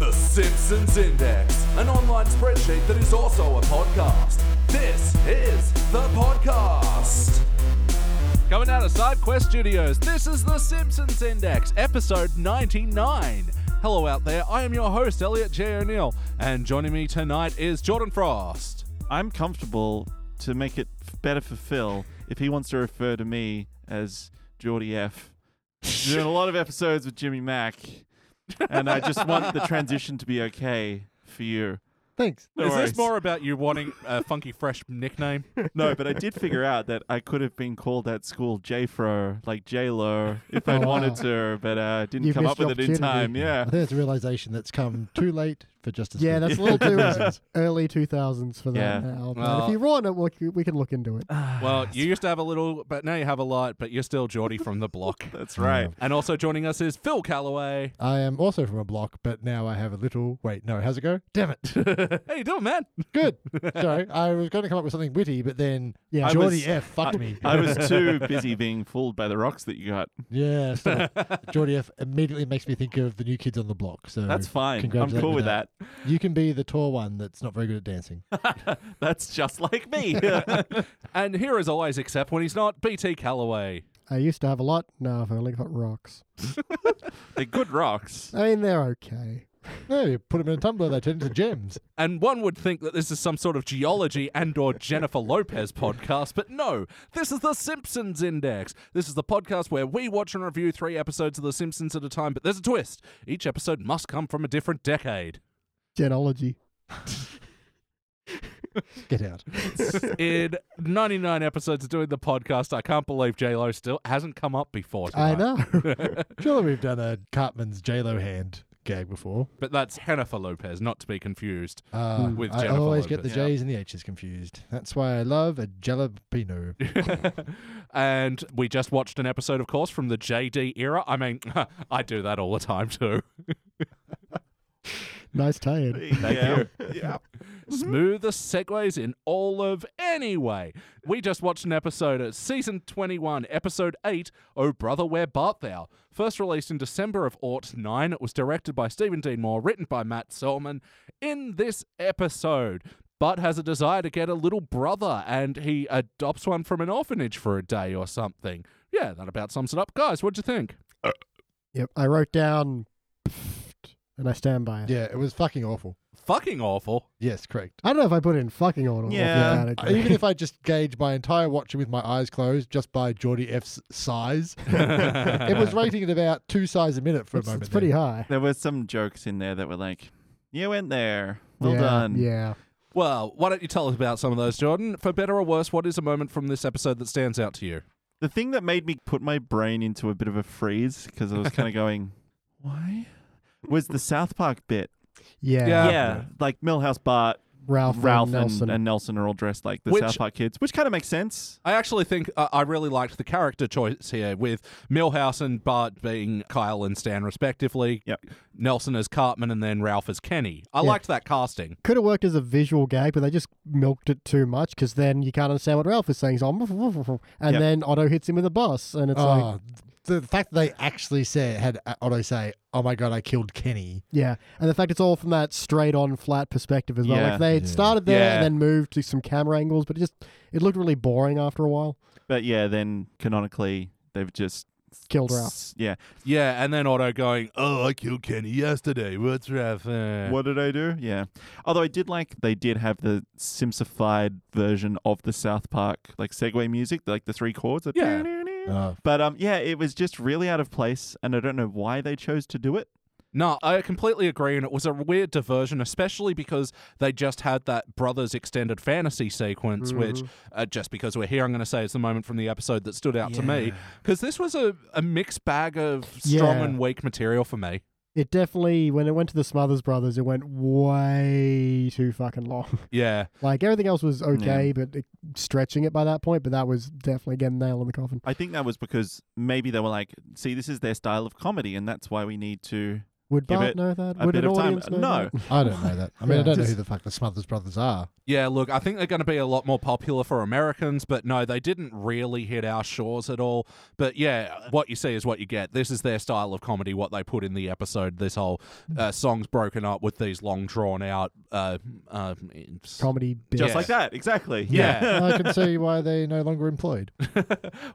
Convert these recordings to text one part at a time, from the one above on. Simpsons Index, an online spreadsheet that is also a podcast. This is the podcast. Coming out of SideQuest Studios, this is the Simpsons Index, episode 99. Hello out there, I am your host, Elliot J. O'Neill, and joining me tonight is Jordan Frost. I'm comfortable to make it f- better for Phil if he wants to refer to me as Geordie F. Doing a lot of episodes with Jimmy Mack, and I just want the transition to be okay for you. Thanks. No is worries. this more about you wanting a funky fresh nickname? No, but I did figure out that I could have been called at school J-Fro, like J-Lo, if I'd Oh, wanted wow. to, but uh, I didn't You've come missed up your with it in time. opportunity. I Yeah. think it's a realization that's come too late for Justice. Yeah, League. that's a little too early 2000s for that Yeah. now. But Well- if you want it, we c- we can look into uh, it. Well, you used to have a little, but now you have a lot, but you're still Geordie from the block. Oh, That's right. And also joining us is Phil Calloway. I am also from a block, but now I have a little. Wait, no, how's it go? Damn it! How you doing, man? Good. Sorry, I was going to come up with something witty, but then Yeah. yeah, I Geordie was- F fucked I- me. I was too busy being fooled by the rocks that you got. yeah, stop it. Geordie F immediately makes me think of the new kids on the block. So That's fine. I'm congratulate cool you with with that. that. you can be the tall one that's not very good at dancing. That's just like me. And here, as always, except when he's not, BT Calloway. I used to have a lot. Now I've only got rocks. They're good rocks. I mean, they're okay. No, you put them in a tumbler, they turn into gems. And one would think that this is some sort of geology and or Jennifer Lopez podcast, but no. This is the Simpsons Index. This is the podcast where we watch and review 3 episodes of the Simpsons at a time, but there's a twist. Each episode must come from a different decade. Genology. Get out. In 99 episodes of doing the podcast, I can't believe J-Lo still hasn't come up before. I tonight. know. Surely we've done a Cartman's J Lo hand gag before. But that's Jennifer Lopez, not to be confused. Uh, Hmm. With I Jennifer always get the Lopez. J's and the H's confused. That's why I love a jalapeno. and we just watched an episode, of course, from the JD era. I mean, I do that all the time too. nice tie in. yeah. Smoothest segues in all of anyway. We just watched an episode of season 21, episode 8, Oh Brother Where Bart Thou. First released in December of aught 9, it was directed by Stephen Dean Moore, written by Matt Selman. In this episode, Bart has a desire to get a little brother and he adopts one from an orphanage for a day or something. Yeah, that about sums it up. Guys, what'd you think? Yep. I wrote down, and I stand by it. Yeah, it was fucking awful. Fucking awful. Yes, correct. I don't know if I put in fucking order. Yeah. Automatically. Even if I just gauge my entire watching with my eyes closed just by Geordie F's size, it was rating at about two size a minute for it's, a moment. it's pretty there. high. There were some jokes in there that were like, "You went there. Well yeah, done." Yeah. Well, why don't you tell us about some of those, Jordan? For better or worse, what is a moment from this episode that stands out to you? The thing that made me put my brain into a bit of a freeze because I was kind of going, "Why?" was the South Park bit. Uh, Yeah. Yeah. like Millhouse Bart, Ralph, and Ralph, Nelson. and, and Nelson are all dressed like the Which- South Park kids, which kind of makes sense. I actually think uh, I really liked the character choice here with Milhouse and Bart being Kyle and Stan, respectively. Yep. Nelson as Cartman and then Ralph as Kenny. I Yeah. liked that casting. could have worked as a visual gag, but they just milked it too much because then you can't understand what Ralph is saying. So, and Yep. Ah. then Otto hits him with a bus, and it's like, Oh, the the fact that they actually said, had Otto say, oh my God, I killed Kenny. yeah. And the fact it's all from that straight on flat perspective as well. Yeah. Like they Yeah. started there Yeah. and then moved to some camera angles, but it just it looked really boring after a while. But yeah, then canonically they've just Killed Ralph. s- yeah. Yeah, and then Otto going, Oh, I killed Kenny yesterday. What's Ralph? uh?" What did I do? Yeah. Although I did like they did have the Simsified version of the South Park like segue music, like the three chords. the Yeah. Oh, But um, yeah, it was just really out of place, and I don't know why they chose to do it. No, I completely agree, and it was a weird diversion, especially because they just had that brothers extended fantasy sequence, Mm-hmm. which uh, just because we're here, I'm going to say it's the moment from the episode that stood Ah. out to me because this was a, a mixed bag of strong Yeah. and weak material for me. It definitely when it went to the Smothers Brothers, it went way too fucking long. Yeah, like everything else was okay, but it, stretching it by that point. But that was definitely getting nail in the coffin. I think that was because maybe they were like, see, this is their style of comedy, and that's why we need to Would Give Bart it know that? a Would bit an of time. audience know No, that? I don't know that. I mean, Yeah. I don't know who Just- the fuck the Smothers Brothers are. Yeah, look, I think they're going to be a lot more popular for Americans, but no, they didn't really hit our shores at all. But yeah, what you see is what you get. This is their style of comedy, what they put in the episode. This whole uh, song's broken up with these long, drawn out. Uh, uh, it's- Comedy bit. just Yeah. like that. Exactly. Yeah. I can see why they're no longer employed.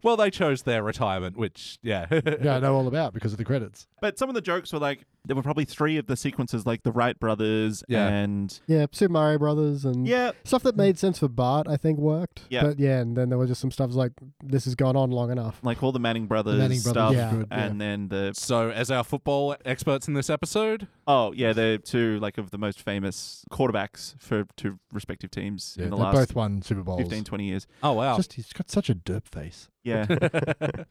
well, they chose their retirement, which, yeah. Yeah, I know all about because of the credits. But some of the jokes were like there were probably three of the sequences, like the Wright brothers Yeah. and Yeah, Super Mario Brothers and yeah, stuff that made sense for Bart, I think, worked. Yeah. But yeah, and then there was just some stuff like, this has gone on long enough. like all the Manning brothers Manning stuff, Brothers Yeah. is good. and then the so, as our football experts in this episode, oh yeah, they're two like of the most famous quarterbacks for two respective teams yeah. in the they last both won Super Bowls. 15, 20 years. oh, wow. Just he's got such a derp face. Yeah,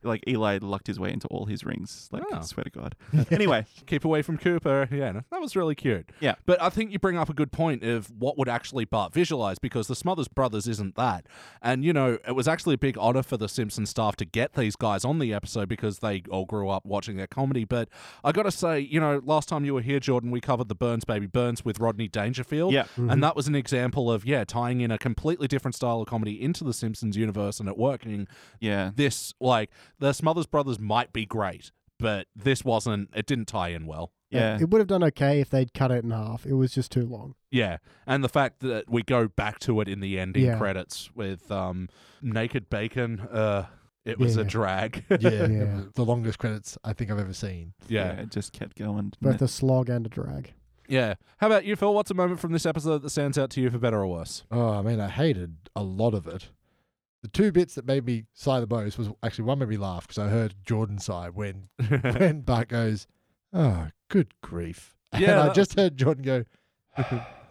like Eli lucked his way into all his rings. Like Wow. swear to God. Anyway, keep away from Cooper. Yeah, no, that was really cute. Yeah. But I think you bring up a good point of what would actually Bart visualize because the Smothers Brothers isn't that. And, you know, it was actually a big honor for the Simpson staff to get these guys on the episode because they all grew up watching their comedy. But I got to say, you know, last time you were here, Jordan, we covered the Burns Baby Burns with Rodney Dangerfield. Yeah. And that was an example of, yeah, tying in a completely different style of comedy into the Simpsons universe and it working yeah, this like the Smothers Brothers might be great, but this wasn't. It didn't tie in well. yeah. It would have done okay if they'd cut it in half. It was just too long. Yeah, and the fact that we go back to it in the ending Yeah. credits with um, naked bacon. Uh, it was a Yeah. drag. Yeah, Yeah. the longest credits I think I've ever seen. yeah, It just kept going. didn't Both it? a slog and a drag. yeah. How about you, Phil? What's a moment from this episode that stands out to you for better or worse? Oh, I mean, I hated a lot of it. The two bits that made me sigh the most was actually one made me laugh because I heard Jordan sigh when when Bart goes, "Oh, good grief!" and Yeah, I that- just heard Jordan go,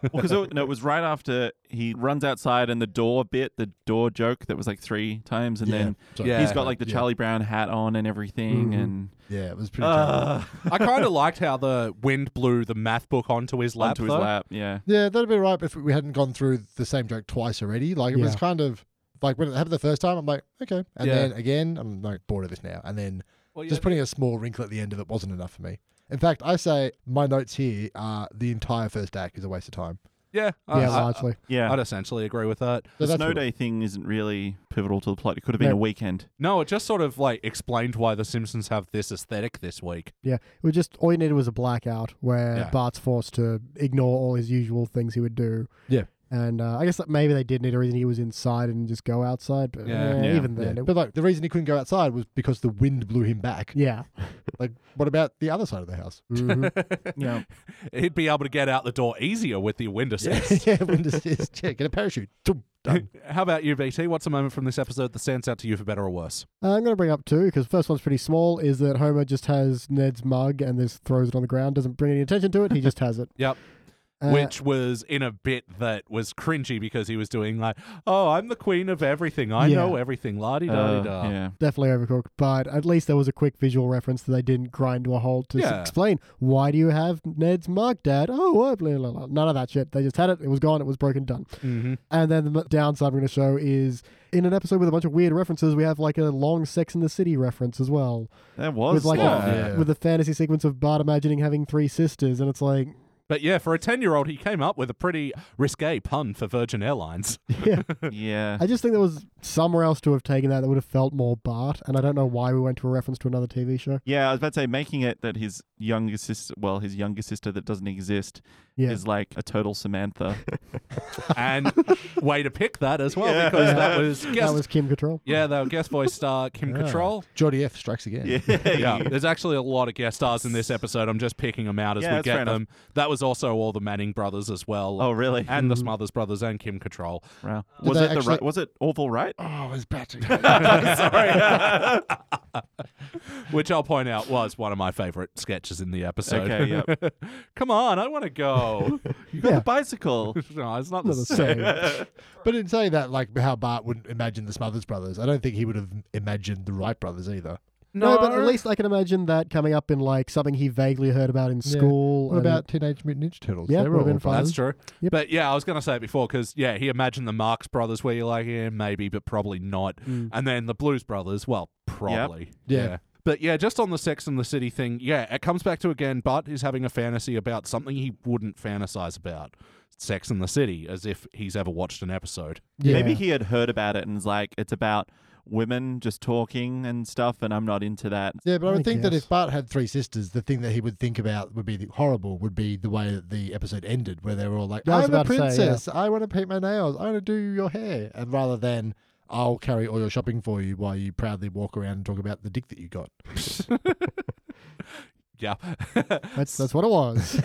Because it, no, it was right after he runs outside and the door bit, the door joke that was like three times, and yeah, then sorry." Yeah. he's got like the Yeah. Charlie Brown hat on and everything, Mhm. and Yeah, it was pretty. terrible. uh, I kind of liked how the wind blew the math book onto his lap. onto his though. lap. Yeah, Yeah, that'd be right if we hadn't gone through the same joke twice already. Like it was Yeah. kind of like when it happened the first time, I'm like, okay, and Yeah. then again, I'm like bored of this now, and then Well, yeah, Just putting a small wrinkle at the end of it wasn't enough for me. In fact, I say my notes here are the entire first act is a waste of time. yeah, Uh, I- Yeah, I- largely. yeah. I'd essentially agree with that. So the that's snow what- day thing isn't really pivotal to the plot. It could have been No. a weekend. No, it just sort of like explained why the Simpsons have this aesthetic this week. Yeah, it was just all you needed was a blackout where Yeah. Bart's forced to ignore all his usual things he would do. Yeah. and uh, I guess that maybe they did need a reason he was inside and just go outside. But Yeah. yeah, Yeah. even Yeah. then, it- But like the reason he couldn't go outside was because the wind blew him back. yeah, Like, what about the other side of the house? Mhm. Yeah, He'd be able to get out the door easier with the wind yeah, assist. yeah, wind assist. Yeah, get a parachute. Dum, done. How about you, BT? What's a moment from this episode that stands out to you for better or worse? Uh, I'm going to bring up two because first one's pretty small. Is that Homer just has Ned's mug and just throws it on the ground, doesn't bring any attention to it. He just has it. Yep. Uh, Which was in a bit that was cringy because he was doing like, "Oh, I'm the queen of everything. I Yeah. know everything." La di da Uh, di da. yeah. definitely overcooked, but at least there was a quick visual reference that they didn't grind to a halt to s- Yeah. explain why do you have Ned's mug, Dad? Oh, why blah, blah, blah. none of that shit. They just had it. It was gone. It was broken. Done. Mm-hmm. And then the m- downside we're going to show is in an episode with a bunch of weird references, we have like a long Sex in the City reference as well, That was with like long. yeah. a, Yeah. with the fantasy sequence of Bart imagining having three sisters, and it's like, But yeah, for a ten-year-old, he came up with a pretty risque pun for Virgin Airlines. yeah. yeah. I just think there was somewhere else to have taken that that would have felt more Bart, and I don't know why we went to a reference to another TV show. Yeah, I was about to say making it that his younger sister, well, his younger sister that doesn't exist, Yeah. is like a total Samantha. and way to pick that as well Yeah. because that was guest. That was Kim Cattrall. yeah, that was guest voice star Kim Yeah. Cattrall. Jody F strikes again. yeah, yeah, there's actually a lot of guest stars in this episode. I'm just picking them out as Yeah, we that's fair get enough. them. That was also all the Manning brothers as well, Oh, really? and the Hmm. Smothers brothers and Kim Cattrall. Wow. Did Was it they the actually- right? Was it Orville Wright? Oh, I was about Sorry. to. which I'll point out was one of my favorite sketches in the episode. Okay, yep. Come on, I want to go. you got Yeah. the bicycle. no, it's not the Not the same. same. But in saying that, like how Bart wouldn't imagine the Smothers Brothers, I don't think he would have imagined the Wright Brothers either. No, but at least I can imagine that coming up in like something he vaguely heard about in Yeah. school. What and- about Teenage Mutant Ninja Turtles? Yeah, They would've all been fun. That's true. Yep. But yeah, I was going to say it before because, yeah, he imagined the Marx Brothers where you're like, yeah, maybe, but probably not. Mm. And then the Blues Brothers, well, probably. Yeah. Yeah. But yeah, just on the Sex and the City thing, yeah, it comes back to again, Bart is having a fantasy about something he wouldn't fantasize about Sex and the City, as if he's ever watched an episode. Yeah. Maybe he had heard about it and was like, it's about women just talking and stuff, and I'm not into that. Yeah, but I I would think that guess. if Bart had three sisters, the thing that he would think about would be the, horrible. Would be the way that the episode ended, where they were all like, I was "I'm a about to say, yeah. princess. I want to paint my nails. I want to do your hair," and rather than "I'll carry all your shopping for you" while you proudly walk around and talk about the dick that you got. Yeah. That's that's what it was.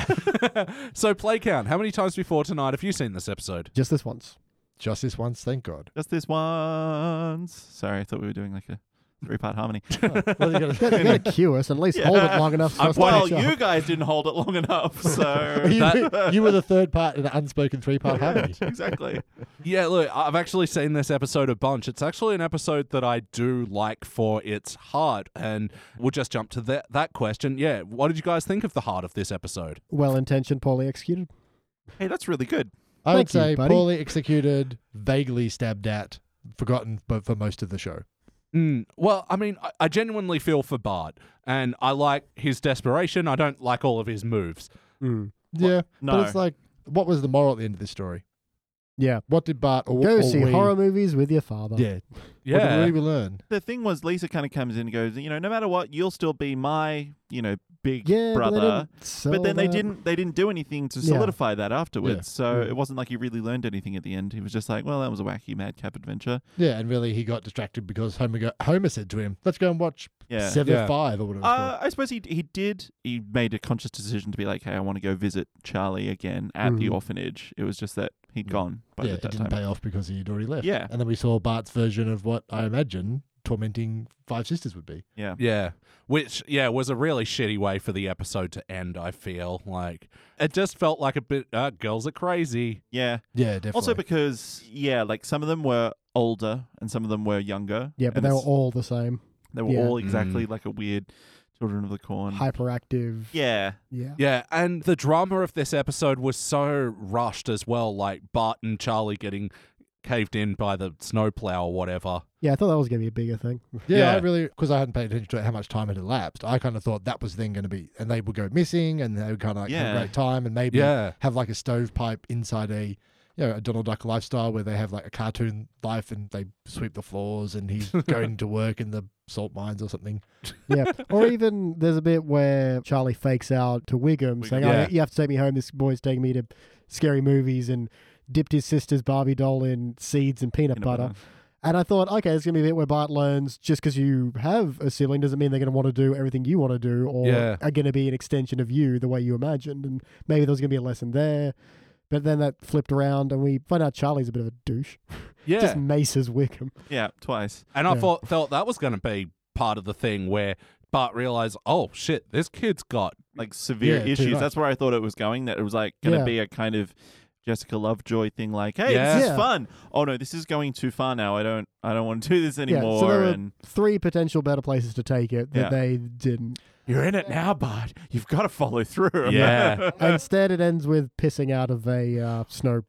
so play count. How many times before tonight have you seen this episode? Just this once. Just this once, thank God. Just this once. Sorry, I thought we were doing like a three part harmony. What are you You gonna- gotta, you gotta cue us and at least hold it long enough. For Uh, us to well, catch up. you guys didn't hold it long enough, so. you, you were the third part in an unspoken three-part harmony. exactly. Yeah, look, I've actually seen this episode a bunch. It's actually an episode that I do like for its heart, and we'll just jump to that that question. Yeah, what did you guys think of the heart of this episode? well intentioned, poorly executed. Hey, that's really good. I would Thank you, say buddy. poorly executed, vaguely stabbed at, forgotten, but for most of the show. Mm, well, I mean, I, I genuinely feel for Bart, and I like his desperation. I don't like all of his moves. Hmm. Yeah, No. but it's like, what was the moral at the end of this story? Yeah. What did Bart or Go or see we- horror movies with your father. Yeah, What Yeah, did we learn? the thing was, Lisa kind of comes in and goes, you know, no matter what, you'll still be my, you know, big Yeah, brother. But, they didn't sell but then they that. didn't they didn't do anything to Yeah. solidify that afterwards so Yeah. it wasn't like he really learned anything at the end he was just like well that was a wacky madcap adventure Yeah, and really he got distracted because Homer go- Homer said to him, "Let's go and watch yeah Seven Yeah. Five or whatever." it's called." uh, I suppose he he did. He made a conscious decision to be like, "Hey, I want to go visit Charlie again at the Mhm. orphanage." It was just that he'd gone by yeah, the it that didn't time. pay off because he'd already left. Yeah. and then we saw Bart's version of what I imagine tormenting five sisters would be. Yeah, yeah. Which, yeah, was a really shitty way for the episode to end. I feel like it just felt like a bit. Uh, girls are crazy. yeah. Yeah, definitely. Also because yeah, like some of them were older and some of them were younger. Yeah, but and they were it's- all the same. they were yeah. all exactly like a weird Children of the Corn. Hyperactive. Yeah, Yeah. Yeah, and the drama of this episode was so rushed as well, like Bart and Charlie getting caved in by the snowplow or whatever. Yeah, I thought that was gonna be a bigger thing. yeah, I yeah. really because I hadn't paid attention to how much time had elapsed. I kind of thought that was then going to be, and they would go missing, and they would kind of like have Yeah. a great time, and maybe Yeah. have like a stovepipe inside a you know a Donald Duck lifestyle where they have like a cartoon life and they sweep the floors and he's going to work in the salt mines or something. yeah. Or even there's a bit where Charlie fakes out to Wiggum Wiggum. saying, Yeah. Oh, you have to take me home. This boy's taking me to scary movies and dipped his sister's Barbie doll in seeds and peanut, peanut butter. And I thought, okay, it's going to be a bit where Bart learns just because you have a sibling doesn't mean they're going to want to do everything you want to do or Yeah. are going to be an extension of you the way you imagined. And maybe there was going to be a lesson there. But then that flipped around and we find out Charlie's a bit of a douche. Yeah. Just maces Wickham. Yeah, twice. and I yeah. thought felt that was going to be part of the thing where Bart realized, oh shit, this kid's got. Like severe Yeah, too issues. much. That's where I thought it was going. That it was like gonna Yeah. be a kind of Jessica Lovejoy thing. Like, hey, Yeah. this is Yeah. fun. Oh no, this is going too far now. I don't. I don't want to do this anymore. Yeah, so there were and three potential better places to take it that Yeah. they didn't. You're in it now, bud. You've got to follow through. Yeah. Uh. Instead, it ends with pissing out of a uh, snow.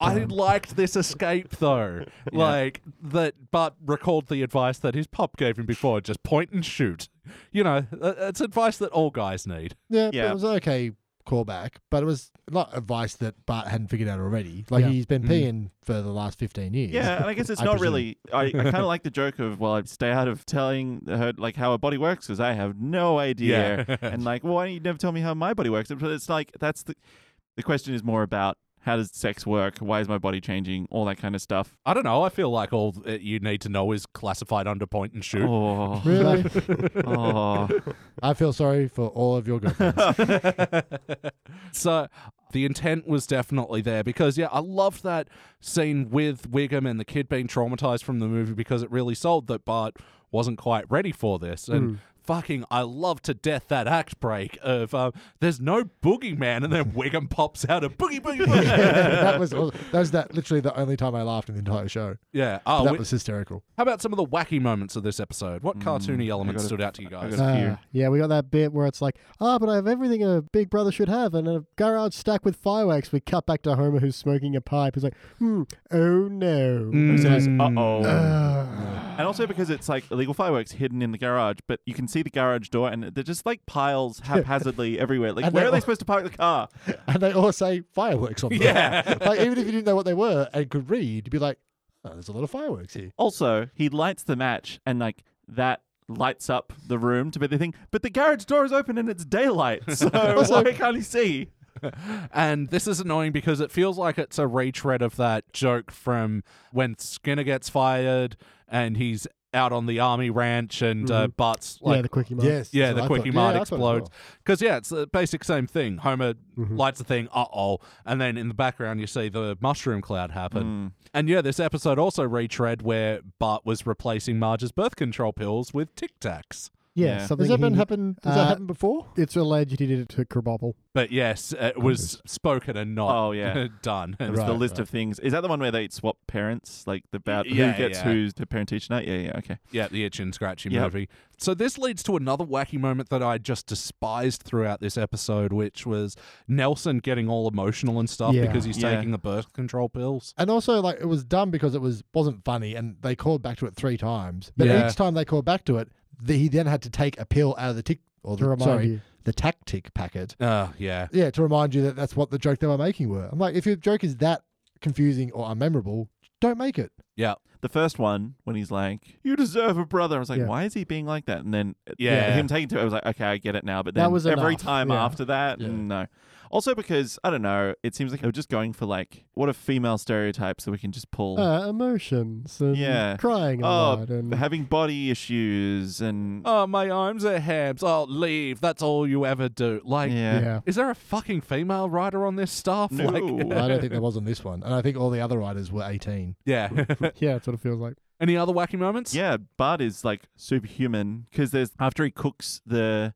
I Um, liked this escape though. Like that Bart recalled the advice that his pop gave him before, just point and shoot. You know, uh, it's advice that all guys need. Yeah, But Yeah. it was an okay callback, but it was not advice that Bart hadn't figured out already. Like Yeah. he's been Mm. peeing for the last fifteen years. Yeah, and I guess it's I not presume. really. I, I kind of like the joke of well, I'd stay out of telling her like how her body works because I have no idea. Yeah. and like, well, why don't you never tell me how my body works? But it's like that's the the question is more about how does sex work? Why is my body changing? All that kind of stuff. I don't know. I feel like all that you need to know is classified under point and shoot. Oh, Really? oh. I feel sorry for all of your girlfriends. so the intent was definitely there because yeah, I loved that scene with Wiggum and the kid being traumatized from the movie because it really sold that Bart wasn't quite ready for this Hmm. and. Fucking, I love to death that act break of um, there's no boogeyman, and then Wiggum pops out a boogie boogie boogie. that was awesome. that was that literally the only time I laughed in the entire show. yeah. Oh, that we- was hysterical. how about some of the wacky moments of this episode? What cartoony elements Hmm. gotta- stood out to you I guys? gotta- That's cute. uh, yeah, we got that bit where it's like, ah, but I have everything a big brother should have, and a garage stack with fireworks. We cut back to Homer who's smoking a pipe. He's like, hmm, oh no. Mm. Uh oh. Ugh. And also because it's like illegal fireworks hidden in the garage, but you can see the garage door and they're just like piles haphazardly everywhere. Like, And where they're are they all- supposed to park the car? and they all say fireworks on them. Yeah. like even if you didn't know what they were and could read, you'd be like, oh, there's a lot of fireworks here. Also, he lights the match and like that lights up the room to be the thing, but the garage door is open and it's daylight. So why can't he see? And this is annoying because it feels like it's a retread of that joke from when Skinner gets fired and he's out on the army ranch and uh, Mm-hmm. Bart's like, yeah, the quickie mark. Yeah, that's the what I quickie thought. Mm-hmm. mart Yeah, that's what I explodes. Because, yeah, it's the basic same thing. Homer lights the thing, uh oh. And then in the background, you see the mushroom cloud happen. Mm. And, yeah, this episode also retread where Bart was replacing Marge's birth control pills with Tic Tacs. Yeah, Yeah. something. Has that he been did- happened? Has uh, that happened before? It's alleged he did it to Krabappel. But, yes, it was spoken and not Oh, yeah. done. It was the Right, list right. of things. Is that the one where they swap parents? Like the bad Yeah, who gets yeah. who's the parent teacher night? Yeah, yeah, okay. Yeah, the itch and scratchy Yep. movie. So this leads to another wacky moment that I just despised throughout this episode, which was Nelson getting all emotional and stuff Yeah. because he's Yeah. taking the birth control pills. And also, like it was dumb because it was wasn't funny, and they called back to it three times. But Yeah. each time they called back to it, the, he then had to take a pill out of the tick or To the, remind sorry you. the tactic packet. Uh, yeah. Yeah, to remind you that that's what the joke they were making were. I'm like, if your joke is that confusing or unmemorable, don't make it. Yeah. The first one when he's like, "You deserve a brother." I was like, Yeah. "Why is he being like that?" And then uh, Yeah. him taking to it, I was like, "Okay, I get it now." But That then was every enough, time yeah. after that, Yeah. no. Also because I don't know, it seems like they were just going for like, what are female stereotypes that we can just pull? Uh, emotions and Yeah. crying a oh, lot and having body issues and Oh, my arms are hams. Oh, leave. That's all you ever do. Like, yeah. yeah. is there a fucking female writer on this staff? No. Like, I don't think there was on this one. And I think all the other writers were 18. yeah. yeah, that's what it feels like. Any other wacky moments? Yeah, Bart is like superhuman because there's after he cooks the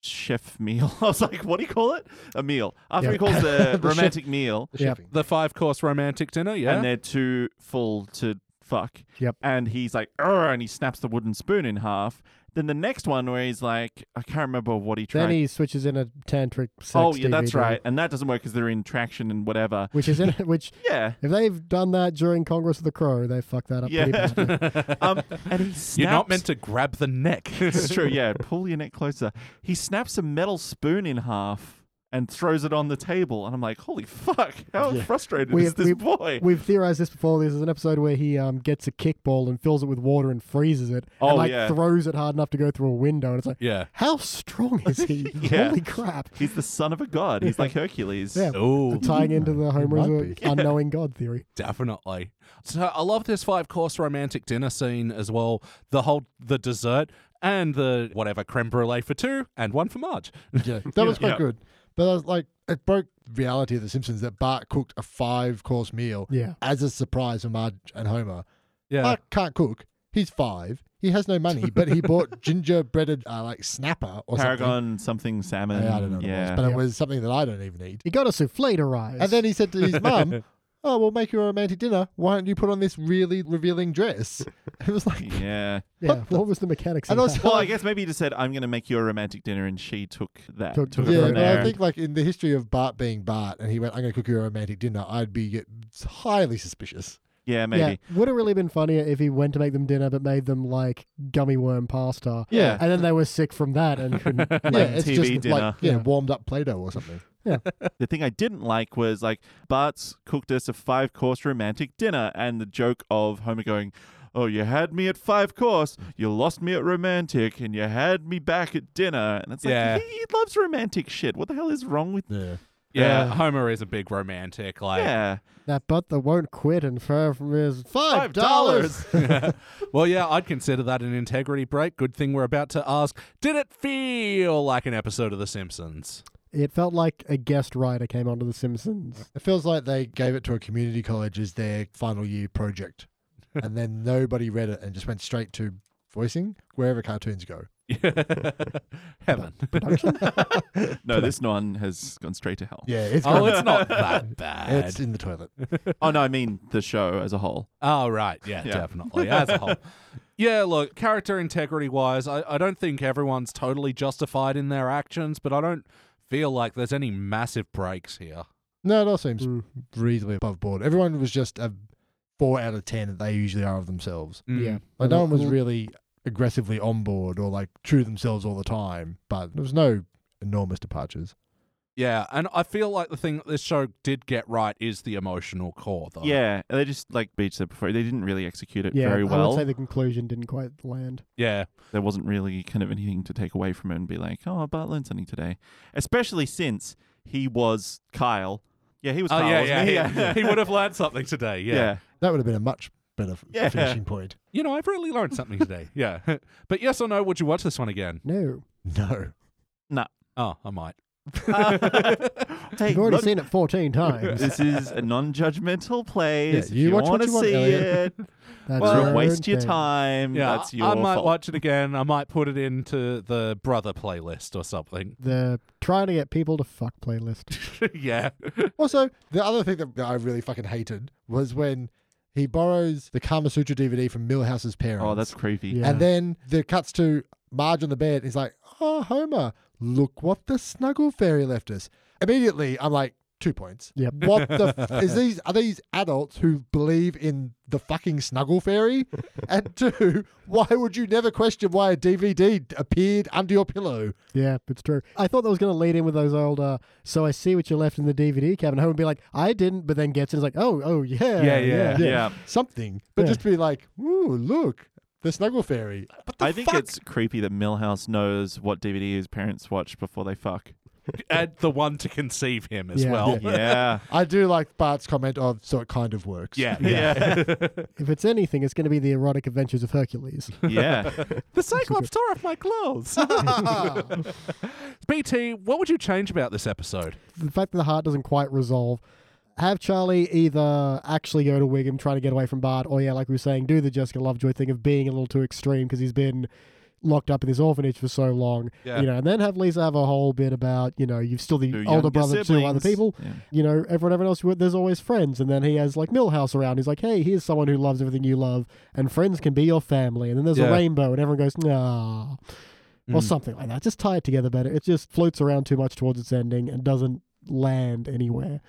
chef meal. I was like, what do you call it? A meal. After Yeah. he calls the, The chef- romantic meal, The Yeah. shipping. The five course romantic dinner. Yeah. and they're too full to fuck. Yep. And he's like, "Arr," and he snaps the wooden spoon in half. Then the next one where he's like, I can't remember what he Then tried. he switches in a tantric sex oh yeah, that's DVD, right. And that doesn't work because they're in traction and whatever. Which is in which Yeah. if they've done that during Congress of the Crow, they fucked that up pretty Yeah. badly. um, and he snaps. You're not meant to grab the neck. It's true. Yeah, pull your neck closer. He snaps a metal spoon in half and throws it on the table, and I'm like, "Holy fuck! How Yeah. frustrated We- is this we- boy?" We've theorized this before. This is an episode where he um, gets a kickball and fills it with water and freezes it, Oh, and like yeah. throws it hard enough to go through a window. And it's like, yeah. how strong is he? Yeah. Holy crap! He's the son of a god. He's like Hercules. Yeah. Oh, Tying into the Homer's might uh, unknowing God theory. Definitely. So I love this five course romantic dinner scene as well. The whole the dessert and the whatever creme brulee for two and one for Marge. Yeah, that was quite good. But I was like, it broke reality of The Simpsons that Bart cooked a five course meal Yeah. as a surprise for Marge and Homer. Yeah. Bart can't cook. He's five. He has no money, but he bought gingerbreaded uh, like snapper or Paragon something salmon. something. Yeah, I don't know what it Yeah. was, but it Yeah. was something that I don't even eat. He got a souffle to rise. And then he said to his mum, "Oh, we'll make you a romantic dinner. Why don't you put on this really revealing dress?" It was like, yeah. yeah, what what, the- was the mechanics? and of also, Well, I like, guess maybe he just said, "I'm going to make you a romantic dinner," and she took that. Took- took it yeah, from but there. I think like in the history of Bart being Bart, and he went, "I'm going to cook you a romantic dinner," I'd be highly suspicious. yeah, that? maybe. Yeah, would have really been funnier if he went to make them dinner, but made them like gummy worm pasta, Yeah. and then they were sick from that and couldn't. yeah, Like it's TV just dinner. like yeah, Yeah. warmed up Play-Doh or something. The thing I didn't like was like Bart's cooked us a five course romantic dinner, and the joke of Homer going, "Oh, you had me at five course, you lost me at romantic, and you had me back at dinner," and it's like Yeah. he, he loves romantic shit. What the hell is wrong with? Yeah, Yeah, Yeah. Homer is a big romantic. Like, Yeah, that butt that won't quit and serve is Five five dollars. dollars. well, yeah, I'd consider that an integrity break. Good thing we're about to ask. Did it feel like an episode of The Simpsons? It felt like a guest writer came onto The Simpsons. it feels like they gave it to a community college as their final year project, and then nobody read it and just went straight to voicing wherever cartoons go. Heaven. no, this one has gone straight to hell. Yeah, it's oh, gone- it's not that bad. it's in the toilet. Oh no, I mean the show as a whole. Oh, right. Yeah, Yeah. definitely. As a whole. Yeah, look, character integrity wise, I, I don't think everyone's totally justified in their actions, but I don't feel like there's any massive breaks here. No, it all seems Mm. reasonably above board. Everyone was just a four out of ten that they usually are of themselves. Mm. Yeah. Like no one was Well- really aggressively on board or like true to themselves all the time, but there was no enormous departures. Yeah, and I feel like the thing that this show did get right is the emotional core, though. Yeah, and they just like Beach said before, they didn't really execute it Oh. yeah, very I well. would say the conclusion didn't quite land. yeah, there wasn't really kind of anything to take away from it and be like, oh, but I learned something today. Especially since he was Kyle. Yeah, he was Oh Kyle. yeah, yeah. wasn't He, He, he would have learned something today. Yeah. yeah. That would have been a much better f- Yeah. finishing point. You know, I've really learned something today. yeah. But yes or no, would you watch this one again? No, No. Oh, I might. Hey, you've already look, seen it fourteen times. this is a non-judgmental place. Yeah, If you watch what want to you want, see Elliot. it, That's Well- your don't waste own your thing. time. Yeah, Mm, That's I- your I might fault. watch it again. I might put it into the brother playlist or something. The trying to get people to fuck playlist. yeah. Also, the other thing that I really fucking hated was when he borrows the Kama Sutra DVD from Millhouse's parents. Oh, that's creepy. Yeah. And then the cuts to Marge on the bed. He's like, "Oh, Homer, look what the snuggle fairy left us." Immediately, I'm like, two points. Yep. What the f- is these? Are these adults who believe in the fucking snuggle fairy? And two, why would you never question why a DVD appeared under your pillow? Yeah, it's true. I thought that was going to lead in with those old. Uh, so I see what you left in the DVD cabinet. Home would be like, I didn't, but then gets in is like, oh, oh yeah, Yeah, yeah. yeah. Yeah. Something, but Yeah. just be like, "Ooh, look, the snuggle fairy." What the I think fuck? it's creepy that Millhouse knows what DVD his parents watch before they fuck. And uh, the one to conceive him as Yeah. well. Yeah. I do like Bart's comment of, "So it kind of works." Yeah. Yeah. If it's anything, it's going to be the erotic adventures of Hercules. yeah. the Cyclops tore off my clothes. BT, what would you change about this episode? the fact that the heart doesn't quite resolve. Have Charlie either actually go to Wiggum trying to get away from Bart, or yeah, like we were saying, do the Jessica Lovejoy thing of being a little too extreme because he's been locked up in this orphanage for so long. Yeah. You know, and then have Lisa have a whole bit about, you know, you've still the Two older younger brother to other siblings. people. Yeah. You know, everyone, everyone else, there's always friends. And then he has like Millhouse around. He's like, hey, here's someone who loves everything you love, and friends can be your family. And then there's Yeah. a rainbow, and everyone goes, nah Hmm. or something like that. Just tie it together better. It just floats around too much towards its ending and doesn't land anywhere.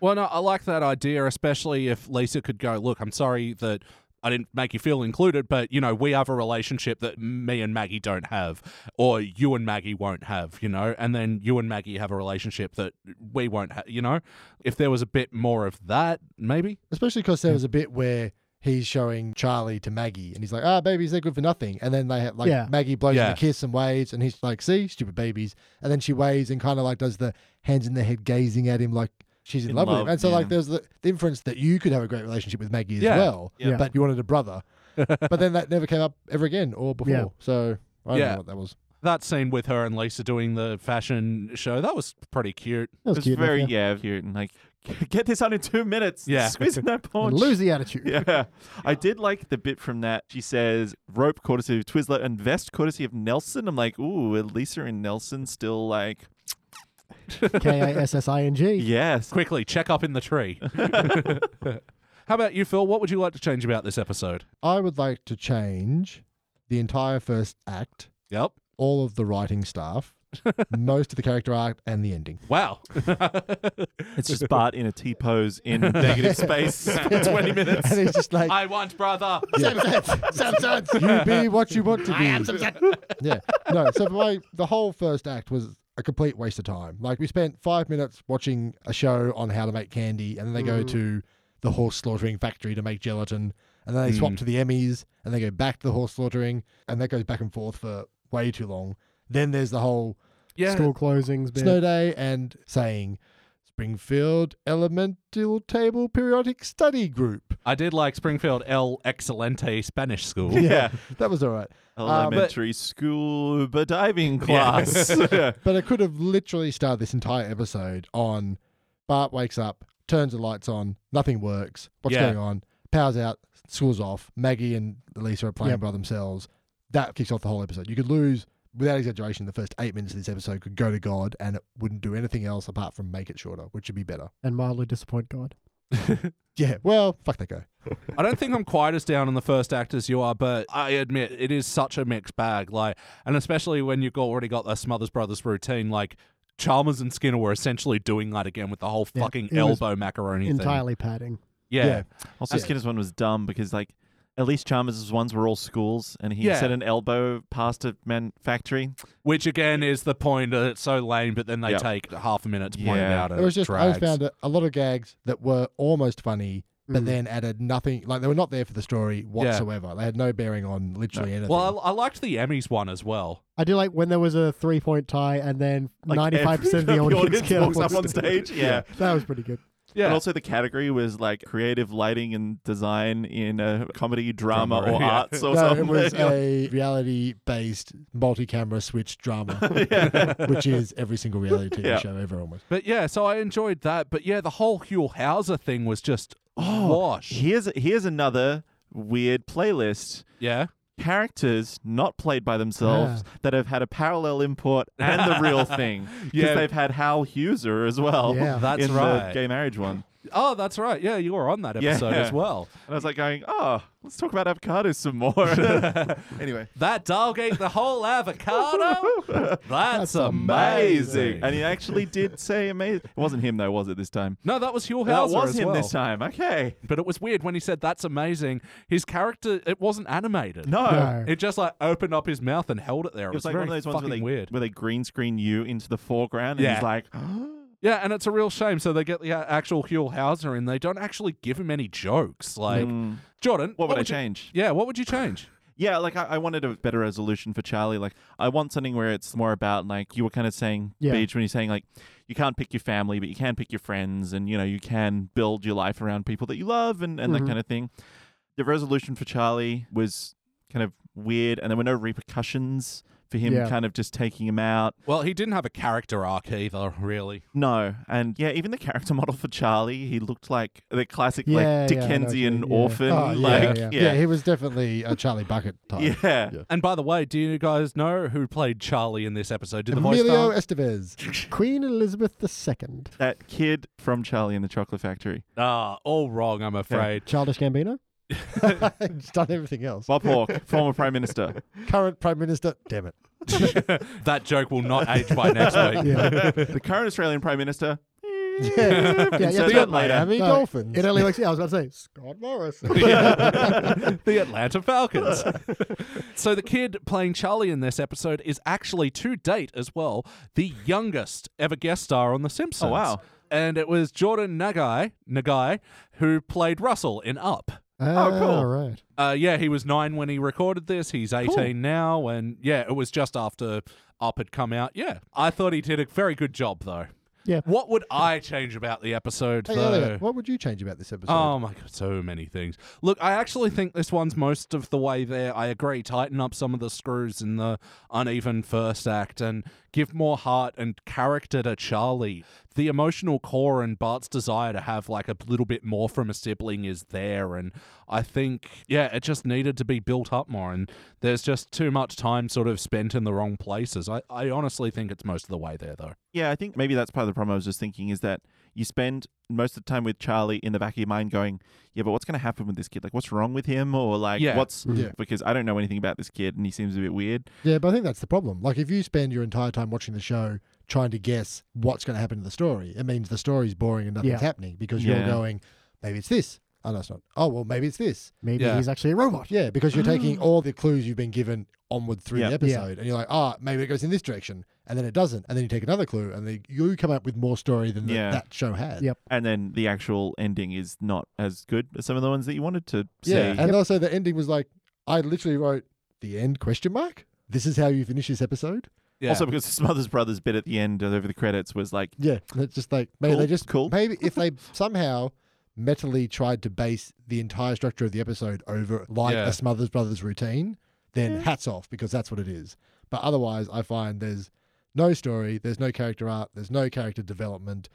Well, no, I like that idea, especially if Lisa could go, look, I'm sorry that I didn't make you feel included, but, you know, we have a relationship that me and Maggie don't have, or you and Maggie won't have, you know, and then you and Maggie have a relationship that we won't have, you know? If there was a bit more of that, maybe? Especially because there was a bit where he's showing Charlie to Maggie, and he's like, "Ah, babies, they're good for nothing." And then they have like Yeah. Maggie blows him Yeah. a kiss and waves, and he's like, "See, stupid babies." And then she waves and kind of like does the hands in the head, gazing at him like she's in, In love, with love, him. And so yeah. like there's the, the inference that you could have a great relationship with Maggie as Yeah. well, Yeah. but you wanted a brother. but then that never came up ever again or before. Yeah. So I don't Yeah. know what that was. That scene with her and Lisa doing the fashion show, that was pretty cute. That was It's cute. enough, very yeah. yeah. cute and like get this out in two minutes. Yeah. squeezing that And punch. lose the attitude. Yeah, I did like the bit from that. She says rope courtesy of Twizzler and vest courtesy of Nelson. I'm like, ooh, are Lisa and Nelson still like K A S S I N G. yes. Quickly, check up in the tree. How about you, Phil? What would you like to change about this episode? I would like to change the entire first act, Yep. all of the writing staff, most of the character arc, and the ending. Wow. It's just Bart in a T pose in negative space for 20 minutes. and he's just like, I want brother. you be what you want to be. yeah. No, so for my the whole first act was a complete waste of time. Like we spent five minutes watching a show on how to make candy, and then they Mm. go to the horse slaughtering factory to make gelatin, and then they Mm. swap to the Emmys, and they go back to the horse slaughtering, and that goes back and forth for way too long. Then there's the whole Yeah. School closings. Bit. snow day and saying Springfield Elemental Table Periodic Study Group. I did like Springfield El Excelente Spanish School. Yeah. That was all right. Elementary school scuba diving class. But it could have literally started this entire episode on Bart wakes up, turns the lights on, nothing works. What's Yeah. going on? Power's out, school's off. Maggie and Lisa are playing Yep. by themselves. That kicks off the whole episode. You could lose, without exaggeration, the first eight minutes of this episode could go to God and it wouldn't do anything else apart from make it shorter, which would be better. And mildly disappoint God. Yeah, well, fuck that guy. I don't think I'm quite as down on the first act as you are, but I admit it is such a mixed bag. Like, and especially when you've got- already got the Smothers Brothers routine, like Chalmers and Skinner were essentially doing that again with the whole Yeah, fucking it was elbow macaroni thing. Entirely padding. Yeah. Yeah. Also, Yeah. Skinner's one was dumb because like at least Chalmers' ones were all schools, and he Yeah. said an elbow past a man factory. Which again is the point that it's so lame, but then they Yeah. take half a minute to point it Yeah. out. And It was just I just drags. found a, a lot of gags that were almost funny, but Mm. then added nothing. Like they were not there for the story whatsoever. They had no bearing on literally anything. Well, I, I liked the Emmys one as well. I do like when there was a three point tie and then Like, ninety five percent of the every- audience, walks killed. up on stage. Yeah. that was pretty good. Yeah. But also the category was like creative lighting and design in a comedy, drama, Drama, or yeah. arts or no, something. it was uh, a reality-based multi-camera switch drama, which is every single reality TV Yeah. show ever almost. but yeah, so I enjoyed that. But yeah, the whole Huell Hauser thing was just Oh. wash. here's here's another weird playlist. Yeah. Characters not played by themselves Ah. that have had a parallel import and the real thing. Because Yeah. they've had Hal Huser as well. Yeah. That's in right. the gay marriage one. Oh, that's right. Yeah, you were on that Yeah. episode as well. And I was like going, oh, let's talk about avocados some more. anyway. That dog ate the whole avocado? That's, amazing. Amazing. And he actually did say amazing. It wasn't him though, was it this time? no, that was Huell That Hauser was as him well. this time. Okay. But it was weird when he said that's amazing. His character, it wasn't animated. No. No. It just like opened up his mouth and held it there. It was like very one of those ones fucking where they, weird. where they green screen you into the foreground and Yeah. he's like, Yeah, and it's a real shame. So they get the uh, actual Huell Hauser and they don't actually give him any jokes. Like, Jordan, what would I you- change? yeah, what would you change? Yeah, like I, I wanted a better resolution for Charlie. Like I want something where it's more about like you were kind of saying, Yeah. Beach, when you're saying like you can't pick your family, but you can pick your friends, and you know you can build your life around people that you love and and Mhm. that kind of thing. The resolution for Charlie was kind of weird, and there were no repercussions for him Yeah. kind of just taking him out. Well, he didn't have a character arc either, really. No, and yeah, even the character model for Charlie, he looked like the classic Yeah, like yeah, I know what you Dickensian mean, yeah. orphan. Oh, yeah, like yeah. Yeah. he was definitely a Charlie Bucket type. yeah. yeah. And by the way, do you guys know who played Charlie in this episode? Did the voice Emilio talent? Estevez. Queen Elizabeth II, That kid from Charlie and the Chocolate Factory. Ah, all wrong, I'm afraid. childish Gambino. He's done everything else. Bob Hawke, former prime minister. Current Prime Minister. Damn it. that joke will not age by next week. Yeah, The current Australian prime minister. eh. Yeah. yeah, Insert yeah. that later. Miami No, Dolphins. It only works. Yeah, I was about to say Scott Morris. the Atlanta Falcons. so the kid playing Charlie in this episode is actually to date as well the youngest ever guest star on The Simpsons. Oh, wow. And it was Jordan Nagai, Nagai, who played Russell in Up. oh, cool. All right. Uh, yeah, he was nine when he recorded this. He's 18 now. And yeah, it was just after Up had come out. Yeah. I thought he did a very good job, though. Yeah. What would I change about the episode, Hey, though? Elliot, what would you change about this episode? Oh my god, so many things. Look, I actually think this one's most of the way there. I agree. Tighten up some of the screws in the uneven first act and give more heart and character to Charlie. The emotional core and Bart's desire to have like a little bit more from a sibling is there and I think yeah, it just needed to be built up more and there's just too much time sort of spent in the wrong places. I, I honestly think it's most of the way there though. Yeah, I think maybe that's part of the problem I was just thinking is that you spend most of the time with Charlie in the back of your mind going, yeah, but what's going to happen with this kid? Like, what's wrong with him? Or like, Yeah. what's. Yeah. Because I don't know anything about this kid and he seems a bit weird. Yeah, but I think that's the problem. Like, if you spend your entire time watching the show trying to guess what's going to happen to the story, it means the story's boring and nothing's Yeah. happening because you're Yeah. going, maybe it's this. Oh, no, it's not. Oh, well, maybe it's this. Maybe Yeah. he's actually a robot. Ah. Yeah, because you're taking all the clues you've been given onward through Yeah. the episode, and you're like, ah, maybe it goes in this direction, and then it doesn't, and then you take another clue, and then you come up with more story than the- Yeah. that show had. Yeah. And then the actual ending is not as good as some of the ones that you wanted to see. Yeah, and also the ending was like, I literally wrote the end question mark. This is how you finish this episode. Yeah. Also, because the Smothers Brothers bit at the end over the credits was like, Yeah, it's just like maybe Cool, they just cool. maybe if they somehow mentally tried to base the entire structure of the episode over like Yeah. a Smothers Brothers routine, then hats off because that's what it is. But otherwise, I find there's no story, there's no character art, there's no character development.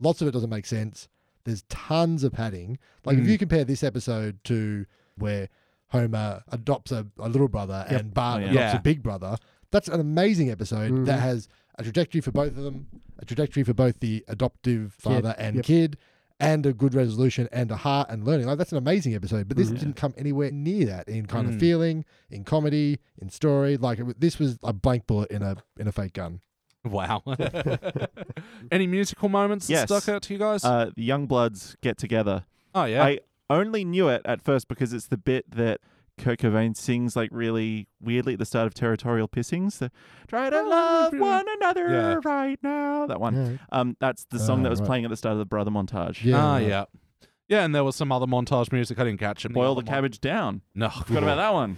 Lots of it doesn't make sense. There's tons of padding. Like if you compare this episode to where Homer adopts a, a little brother Yep. and Bart Oh, yeah. adopts Yeah. a big brother, that's an amazing episode that Mhm. has a trajectory for both of them, a trajectory for both the adoptive father and Yep. kid, and a good resolution and a heart and learning. Like that's an amazing episode, but this didn't come anywhere near that in kind Mm. of feeling, in comedy, in story. Like it, wa- this was a blank bullet in a in a fake gun. Wow. Any musical moments Yes. that stuck out to you guys? uh, the Young Bloods get together. Oh yeah. I only knew it at first because it's the bit that Kurt Cobain sings like really weirdly at the start of Territorial Pissings. The, Try to love one another Oh, Yeah. right now. That one. Yeah. Um, that's the song Ah, that was right. playing at the start of the Brother montage. Yeah, ah right. yeah. Yeah, and there was some other montage music. I didn't catch it. Boil the other mon- cabbage down. No, Forgot about that one.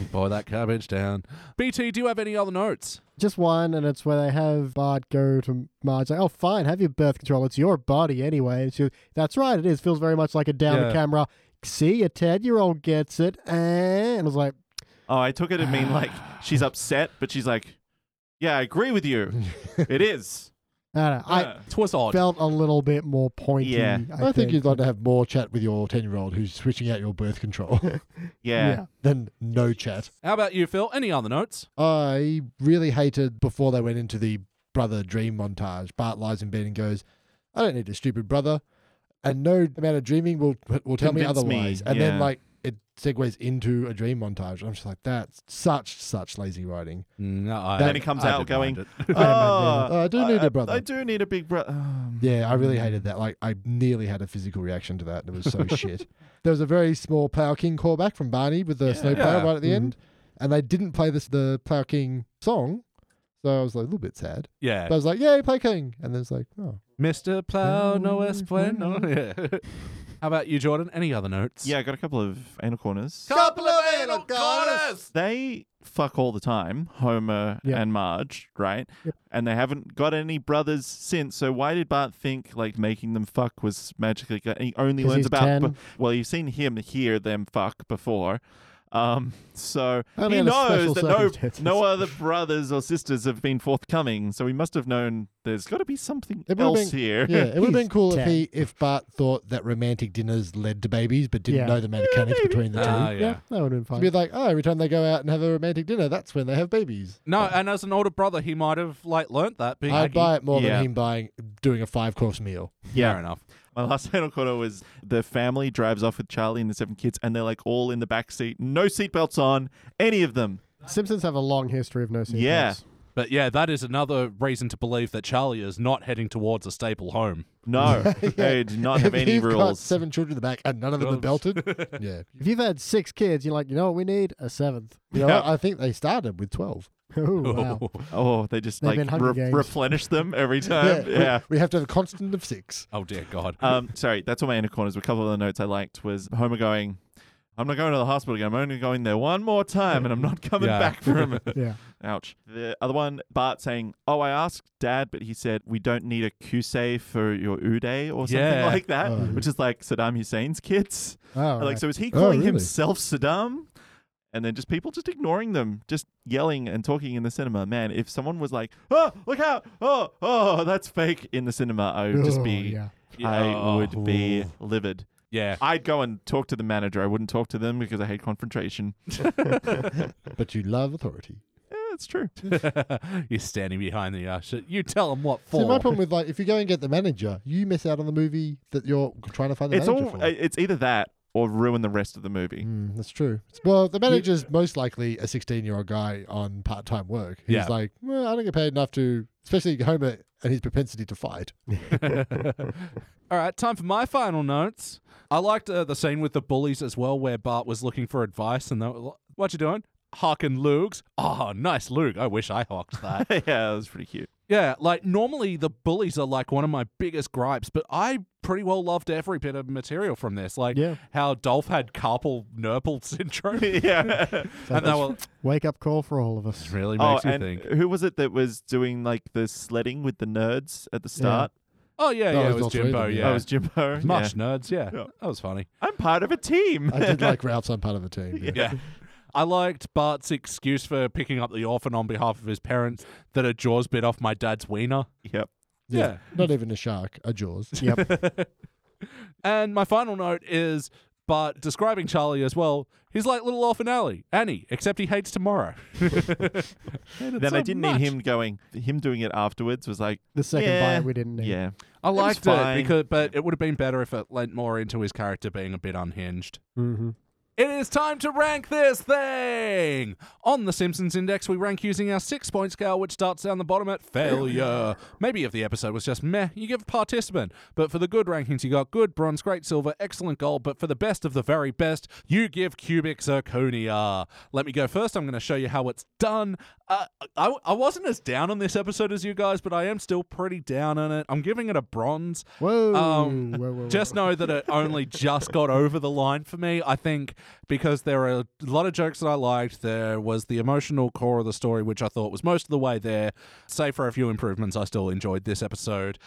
that. Boil that cabbage down. BT, do you have any other notes? Just one, and it's where they have Bart go to Marge, like, oh, fine, have your birth control. It's your body anyway. And she goes, that's right, it is. Feels very much like a down Yeah. the camera. See, a 10 year old gets it. And I was like, Oh, I took it to mean like she's upset, but she's like, "Yeah, I agree with you. it is." I don't know. I Uh, Twas odd. felt a little bit more pointy. Yeah. I, I, think, you'd like to have more chat with your 10 year old who's switching out your birth control yeah. than no chat. How about you, Phil? Any other notes? I really hated before they went into the brother dream montage. Bart lies in bed and goes, I don't need a stupid brother. And no amount of dreaming will will tell me Convince me, otherwise. And yeah. then like it segues into a dream montage. I'm just like, that's such, such lazy writing. No, I, Then he comes out didn't mind it. Oh, I do need a a brother. I, do need a big brother. Um, Yeah, I really hated that. Like, I nearly had a physical reaction to that. It was so shit. There was a very small Plough King callback from Barney with the snow plough Yeah. right at the Mhm. end, and they didn't play this the Plough King song, so I was like a little bit sad. yeah. But I was like, "Yay, Plough King!" And then it's like, "Oh, Mr. Plow, no es bueno. Yeah. How about you, Jordan? Any other notes? Yeah, I got a couple of anal corners. Couple of anal corners. They fuck all the time, Homer Yeah. and Marge, right? Yep. And they haven't got any brothers since. So why did Bart think like making them fuck was magically? Good? He only 'Cause learns he's about. 10. well, you've seen him hear them fuck before. Um, so Only he under knows special that circumstances. no, no other brothers or sisters have been forthcoming. So he must have known there's got to be something It would've else been- here. yeah." It would have He's been cool if ten. he, if Bart thought that romantic dinners led to babies, but didn't Yeah. know the mechanics between the two. Oh, Ah, yeah. that would have been to fine. be like, "Oh, every time they go out and have a romantic dinner, that's when they have babies." No, and as an older brother, he might have like learnt that. Being I'd buy it more Yeah. than him buying doing a five course meal. Yeah. Fair enough. My last anal corner was the family drives off with Charlie and the seven kids, and they're like all in the back seat, no seatbelts on, any of them. Simpsons have a long history of no sequels. Yeah. But yeah, that is another reason to believe that Charlie is not heading towards a staple home. No, they do not have if any you've Got rules. seven children in the back, and none of them are belted. yeah, If you've had six kids, you're like, you know what, we need a seventh. you know, Yeah. what? I think they started with twelve. Oh, wow. Oh, they just They've like been Hunger re- Games. replenish them every time. we- yeah. we, have to have a constant of six. Oh dear God. Um, sorry, that's all my inner corners. A couple of the notes I liked was Homer going, I'm not going to the hospital again. I'm only going there one more time and I'm not coming Yeah. back from it. Yeah. Ouch. The other one, Bart saying, Oh, I asked dad, but he said, We don't need a kusei for your uday or something Yeah. like that, Oh. which is like Saddam Hussein's kids. Oh, Like, right. so is he Oh, calling really? himself Saddam? And then just people just ignoring them, just yelling and talking in the cinema. Man, if someone was like, "Oh, look out! Oh, oh, that's fake!" in the cinema, I would just Oh, be, yeah. I would be Oh. livid. Yeah. I'd go and talk to the manager. I wouldn't talk to them because I hate confrontation. But you love authority. Yeah, that's true. You're standing behind the usher. You tell him what for. See, my problem with like, if you go and get the manager, you miss out on the movie that you're trying to find the it's manager all. uh, for. It's either that or ruin the rest of the movie. Mm, that's true. It's- Well, the manager's most likely a 16 year old guy on part time work. He's Yeah. like, well, I don't get paid enough to, especially Homer and his propensity to fight. All right, time for my final notes. I liked uh, the scene with the bullies as well, where Bart was looking for advice and they were like, "What you doing?" Hawking lugs. Ah, nice lug. I wish I hawked that. yeah, that was pretty cute. yeah, like normally the bullies are like one of my biggest gripes, but I pretty well loved every bit of material from this. Like Yeah. how Dolph had carpal nurple syndrome, yeah. and they were Wake up call for all of us. really oh, makes me and think. who was it that was doing like the sledding with the nerds at the start? Oh yeah, No, yeah, it it was was all three of Jimbo. them, yeah. Yeah, That was Jimbo. much Yeah. nerds. Yeah. Yeah. that was funny. I'm part of a team. I did like Ralph's on part of a team. yeah. Yeah. I liked Bart's excuse for picking up the orphan on behalf of his parents that a jaw's bit off my dad's wiener. yep. Yeah. Not even a shark, a Jaws. Yep. And my final note is Bart describing Charlie as well. He's like little orphan Alley, Annie, except he hates tomorrow. Then I did need him going. Him doing it afterwards was like, The second Yeah. bite we didn't need. yeah, I was liked it, fine. because, but it would have been better if it lent more into his character being a bit unhinged. Mm-hmm. It is time to rank this thing! On the Simpsons Index, we rank using our six point scale, which starts down the bottom at failure. Maybe if the episode was just meh, you give a participant. But for the good rankings, you got good, bronze, great, silver, excellent gold. But for the best of the very best, you give cubic zirconia. Let me go first. I'm going to show you how it's done. Uh, I, I wasn't as down on this episode as you guys, but I am still pretty down on it. I'm giving it a bronze. Whoa, Um, whoa, whoa, whoa. Just know that it only just got over the line for me. I think because there are a lot of jokes that I liked. There was the emotional core of the story, which I thought was most of the way there. Save for a few improvements, I still enjoyed this episode.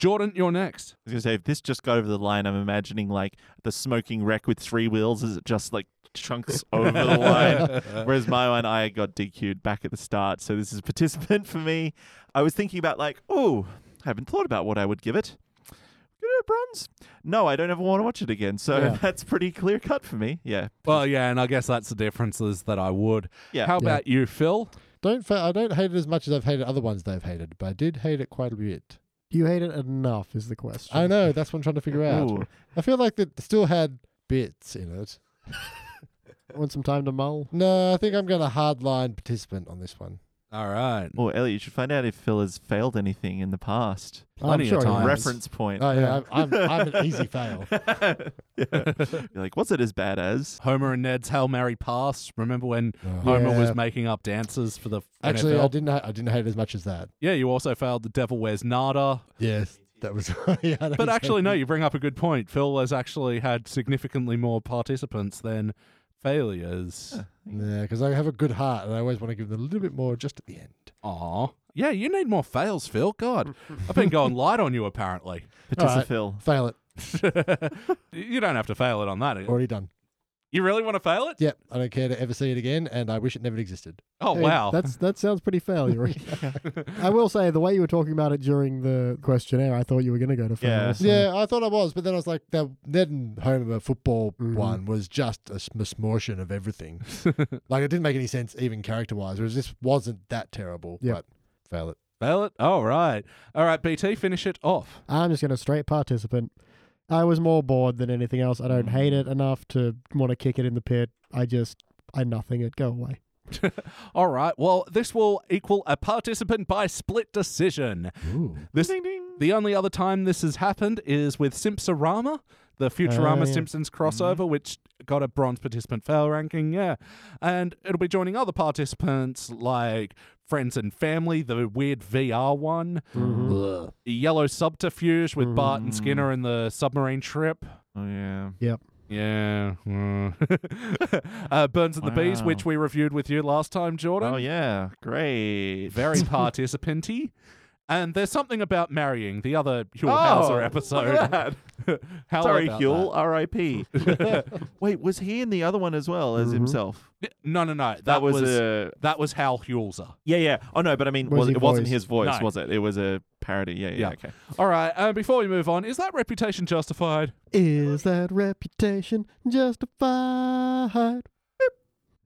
Jordan, you're next. was gonna say if this just got over the line, I'm imagining like the smoking wreck with three wheels as it just like chunks over the line. Whereas my one, I got DQ'd back at the start, so this is participant for me. I was thinking about like, oh, I haven't thought about what I would give it. Give it a bronze? No, I don't ever want to watch it again. So Yeah. that's pretty clear cut for me. Yeah. Well, yeah, and I guess that's the difference is that I would. Yeah. How about you, Phil? Don't fa- I don't hate it as much as I've hated other ones they've hated, but I did hate it quite a bit. Do you hate it enough? Is the question. I know that's what I'm trying to figure out. Ooh. I feel like it still had bits in it. Want some time to mull? No, I think I'm going to hardline participant on this one. All right. Well, Elliot, you should find out if Phil has failed anything in the past. Plenty I'm of sure it time. is. Reference point. Oh yeah, I'm, I'm, I'm an easy fail. Yeah. You're like, was it as bad as? Homer and Ned's Hail Mary pass. Remember when Oh. Homer Yeah. was making up dances for the Actually, NFL? I didn't. Ha- I didn't hate it as much as that. Yeah, you also failed The Devil Wears Nada. Yes, that was. yeah, that But was- actually, no, you bring up a good point. Phil has actually had significantly more participants than failures. Yeah, because I have a good heart and I always want to give them a little bit more just at the end. Aw. Yeah, you need more fails, Phil. God, I've been going light on you, apparently. Alright. Participant. Fail it. you don't have to fail it on that. Already done. You really want to fail it? Yep. I don't care to ever see it again, and I wish it never existed. Oh, Hey, wow. That's that sounds pretty failure. I will say the way you were talking about it during the questionnaire, I thought you were going to go to fail. Yeah. so- Yeah, I thought I was, but then I was like, that Ned and Homer football Mhm. one was just a smortion of everything. like, it didn't make any sense, even character wise, whereas this wasn't that terrible. Yeah. But fail it. Fail it? All right. All right, BT, finish it off. I'm just going to straight participant. I was more bored than anything else. I don't hate it enough to want to kick it in the pit. I just I nothing it. Go away. All right. Well, this will equal a participant by split decision. Ooh. This Ding ding. The only other time this has happened is with Simpsorama, the Futurama Oh. yeah. Simpsons Mm-hmm. crossover, which got a bronze participant fail ranking. Yeah. And it'll be joining other participants like Friends and Family, the weird VR one, Mm-hmm. Ugh. Yellow Subterfuge with Bart and Skinner and the submarine trip. Oh yeah. Yeah. mm. uh, Burns and the Bees, Wow. which we reviewed with you last time, Jordan. Oh yeah. Great. Very participanty. And there's something about marrying the other Huell Oh, look Hauser at episode. that. How Sorry, about Huel. R.I.P. Wait, was he in the other one as well as himself? that? No, no, no. That, Mm-hmm. That, was, was, a that was Hal Hulzer. yeah, yeah. Oh no, but I mean, Was was he it wasn't voiced? his No. voice, was it? It was a parody. Yeah, yeah. Yeah. Okay. All right. Uh, before we move on, is that reputation justified? Is that reputation justified?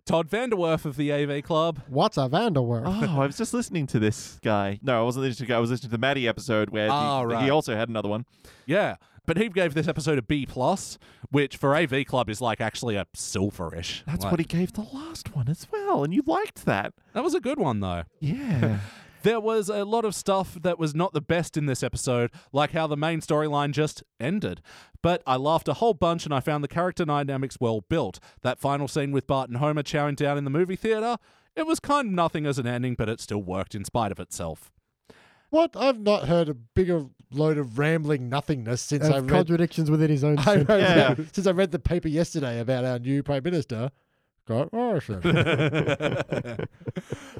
Todd Vanderwerf of the AV Club. What's a Vanderwerf? Oh, I was just listening to this guy. No, I wasn't listening to the guy. I was listening to the Maddie episode where Ah, he, right. he also had another one. Yeah, but he gave this episode a B plus, which for AV Club is like actually a silverish. That's what he gave the last one as well, and you liked that. That was a good one though. Yeah. There was a lot of stuff that was not the best in this episode, like how the main storyline just ended. But I laughed a whole bunch and I found the character dynamics well built. That final scene with Bart and Homer chowing down in the movie theater, it was kind of nothing as an ending, but it still worked in spite of itself. What? I've not heard a bigger load of rambling nothingness since I Of read. contradictions within his own. I sentence. read Yeah. since I read the paper yesterday about our new prime minister, Scott Morrison.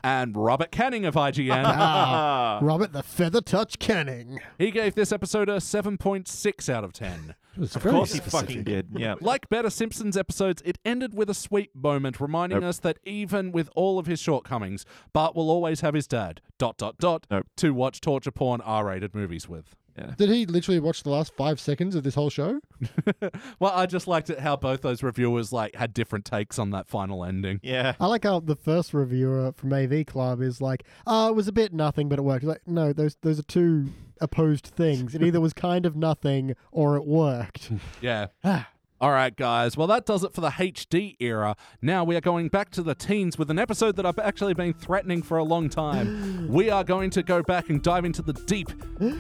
And Robert Canning of IGN, Ah. Robert the Feather Touch Canning. he gave this episode a 7.6 out of 10. of Of course he fucking did. Yeah. Like better Simpsons episodes, it ended with a sweet moment reminding us that even with all of his shortcomings, Bart will always have his dad, dot, dot, dot, Nope. to watch torture porn R rated movies with. Did he literally watch the last five seconds of this whole show? Well, I just liked it how both those reviewers like had different takes on that final ending. Yeah. I like how the first reviewer from AV Club is like, "Ah, it was a bit nothing, but it worked." He's like, no, those those are two opposed things. It either was kind of nothing or it worked. Yeah. All right, guys. Well, that does it for the HD era. Now we are going back to the teens with an episode that I've actually been threatening for a long time. We are going to go back and dive into the deep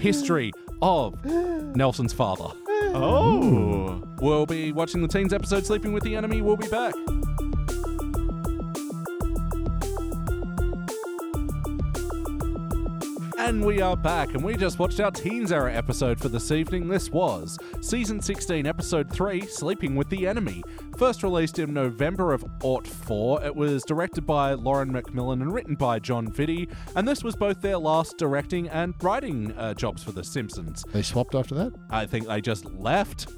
history of Nelson's father. Oh. We'll be watching the teens episode Sleeping with the Enemy. We'll be back. And we are back, and we just watched our Teens Era episode for this evening. This was Season 16, Episode 3, Sleeping with the Enemy. First released in November of Aught 4, it was directed by Lauren Macmillan and written by John Vitti, and this was both their last directing and writing uh, jobs for The Simpsons. They swapped after that. I think they just left.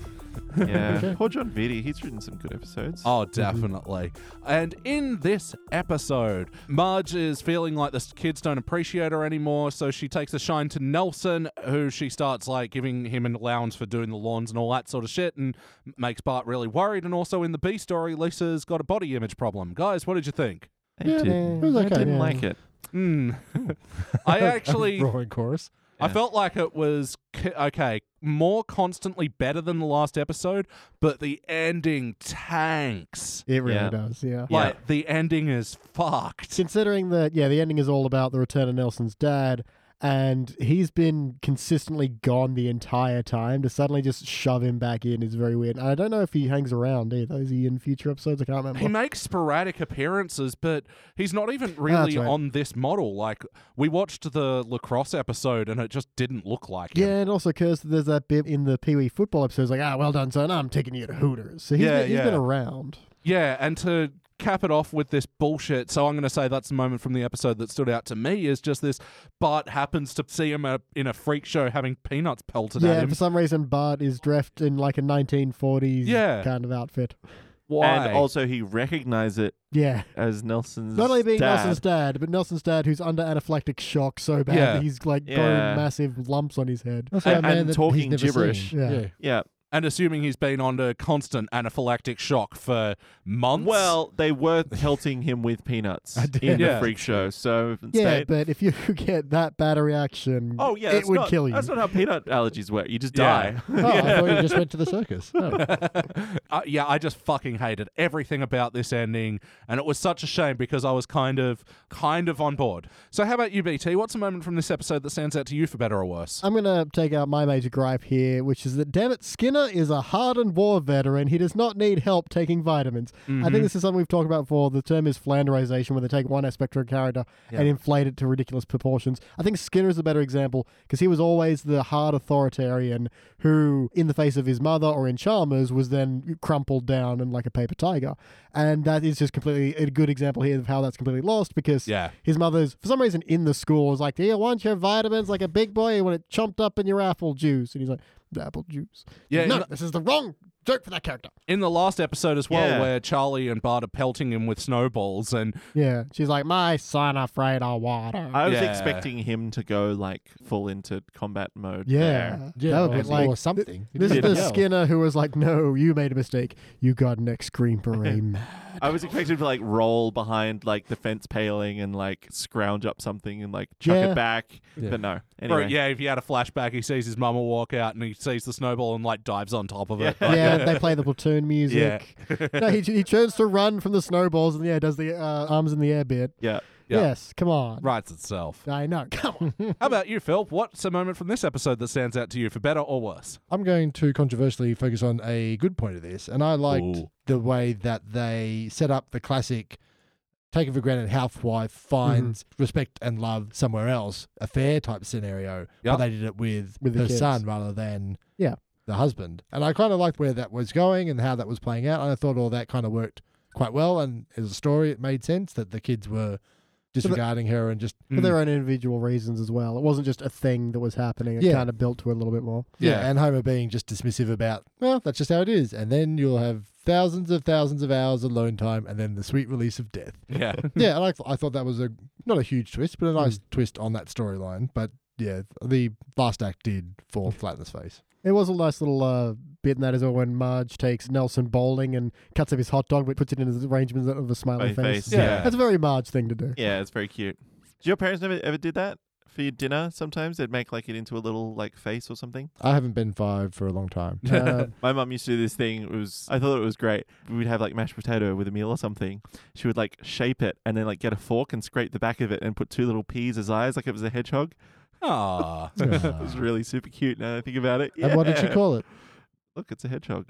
Yeah. Poor John Vitti. He's written some good episodes. Oh, definitely. And in this episode, Marge is feeling like the kids don't appreciate her anymore, so she takes a shine to Nelson, who she starts like giving him an allowance for doing the lawns and all that sort of shit, and makes Bart really worried. And also in the B story, Lisa's got a body image problem. Guys, what did you think? I Yeah, didn't, it was I okay. didn't Yeah. like it. Hmm. I actually roaring chorus. I Yeah. felt like it was c- okay, more constantly better than the last episode, but the ending tanks. It really Yeah. does, yeah. Like the ending is fucked. Considering that, yeah, the ending is all about the return of Nelson's dad, and he's been consistently gone the entire time. To suddenly just shove him back in is very weird. And I don't know if he hangs around either. Is he in future episodes? I can't remember. He makes sporadic appearances, but he's not even really Ah, right. on this model. Like we watched the lacrosse episode, and it just didn't look like him. yeah, and it also occurs that there's that bit in the Pee Wee football episode. It's like, ah, well done, son. I'm taking you to Hooters. So he's Yeah, been, he's yeah. been around. Yeah, and to cap it off with this bullshit, so I'm going to say that's the moment from the episode that stood out to me is just this. Bart happens to see him uh, in a freak show having peanuts pelted yeah, at him. for some reason, Bart is dressed in like a 1940s Yeah. kind of outfit. Why? And also, he recognized it Yeah. as Nelson's. Not only being dad. Nelson's dad, but Nelson's dad who's under anaphylactic shock so bad Yeah. that he's like Yeah. growing massive lumps on his head. That's And- a man and that he's talking never seen. gibberish. Yeah. Yeah. and assuming he's been under constant anaphylactic shock for months. Well, they were pelting him with peanuts did. in Yeah. the freak show. So if Yeah, instead- but if you get that bad a reaction, oh yeah, it that's would not- kill you. That's not how peanut allergies work. You just Yeah. die. Oh, I thought you just went to the circus. Oh. uh, yeah, I just fucking hated everything about this ending, and it was such a shame because I was kind of, kind of on board. So, how about you, BT? What's a moment from this episode that stands out to you for better or worse? Uh, I'm going to take out my major gripe here, which is that, damn it, Skinner is a hardened war veteran. He does not need help taking vitamins. I think this is something we've talked about before. The term is flanderization, where they take one aspect of a character and inflate it to ridiculous proportions. I think Skinner is a better example because he was always the hard authoritarian who, in the face of his mother or in Chalmers, was then crumpled down and like a paper tiger. And that is just completely a good example here of how that's completely lost because Yeah. his mother's for some reason in the school was like, "Do you want your vitamins like a big boy? You want it chomped up in your apple juice?" And he's like, "The apple juice." Yeah, no, in the- this is the wrong joke for that character. In the last episode as well, Yeah. where Charlie and Bart are pelting him with snowballs, and Yeah, she's like, "My son afraid of water." I was Yeah. expecting him to go like full into combat mode. there. yeah, Yeah, that or, would be like or something. this is did the well. Skinner who was like, "No, you made a mistake. You got an ex green beret." man." I was expecting him to like roll behind like the fence paling and like scrounge up something and like chuck Yeah. it back. Yeah. But no. Bro, Anyway. yeah, if he had a flashback, he sees his mama walk out, and he sees the snowball and like dives on top of it. Yeah. Like, yeah, they play the platoon music. no, he, he turns to run from the snowballs and yeah, does the uh, arms in the air bit. Yeah. Yeah. Yes, come on. writes itself. I know. Come on. How about you, Phil? What's a moment from this episode that stands out to you for better or worse? I'm going to controversially focus on a good point of this, and I liked Ooh. the way that they set up the classic taken for granted housewife finds Mm-hmm. respect and love somewhere else, a fair type scenario. Yeah. But they did it with, With the her kids. son rather than Yeah. the husband. And I kind of liked where that was going and how that was playing out. And I thought all that kind of worked quite well. And as a story, it made sense that the kids were disregarding her and just for their own individual reasons as well. It wasn't just a thing that was happening. It Yeah. kind of built to it a little bit more. Yeah. Yeah. and Homer being just dismissive about, well, that's just how it is. And then you'll have thousands of thousands of hours of alone time and then the sweet release of death. Yeah. yeah, and I, th- I thought that was a not a huge twist, but a Hmm. nice twist on that storyline. But yeah, the last act did fall flat in the face. It was a nice little uh, bit in that as well when Marge takes Nelson bowling and cuts up his hot dog but puts it in his arrangements of a smiley Smiley face. face, yeah. That's a very Marge thing to do. Yeah, it's very cute. Did your parents never ever did that? for your dinner sometimes. They'd make like it into a little like face or something. I haven't been five for a long time. Uh, Um, My mum used to do this thing. It was I thought it was great. We'd have like mashed potato with a meal or something. She would like shape it and then like get a fork and scrape the back of it and put two little peas as eyes, like it was a hedgehog. Aw. It was really super cute. Now that I think about it. Ah. And what did she Yeah. call it? Look, it's a hedgehog.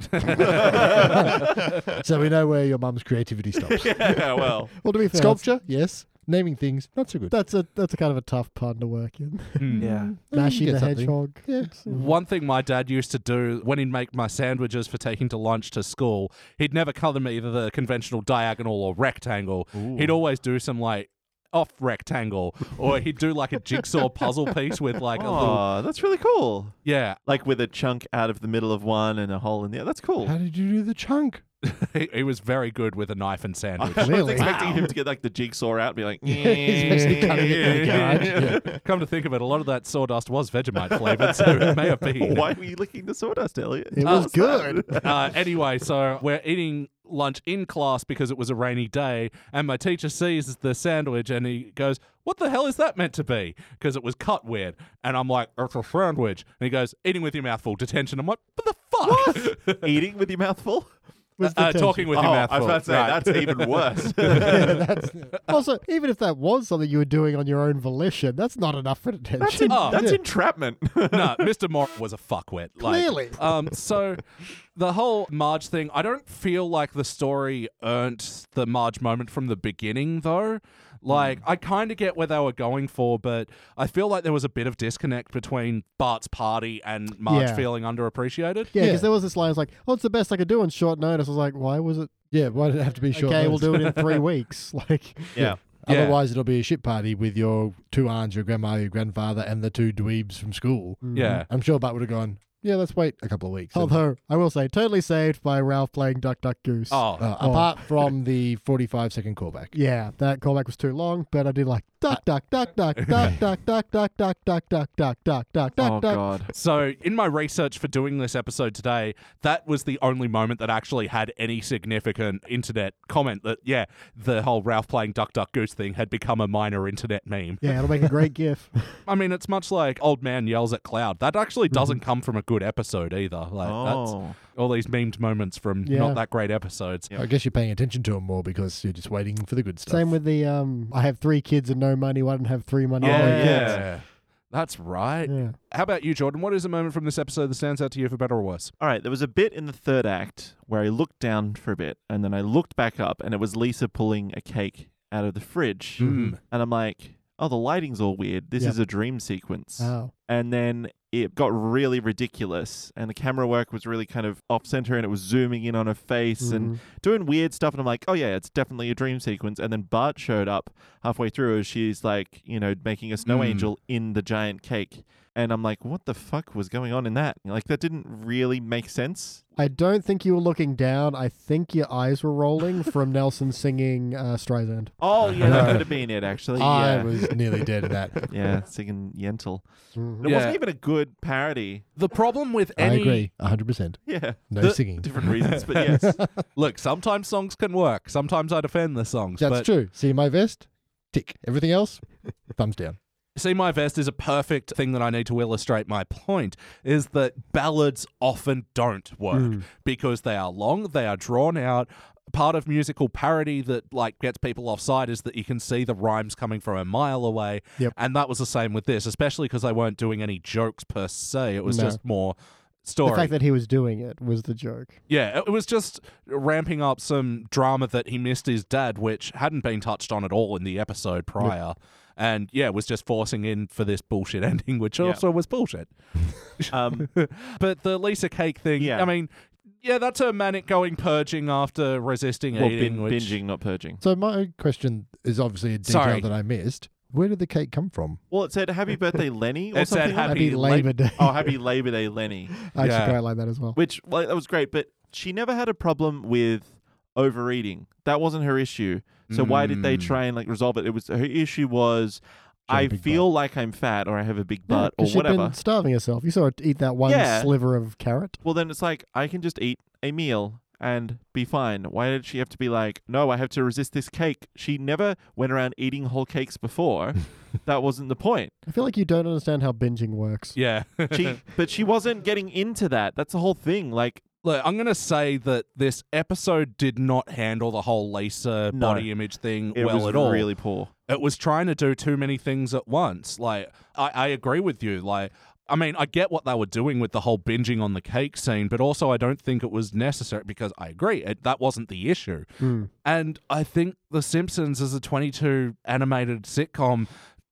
So we know where your mum's creativity stops. yeah, well, Well, to be fair, that's- Sculpture, yes. Naming things, not so good. that's a that's a kind of a tough pun to work in. Hmm. yeah. you Mashy get the something. hedgehog. Yeah. It's, uh, One thing my dad used to do when he'd make my sandwiches for taking to lunch to school, he'd never colour them either the conventional diagonal or rectangle. He'd always do some like off rectangle, or he'd do like a jigsaw puzzle piece with like a little Aw, that's really cool. yeah. Like with a chunk out of the middle of one and a hole in the other. That's cool. How did you do the chunk? He, he was very good with a knife and sandwich. I was Really? expecting him to get like the jigsaw out and be like, actually cutting it in the Come to think of it, a lot of that sawdust was Vegemite flavored, so it may have been. Why were you licking the sawdust, Elliot? It was good. uh, anyway, so we're eating lunch in class because it was a rainy day, and my teacher sees the sandwich and he goes, "What the hell is that meant to be?" Because it was cut weird, and I'm like, "It's a sandwich," and he goes, "Eating with your mouth full, detention." I'm like, "What the fuck?" Eating with your mouth full? was Uh, detention. talking with oh, your mouth I full. was about to say, Right. that's even worse. Also, even if that was something you were doing on your own volition, that's not enough for detention. that's en- Oh. that's entrapment. no, Mr. Moore was a fuckwit. Like, Clearly. Um, so the whole Marge thing, I don't feel like the story earned the Marge moment from the beginning, though. Like, Hmm. I kind of get where they were going for, but I feel like there was a bit of disconnect between Bart's party and Marge Yeah. feeling underappreciated. yeah, because Yeah. there was this line, it's like, "Oh, it's the best I could do on short notice." I was like, "Why was it?" Yeah, why did it have to be short? okay, we'll notice? do it in three weeks. Like, yeah. Yeah. Otherwise, it'll be a shit party with your two aunts, your grandma, your grandfather, and the two dweebs from school. Mm-hmm. Yeah. I'm sure Bart would have gone, yeah, let's wait a couple of weeks. And- Although I will say, totally saved by Ralph playing Duck Duck Goose. Oh, uh, Oh. Apart from the 45 second callback. Yeah, that callback was too long, but I did like duck, duck, duck, duck, duck, duck, duck, duck, duck, duck, duck, duck, duck, duck, Oh, duck, duck. God. So, in my research for doing this episode today, that was the only moment that actually had any significant internet comment that, yeah, the whole Ralph playing Duck Duck Goose thing had become a minor internet meme. Yeah, it'll make a great GIF. I mean, it's much like Old Man Yells at Cloud. That actually doesn't come from a good episode either. Like, that's Oh. all these memed moments from Yeah. not that great episodes. Yeah. I guess you're paying attention to them more because you're just waiting for the good stuff. Same with the um, I have three kids and no money. Why don't I have three money? Yeah, only kids? yeah. That's right. yeah. How about you, Jordan? What is a moment from this episode that stands out to you for better or worse? All right, there was a bit in the third act where I looked down for a bit and then I looked back up and it was Lisa pulling a cake out of the fridge. Mm. And I'm like, oh, the lighting's all weird. This Yep. is a dream sequence. Oh. and then it got really ridiculous and the camera work was really kind of off center and it was zooming in on her face and Mhm. doing weird stuff and I'm like, "Oh yeah, it's definitely a dream sequence." And then Bart showed up halfway through as she's like, you know, making a snow Mm. angel in the giant cake. And I'm like, "What the fuck was going on in that?" Like that didn't really make sense. I don't think you were looking down. I think your eyes were rolling from Nelson singing uh, Streisand. Oh, yeah, that No. could have been it actually. I yeah. was nearly dead at that. yeah, singing Yentl. And Mhm. It Yeah. wasn't even a good parody. The problem with I any agree, 100%. Yeah. No The- singing. Different reasons, but yes. look, sometimes songs can work. Sometimes I defend the songs. That's but true. See my vest? Tick. Everything else? Thumbs down. See My Vest is a perfect thing that I need to illustrate my point is that ballads often don't work Hmm. because they are long, they are drawn out. Part of musical parody that like gets people offside is that you can see the rhymes coming from a mile away. Yep. And that was the same with this, especially because they weren't doing any jokes per se. It was No. just more The story. fact that he was doing it was the joke. yeah, it was just ramping up some drama that he missed his dad, which hadn't been touched on at all in the episode prior. And yeah, was just forcing in for this bullshit ending, which also was bullshit. Um, But the Lisa Cake thing, Yeah. I mean, yeah, that's her manic going purging after resisting well, eating, bin- which, binging, not purging. So my question is obviously a detail Sorry. that I missed. Where did the cake come from? Well, it said "Happy Birthday, Lenny" or It said something. like- Happy Happy Lab- Labor Day. oh, Happy Labor Day, Lenny, I actually Yeah. quite like that as well. which like, that was great. But she never had a problem with overeating. That wasn't her issue. So why did they Mm. try and like resolve it? It was her issue was She had a I big feel like I'm fat or I have a big Yeah, butt or 'cause she'd whatever. been starving herself. You saw her eat that one Yeah. sliver of carrot. Well, then it's like I can just eat a meal and be fine. Why did she have to be like, no, I have to resist this cake? She never went around eating whole cakes before. that wasn't the point. I feel like you don't understand how binging works. Yeah. She, but she wasn't getting into that. That's the whole thing. Like, Look, I'm going to say that this episode did not handle the whole laser No. body image thing it well was at all. really poor. it was trying to do too many things at once. Like, I, I agree with you. Like, I mean, I get what they were doing with the whole binging on the cake scene, but also I don't think it was necessary because I agree, it, that wasn't the issue. And I think The Simpsons as a 22 animated sitcom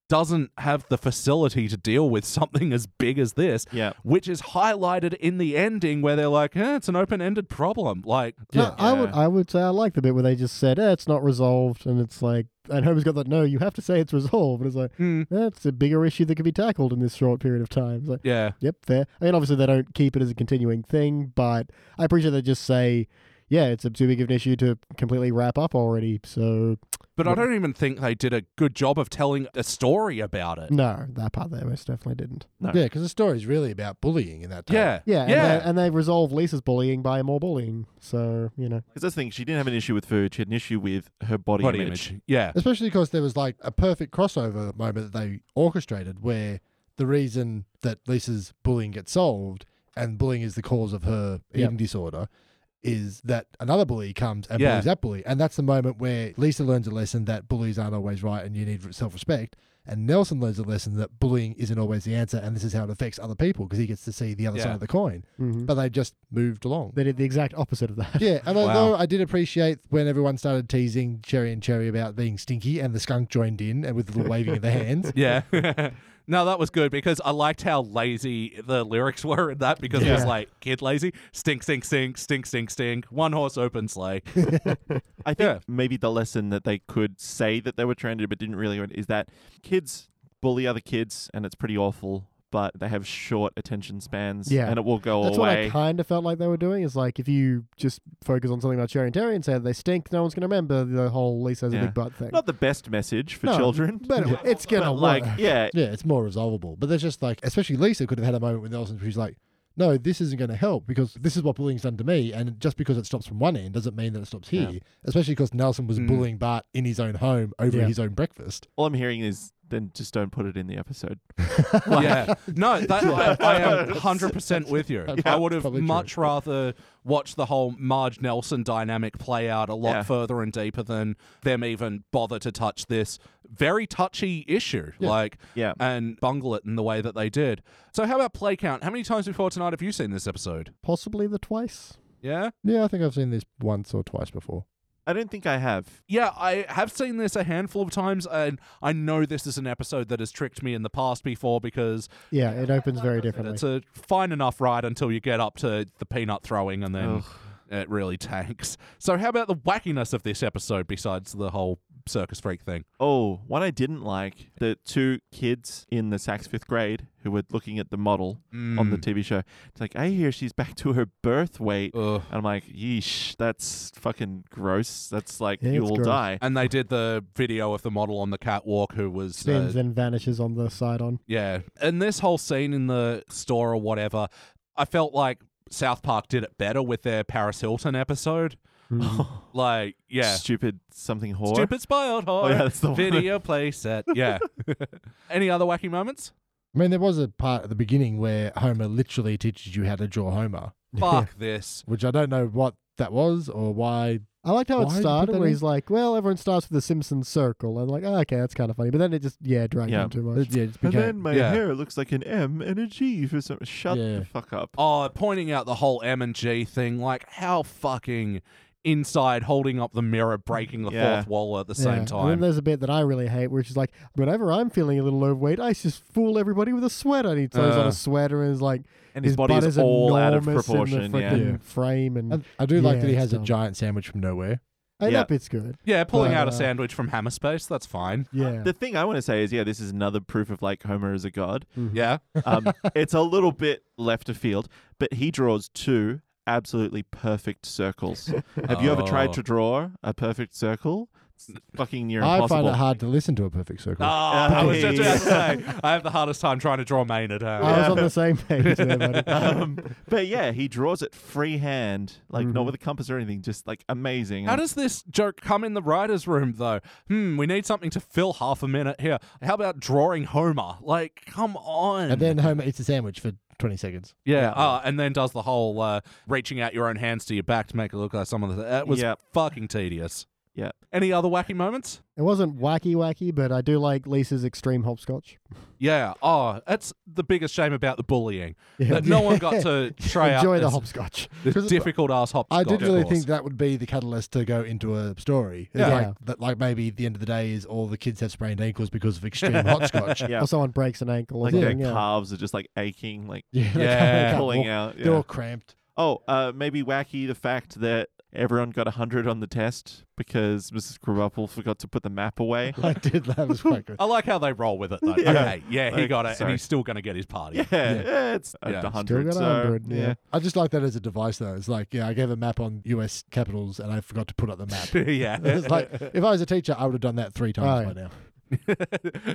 doesn't have the facility to deal with something as big as this, Yeah. which is highlighted in the ending where they're like, eh, it's an open ended problem. Like, No, I would Yeah. I would say I like the bit where they just said, eh, it's not resolved and it's like and Homer's got that no, you have to say it's resolved. And it's like, hmm, that's a bigger issue that can be tackled in this short period of time. It's like, yeah. Yep, fair. I mean, obviously they don't keep it as a continuing thing, but I appreciate they just say, yeah, it's a too big of an issue to completely wrap up already. So But I don't even think they did a good job of telling a story about it. no, that part they most definitely didn't. No. Yeah, because the story is really about bullying in that time. Yeah. Yeah, Yeah. And, they, and they resolve Lisa's bullying by more bullying. So you know, Because that's the thing. She didn't have an issue with food. She had an issue with her body, Body image. image. Yeah. Especially because there was like a perfect crossover moment that they orchestrated where the reason that Lisa's bullying gets solved and bullying is the cause of her Yep. eating disorder is that another bully comes and Yeah. bullies that bully. And that's the moment where Lisa learns a lesson that bullies aren't always right and you need self respect. And Nelson learns a lesson that bullying isn't always the answer and this is how it affects other people because he gets to see the other Yeah. side of the coin. mhm. But they just moved along. they did the exact opposite of that. Yeah, and Wow. although I did appreciate when everyone started teasing Cherry and Cherry about being stinky, and the skunk joined in and with the little waving of the hands. Yeah. no, that was good because I liked how lazy the lyrics were in that because it was Yeah. like kid lazy, stink, stink, stink, stink, stink, stink, one horse open sleigh. I think Yeah. maybe the lesson that they could say that they were trying to do but didn't really is that kids bully other kids and it's pretty awful, but they have short attention spans Yeah. and it will go That's away. what I kind of felt like they were doing. Is like if you just focus on something about Cherry and Terry and say that they stink, no one's going to remember the whole Lisa's a Yeah. big butt thing. Not the best message for No, children. But it- it's going to but work. like, yeah, Yeah, it's more resolvable. But there's just like, especially Lisa could have had a moment with Nelson where she's like, no, this isn't going to help because this is what bullying's done to me. And just because it stops from one end doesn't mean that it stops here, Yeah. especially because Nelson was Mm. bullying Bart in his own home over Hmm. Yeah. his own breakfast. all I'm hearing is then just don't put it in the episode. yeah. No, that, I, I am 100% with you. That's I would have probably true. much rather watched the whole Marge Nelson dynamic play out a lot Yeah. further and deeper than them even bother to touch this very touchy issue. Like, Yeah. and bungle it in the way that they did. So, how about play count? How many times before tonight have you seen this episode? Possibly the twice. Yeah? Yeah, I think I've seen this once or twice before. I don't think I have. Yeah, I have seen this a handful of times, and I know this is an episode that has tricked me in the past before because Yeah, it opens very differently. it's a fine enough ride until you get up to the peanut throwing and then Ugh. it really tanks. So, how about the wackiness of this episode besides the whole circus freak thing? Oh, one I didn't like the two kids in the Saks fifth grade who were looking at the model on the TV show. It's like, I hear she's back to her birth weight. Mm. Ugh. And I'm like, yeesh, that's fucking gross. That's like, Yeah, you it's will gross. die. And they did the video of the model on the catwalk who was uh, Spins then vanishes on the side on. Yeah. And this whole scene in the store or whatever, I felt like South Park did it better with their Paris Hilton episode. Like, yeah. Stupid something whore. Stupid spoiled whore. Oh, yeah, that's the one. Video play set. Yeah. Any other wacky moments? I mean, there was a part at the beginning where Homer literally teaches you how to draw Homer. Fuck this. which I don't know what that was or why. I liked how Why did it you put started that where in? he's like, well, everyone starts with the Simpsons circle. And like, oh, okay, that's kind of funny. But then it just, yeah, dragged Yeah. on too Yeah, much. it's And became- then my Yeah. hair looks like an M and a G for some. Shut Yeah. the fuck up. Oh, pointing out the whole M and G thing, like how fucking inside holding up the mirror, breaking the Yeah. fourth wall at the Yeah. same And then time. there's a bit that I really hate where she's like, whenever I'm feeling a little overweight, I just fool everybody with a sweater. And he throws on Uh. a sweater and is like, And his, body butt is all out of enormous in proportion. the Yeah. frickin' Yeah. frame. And, I, I do like Yeah, that he it's has dumb. a giant sandwich from nowhere. and Yeah. that bit's good. Yeah, pulling But, out a uh, sandwich from Hammer Space, that's fine. Yeah. The thing I want to say is, yeah, this is another proof of like Homer is a god. Yeah. Um, it's a little bit left of field, but he draws two absolutely perfect circles. Have you ever Oh. tried to draw a perfect circle? fucking near I impossible. find it hard to listen to a perfect circle. Ah, I was just about to Hey. say, I have the hardest time trying to draw Maynard. I Uh, was on the same page there, buddy. um, but yeah, he draws it freehand, like not with a compass or anything, just like amazing. How And does this joke come in the writer's room, though? Hmm, we need something to fill half a minute here. How about drawing Homer? Like, come on. and then Homer eats a sandwich for 20 seconds. yeah, ah, and then does the whole uh, reaching out your own hands to your back to make it look like someone. That was Yep. fucking tedious. Yeah. Any other wacky moments? It wasn't wacky wacky, but I do like Lisa's extreme hopscotch. Yeah. Oh, that's the biggest shame about the bullying. Yeah. That no one got to try out Enjoy the this, hopscotch. this difficult ass I hopscotch. did really course. think that would be the catalyst to go into a story. It's Yeah. Like, Yeah. that, like maybe the end of the day is all the kids have sprained ankles because of extreme hot scotch. Yeah. Or someone breaks an ankle or like their something. yeah. calves are just like aching, like Yeah. they Yeah. can't- they can't pulling walk. out. They're yeah. all cramped. Oh, uh, maybe wacky the fact that everyone got 100 on the test because Mrs. Krabappel forgot to put the map away. I did. That was quite good. I like how they roll with it though. Yeah. Okay, yeah, he Like, got it, sorry. and he's still going to get his party. Yeah, yeah, it's a Yeah. 100. got so, 100, yeah. yeah. I just like that as a device, though. It's like, yeah, I gave a map on U.S. capitals and I forgot to put up the map. yeah. it's like, if I was a teacher, I would have done that three times Right. by now.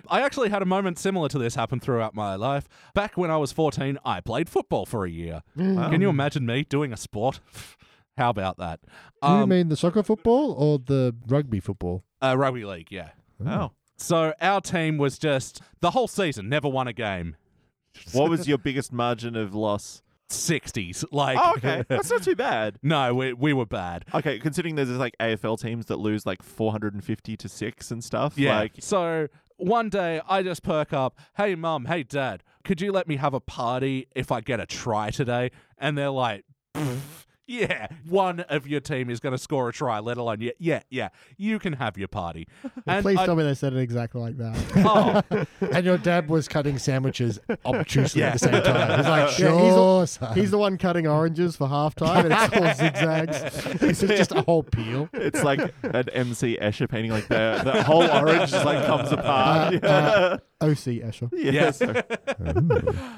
I actually had a moment similar to this happen throughout my life. Back when I was 14, I played football for a year. Can you imagine me doing a sport? How about that? Um, Do Um, you mean the soccer football or the rugby football? uh, rugby league, yeah. Oh. So our team was just the whole season never won a game. What was your biggest margin of loss? 60s, like Oh, okay. That's not too bad. no, we we were bad. Okay, considering there's like AFL teams that lose like 450 to 6 and stuff. Yeah. Like, so one day I just perk up, hey mum, hey dad, could you let me have a party if I get a try today? And they're like, "Pff, yeah, one of your team is going to score a try, let alone yeah, yeah, yeah, you can have your party. And Please I- tell me they said it exactly like that. oh, And your dad was cutting sandwiches obtusely at the same time. He's like, Yeah, he's sure, all- son." He's the one cutting oranges for halftime, and it's all zigzags. It's just a whole peel. it's like an MC Escher painting, like the, the whole orange just like comes apart. Uh, uh, OC Escher. yeah. so-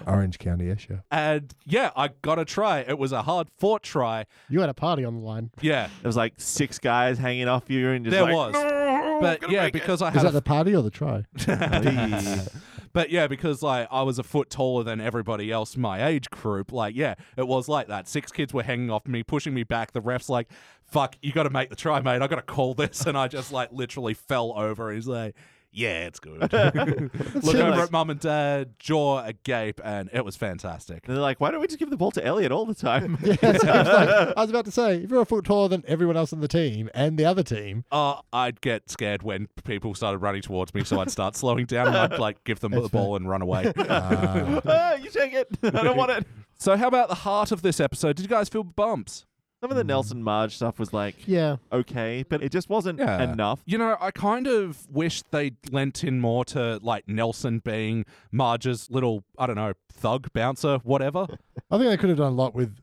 Orange County Escher. and yeah, I got a try. It was a hard fought try. You had a party on the line. Yeah, There was like six guys hanging off you and just there like, was. but yeah, because I Is had a that the party or the try? "Please." But yeah, because like I was a foot taller than everybody else, in my age group, like yeah, it was like that. Six kids were hanging off me, pushing me back. The refs like, "Fuck, you got to make the try, mate. I got to call this," and I just like literally fell over. He's like, "Yeah, it's good." Look over like- at mum and dad, jaw agape, and it was fantastic. And they're like, why don't we just give the ball to Elliot all the time? Yeah, so it's like- I was about to say, if you're a foot taller than everyone else on the team and the other team, Uh, I'd get scared when people started running towards me, so I'd start slowing down and I'd like give them the ball and run away. Uh, Ah, you take it. I don't want it. so, how about the heart of this episode? Did you guys feel bumps? Some of the Nelson Marge stuff was like Yeah. okay, but it just wasn't Yeah. enough. You know, I kind of wish they lent in more to like Nelson being Marge's little, I don't know, thug bouncer, whatever. I think they could have done a lot with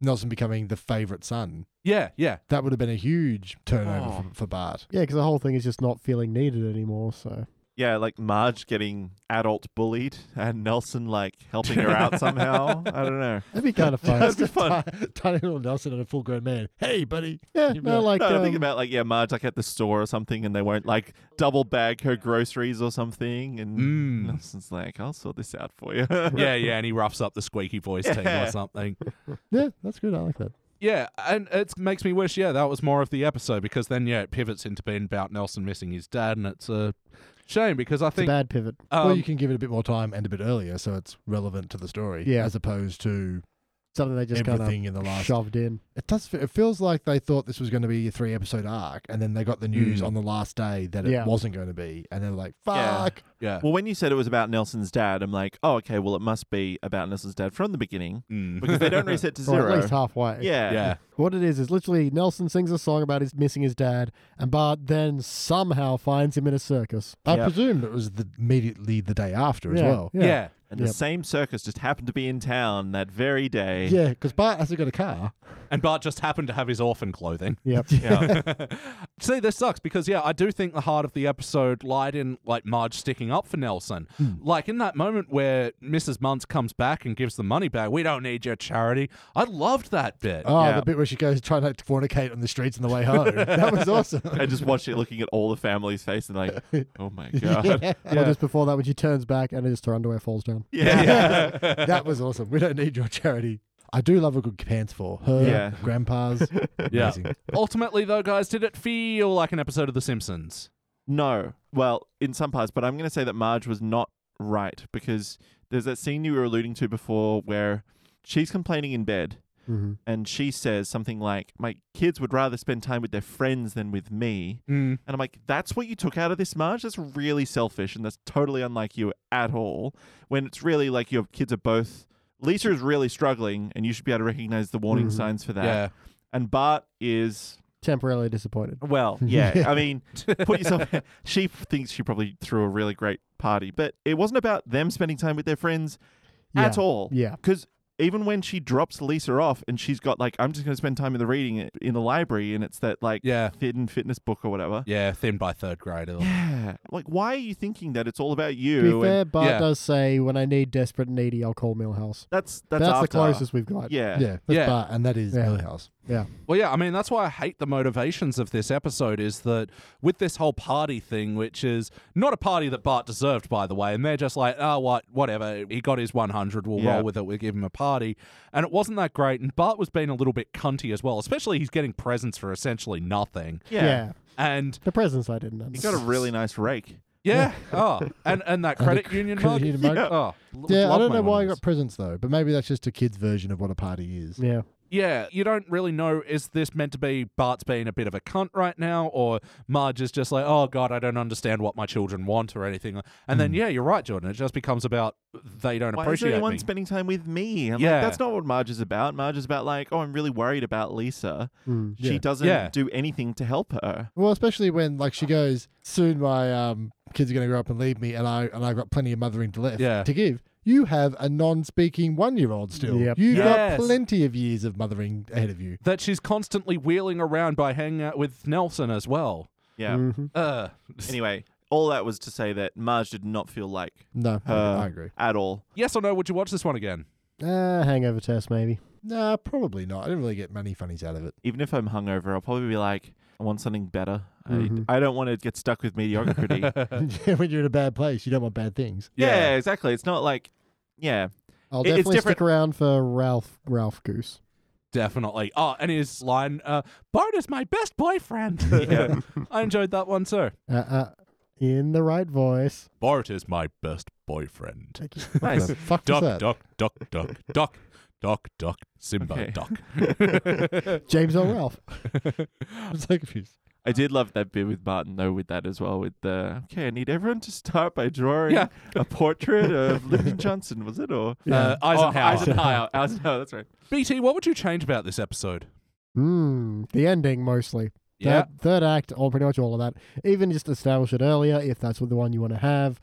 Nelson becoming the favourite son. yeah, yeah. That would have been a huge turnover Oh. for, for Bart. Yeah, because the whole thing is just not feeling needed anymore. So Yeah, like Marge getting adult bullied and Nelson like helping her out somehow. I don't know. that'd be kind of fun. That'd be fun. Tiny- Tiny little Nelson and a full grown man. Hey, buddy. yeah, You'd be no, like, No, I um, think about like yeah, Marge like at the store or something, and they won't like double bag her groceries or something, and Mm. Nelson's like, "I'll sort this out for you." Yeah, yeah. And he roughs up the squeaky voice team or Yeah. something. yeah, that's good. I like that. Yeah. And it makes me wish, yeah, that was more of the episode because then, yeah, it pivots into being about Nelson missing his dad. And it's a shame because I It's a think. bad pivot. um, well, you can give it a bit more time and a bit earlier so it's relevant to the story Yeah. as opposed to Something they just kind everything of in the last shoved in. It does. It feels like they thought this was going to be a three episode arc, and then they got the news Mm. on the last day that it Yeah. wasn't going to be, and they're like, Yeah. "Fuck!" yeah. Well, when you said it was about Nelson's dad, I'm like, "Oh, okay. Well, it must be about Nelson's dad from the beginning Mm. because they don't reset to Or zero. at least halfway. yeah, yeah. What it is is literally Nelson sings a song about his missing his dad, and Bart then somehow finds him in a circus. I Yeah. presumed it was the, immediately the day after as Yeah, well. Yeah. And the Yep. same circus just happened to be in town that very day. Yeah, because Bart hasn't got a car. And Bart just happened to have his orphan clothing. Yep. Yeah. See, this sucks because yeah, I do think the heart of the episode lied in like Marge sticking up for Nelson. Hmm. Like in that moment where Mrs. Muntz comes back and gives the money back, we don't need your charity. I loved that bit. Oh, Yeah. the bit where she goes trying not to fornicate on the streets on the way home. that was awesome. I just watched it looking at all the family's face and like, oh my god. Yeah. Or just before that, when she turns back and just her underwear falls down. Yeah. that was awesome. We don't need your charity. I do love a good pants for her, Yeah. grandpa's. Yeah. Amazing. Ultimately, though, guys, did it feel like an episode of The Simpsons? No. Well, in some parts, but I'm going to say that Marge was not right because there's that scene you were alluding to before where she's complaining in bed Mm-hmm. and she says something like, My kids would rather spend time with their friends than with me. Hmm. Mm. And I'm like, That's what you took out of this, Marge? That's really selfish and that's totally unlike you at all. When it's really like your kids are both. Lisa is really struggling and you should be able to recognize the warning Mhm. signs for that. Yeah. And Bart is Temporarily disappointed. well, yeah. I mean, put yourself. she thinks she probably threw a really great party, but it wasn't about them spending time with their friends Yeah. at all. Yeah. Because even when she drops Lisa off and she's got like, I'm just going to spend time in the reading i- in the library, and it's that like Yeah. thin fitness book or whatever. Yeah, thin by third grade. or- Yeah. Like, why are you thinking that it's all about you? To be and fair, Bart yeah. does say, when I need desperate and needy, I'll call Millhouse. that's that's, That's, after. the closest we've got. Yeah. Yeah, that's Yeah. Bart, and that is Yeah. Millhouse. Well, yeah, I mean, that's why I hate the motivations of this episode is that with this whole party thing, which is not a party that Bart deserved, by the way, and they're just like, oh, what, whatever, he got his 100, we'll Yeah. roll with it, we'll give him a party. And it wasn't that great, and Bart was being a little bit cunty as well, especially he's getting presents for essentially nothing. Yeah. And The presence I didn't understand. You got a really nice rake. yeah, oh, and, and that credit union credit mug. union mug. Yeah. Oh, l- Yeah, I love don't my know one why I of those. got presents though, but maybe that's just a kid's version of what a party is. Yeah. Yeah, you don't really know is this meant to be Bart's being a bit of a cunt right now, or Marge is just like, oh god, I don't understand what my children want or anything. And then yeah, you're right, Jordan. It just becomes about they don't Why is appreciate anyone me. spending time with me? I'm Yeah. like, that's not what Marge is about. Marge is about like, oh, I'm really worried about Lisa. Mm. She Yeah. doesn't Yeah. do anything to help her. Well, especially when like she goes, soon my um, kids are going to grow up and leave me, and I and I've got plenty of mothering to left Yeah. to give. You have a non-speaking one-year-old still. Yep. You've Yes. got plenty of years of mothering ahead of you. that she's constantly wheeling around by hanging out with Nelson as well. Yeah. Mhm. Uh, Anyway, all that was to say that Marge did not feel like No, I- Uh. her I agree. at all. yes or no? Would you watch this one again? Uh, hangover test, maybe. Nah, probably not. I didn't really get many funnies out of it. Even if I'm hungover, I'll probably be like, I want something better. Mhm. I, I don't want to get stuck with mediocrity. yeah. Uh. when you're in a bad place, you don't want bad things. exactly. It's not like, yeah, I'll It- it's definitely stick different- around for Ralph Ralph Goose. definitely. Oh, and his line, uh, "Bart is my best boyfriend." Yeah. I enjoyed that one too. Uh, uh, in the right voice. Bart is my best boyfriend. Thank you. nice. Fuck was Duck, that? duck, duck, duck, duck, duck, duck, Simba, Okay. duck. James L. Ralph. Uh, I'm so confused. I did love that bit with Barton though, with that as well. With the okay, I need everyone to start by drawing Yeah. a portrait of Lyndon Johnson, was it or Uh, Eisenhower. Oh, Eisenhower. Eisenhower. That's right. BT, what would you change about this episode? Mm, the ending mostly. Yeah. That third act, or pretty much all of that. Even just establish it earlier, if that's what the one you want to have.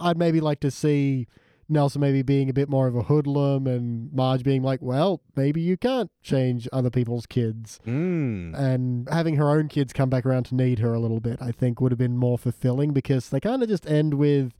I'd maybe like to see Nelson maybe being a bit more of a hoodlum and Marge being like, well, maybe you can't change other people's kids. Mm. And having her own kids come back around to need her a little bit, I think would have been more fulfilling because they kind of just end with,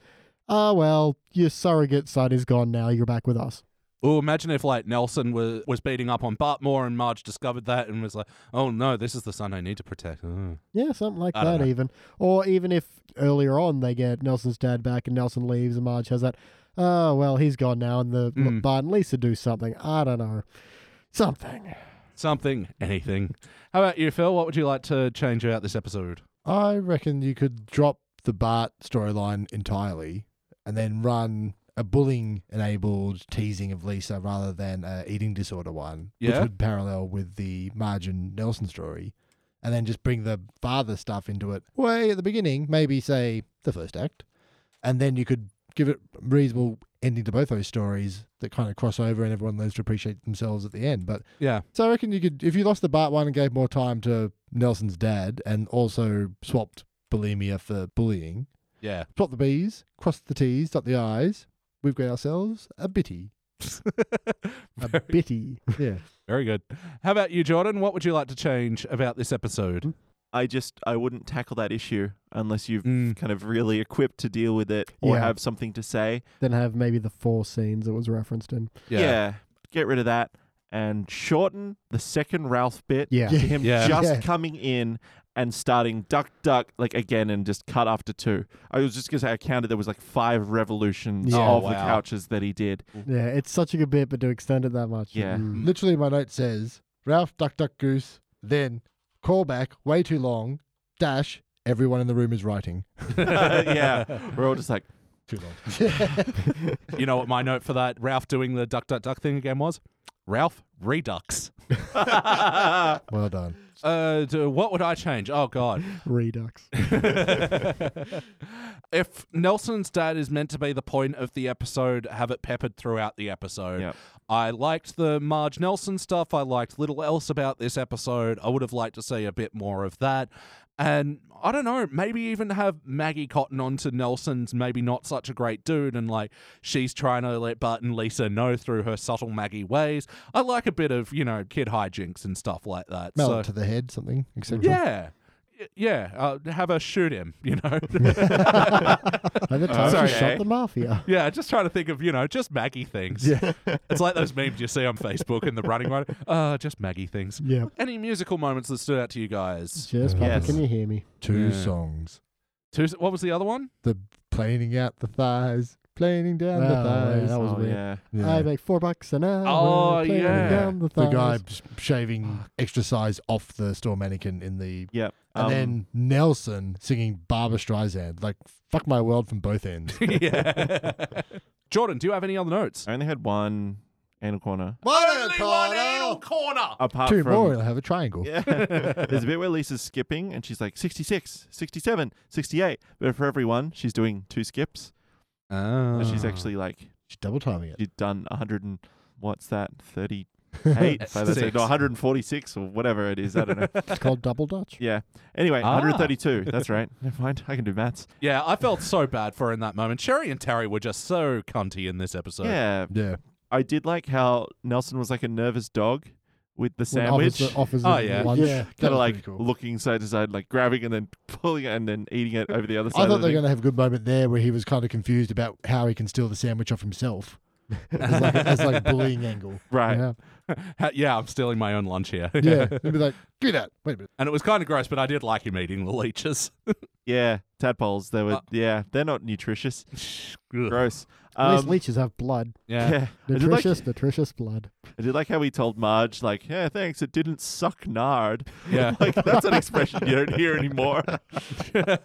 ah, well, your surrogate son is gone now. You're back with us. Oh, imagine if like Nelson was was beating up on Bart Moore and Marge discovered that and was like, "Oh no, this is the son I need to protect." Oh. Yeah, something like I don't that, know. even. Or even if earlier on they get Nelson's dad back and Nelson leaves and Marge has that, oh, well, he's gone now, and the Mm. Bart and Lisa do something. I don't know. Something. Something, anything. How about you, Phil? What would you like to change about this episode? I reckon you could drop the Bart storyline entirely and then run a bullying enabled teasing of Lisa rather than a eating disorder one, Yeah. which would parallel with the Margin Nelson story. And then just bring the father stuff into it way at the beginning, maybe say the first act. And then you could give it a reasonable ending to both those stories that kind of cross over and everyone learns to appreciate themselves at the end. But Yeah. so I reckon you could, if you lost the Bart one and gave more time to Nelson's dad, and also swapped bulimia for bullying, Yeah. swap the B's, cross the T's, dot the I's, we've got ourselves a bitty. A bitty. Yeah. Very good. How about you, Jordan? What would you like to change about this episode? I just I wouldn't tackle that issue unless you've Mm. kind of really equipped to deal with it or Yeah. have something to say. Then have maybe the four scenes it was referenced in. Yeah. Get rid of that and shorten the second Ralph bit Yeah. to him Yeah. just Yeah. coming in and starting duck duck like again and just cut after two. I was just gonna say I counted there was like five revolutions Yeah. Oh, of the wow. couches that he did. Yeah, it's such a good bit, but to extend it that much. Yeah. Mm. Literally, my note says Ralph Duck Duck Goose, then callback, way too long, dash, everyone in the room is writing. yeah. We're all just like Too long. You know what my note for that Ralph doing the duck duck duck thing again was? Ralph reducks. well done. Uh, d- what would I change? Oh God! Redux. if Nelson's dad is meant to be the point of the episode, have it peppered throughout the episode. Yep. I liked the Marge Nelson stuff. I liked little else about this episode. I would have liked to see a bit more of that. And I don't know, maybe even have Maggie Cotton onto Nelson's maybe not such a great dude and like she's trying to let Bart and Lisa know through her subtle Maggie ways. I like a bit of, you know, kid hijinks and stuff like that. Mallet so to the head, something, etc. yeah. Y- Yeah, uh, have her shoot him, you know? At the time, Sorry, she eh? shot the mafia. yeah, just trying to think of, you know, just Maggie things. it's like those memes you see on Facebook and the running one. Uh, just Maggie things. Yeah. Any musical moments that stood out to you guys? Cheers, Papa. Yes. Can you hear me? Two Yeah. songs. Two, what was the other one? Planing out the thighs, planing down the Ah, yeah, thighs. that was oh, weird. yeah. Yeah. I make four bucks an hour. Oh, playing yeah. down the, the guy thighs. sh- shaving extra size off the store mannequin in the. Yep. And Um, then Nelson singing Barbara Streisand. Like, fuck my world from both ends. yeah. Jordan, do you have any other notes? I only had one anal corner. Only one anal corner. Apart Two Uh, from more, and I'll have a triangle. Yeah. There's a bit where Lisa's skipping and she's like 66, 67, 68. But for every one, she's doing two skips. Ah. And she's actually like, She's double timing it. she's done 100 and what's that? 38 by the Six. no, 146 or whatever it is. I don't know. It's called Double Dutch. Yeah. Anyway, Ah. 132. That's right. Never mind. I can do maths. Yeah, I felt so bad for her in that moment. Sherry and Terry were just so cunty in this episode. Yeah. Yeah. I did like how Nelson was like a nervous dog with the When sandwich. Offers, offers Oh, his yeah. lunch. Yeah. that Kind of was like pretty cool. looking side to side, like grabbing and then pulling it and then eating it over the other side. I of thought the they were thing. going to have a good moment there where he was kind of confused about how he can steal the sandwich off himself. It's like, it's like a bullying angle. Right. Yeah. Ha- yeah, I'm stealing my own lunch here. Yeah. He'd be like, give me that. Wait a minute. and it was kind of gross, but I did like him eating the leeches. Yeah, tadpoles. They were. Uh, yeah, they're not nutritious. Ugh. Gross. At least Um, leeches have blood. Yeah. yeah. I did, like, Nutritious, nutritious blood. I did like how he told Marge, like, "Yeah, thanks. It didn't suck nard." Yeah. like that's an expression you don't hear anymore.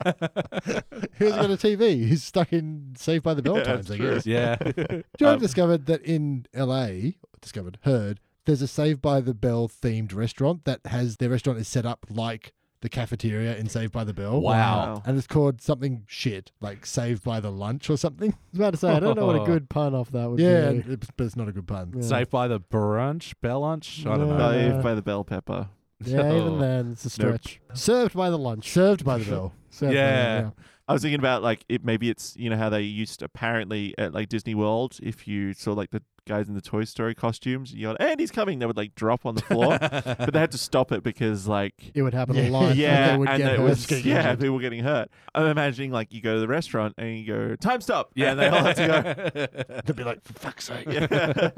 Who's got a TV? He's stuck in Saved by the Bell Yeah, times, that's I true. guess. yeah. Do you know Um, I've discovered that in LA, discovered, heard, there's a Saved by the Bell themed restaurant that has their restaurant is set up like the cafeteria in Saved by the Bell. Wow. And it's called something shit, like Saved by the Lunch or something. I was about to say, I don't know what a good pun off that would Yeah, be. and it's, but it's not a good pun. Oh, Yeah. Saved by the brunch, bell lunch. I don't No. know. Uh. Oh. Saved Oh, by the bell pepper. Yeah, even then, it's a Nope. stretch. Served by the lunch. Served by the Bell. Served by the Yeah. lunch, I was thinking about like it. Maybe it's you know how they used apparently at like Disney World. If you saw like the guys in the Toy Story costumes, you yelled, "Andy's coming!" They would like drop on the floor, but they had to stop it because like It would happen Yeah. a lot. yeah, and they would and get it hurt. was getting yeah, injured. people getting hurt. I'm imagining like you go to the restaurant and you go time stop, yeah, and they all have to go. go. They'd be like, for fuck's sake.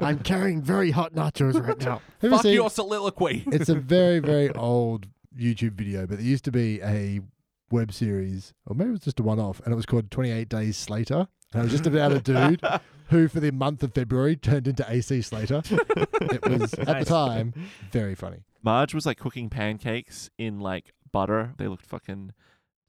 I'm carrying very hot nachos right now. Have you Fuck seen- your soliloquy. it's a very, very old YouTube video, but it used to be a web series, or maybe it was just a one off, and it was called 28 Days Slater. And it was just about a dude who, for the month of February, turned into AC Slater. It was, at the time, very funny. Marge was like cooking pancakes in like butter. They looked fucking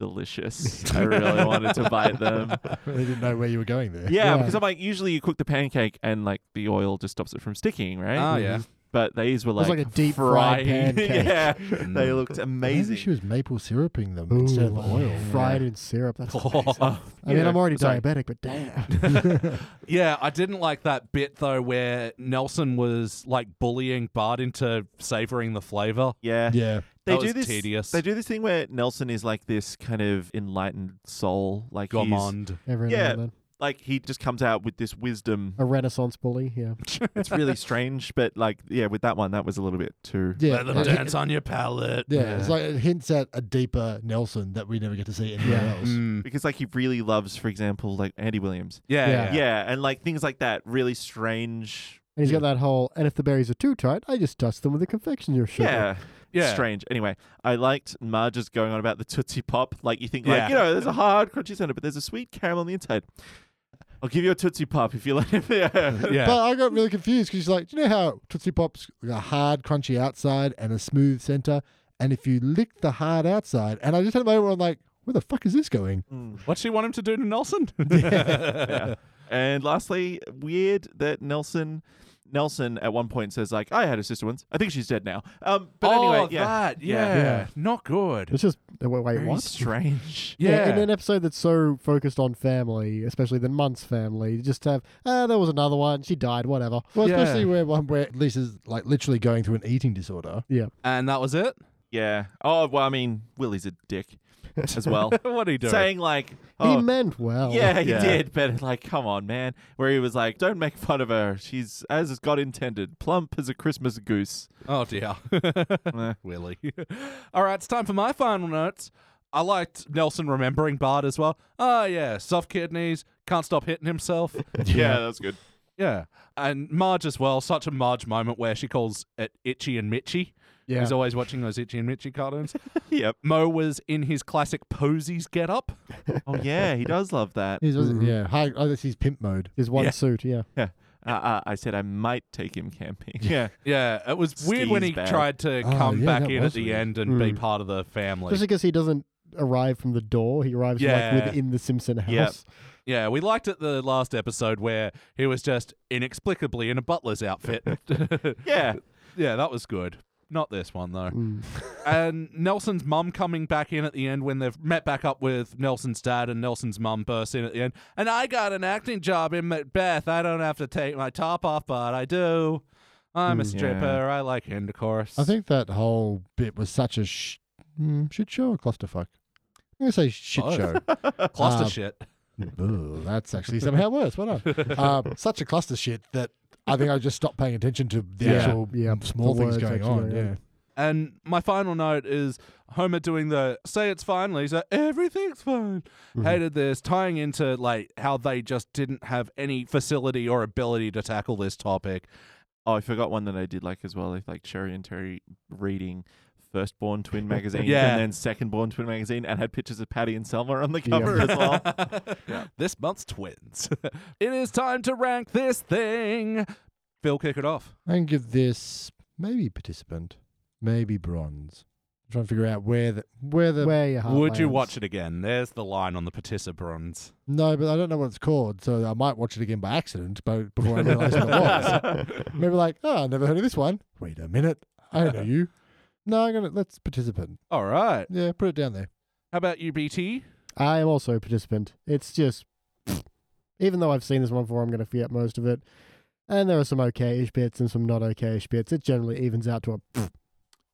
delicious. I really wanted to bite them. I really didn't know where you were going there. Yeah, Yeah. because I'm like, usually you cook the pancake and like the oil just stops it from sticking, right? Oh yeah. but these were was like, like a deep fried frying. pancake. yeah, Mm. they looked Maybe amazing. she was maple syruping them instead of oil. Fried in syrup. That's amazing. Oh. I Oh, Yeah. mean, I'm already Sorry. diabetic, but damn. Yeah, I didn't like that bit though where Nelson was like bullying Bart into savoring the flavor. Yeah, Yeah. they That do was this. tedious. They do this thing where Nelson is like this kind of enlightened soul, like he's- Gourmand. Every Yeah. now and then. like he just comes out with this wisdom. A Renaissance bully, yeah. It's really strange, but like yeah, with that one, that was a little bit too. Yeah, Let them it- dance on your palate. yeah, it's like it hints at a deeper Nelson that we never get to see anywhere else. Mm. Because like he really loves, for example, like Andy Williams. yeah, Yeah. yeah. Yeah, and like things like that, really strange. And he's got that whole, and if the berries are too tight, I just touch them with a confectioner sugar. Yeah, Yeah. strange. Anyway, I liked Marge's going on about the Tootsie Pop. Like you think, Yeah. like you know, there's a hard crunchy center, but there's a sweet caramel on the inside. I'll give you a Tootsie Pop if you like. yeah. Yeah. But I got really confused because she's like, do you know how Tootsie Pop's got a hard, crunchy outside and a smooth center? And if you lick the hard outside, and I just had a moment where I'm like, where the fuck is this going? Mm. What's she want him to do to Nelson? yeah. And lastly, weird that Nelson Nelson at one point says like, "I had a sister once. I think she's dead now." Um, but oh, anyway, yeah, that. Yeah. Yeah. Yeah. Not good. It's just, wait, wait very what? strange. Yeah. in an episode that's so focused on family, especially the Munt's family, just to have, ah, there was another one, she died, whatever. Well, Yeah. especially where one where Lisa's like literally going through an eating disorder. and that was it? Yeah. Oh well, I mean, Willie's a dick as well. what he doing? Saying like, "Oh, He meant well. yeah, he Yeah. did," but like, come on, man. Where he was like, "Don't make fun of her. She's as God intended, plump as a Christmas goose." Oh dear, Eh. Willie. All right, it's time for my final notes. I liked Nelson remembering Bart as well. Oh yeah, soft kidneys, can't stop hitting himself. yeah, that was good. yeah, and Marge as well. Such a Marge moment where she calls it Itchy and Mitchy. Yeah. He's always watching those Itchy and Mitchy cartoons. Yep. Mo was in his classic posies get up. Oh yeah, he does love that. He's, Yeah, high, oh, that's his pimp mode. His one Yeah. suit, yeah. Uh, uh, I said I might take him camping. Yeah. Yeah, it was weird when Skis he bad. tried to Oh, come yeah, back that in at was the weird. Mm. end and be part of the family. Just because he doesn't arrive from the door, he arrives Yeah. like within the Simpson house. Yep. Yeah, we liked it the last episode where he was just inexplicably in a butler's outfit. Yeah. yeah, that was good. Not this one though. Hmm. and Nelson's mum coming back in at the end when they've met back up with Nelson's dad and Nelson's mum bursts in at the end. And I got an acting job in Macbeth. I don't have to take my top off, but I do. I'm a Mm. stripper. I like intercourse. Hmm, I think that whole bit was such a sh- mm, shit show or clusterfuck. I'm gonna say shit Both. show. cluster um, shit. Ooh, that's actually somehow worse. Well done. Um, such a cluster shit that I think I just stopped paying attention to the Yeah. actual Yeah, small the things words going actually on. going on. Yeah. And my final note is Homer doing the say it's fine, Lisa, everything's fine. Mm-hmm. Hated this, tying into like how they just didn't have any facility or ability to tackle this topic. Oh, I forgot one that I did like as well. Like Sherry and Terry reading Firstborn Twin magazine Yeah. and then Secondborn Twin magazine, and had pictures of Patty and Selma on the cover as well. This month's twins. it is time to rank this thing. Phil, kick it off. I can give this maybe participant, maybe bronze. I'm trying to figure out where the where the Where your heart Would you lands. watch it again? There's the line on the participants. no, but I don't know what it's called, so I might watch it again by accident. But before I realise what it was, maybe like, oh, I never heard of this one. Wait a minute, I know you. No, I'm gonna let's participant. All right. Yeah, put it down there. How about you, BT? I am also a participant. It's just, even though I've seen this one before, I'm going to forget most of it. And there are some okay-ish bits and some not okay-ish bits. It generally evens out to a.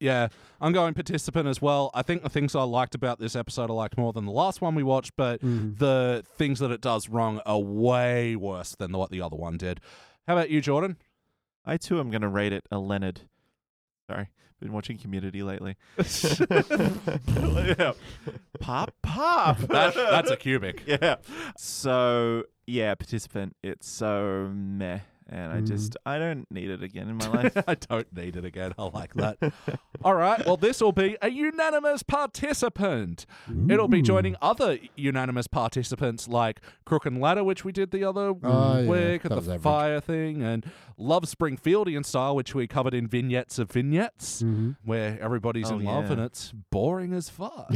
Yeah, I'm going participant as well. I think the things I liked about this episode I liked more than the last one we watched, but the things that it does wrong are way worse than what the other one did. How about you, Jordan? I too am going to rate it a Leonard. Sorry, been watching Community lately. yeah. Pop, pop. That, that's a cubic. yeah. So yeah, participant. It's so meh, and Mm-hmm. I just I don't need it again in my life. I don't need it again. I like that. All right. Well, this will be a unanimous participant. It'll be joining other unanimous participants like Crook and Ladder, which we did the other Ah, Oh, yeah. week, That and was the average. fire thing, and Love Springfieldian Style, which we covered in vignettes of vignettes, where everybody's Oh, in love yeah. and it's boring as fuck.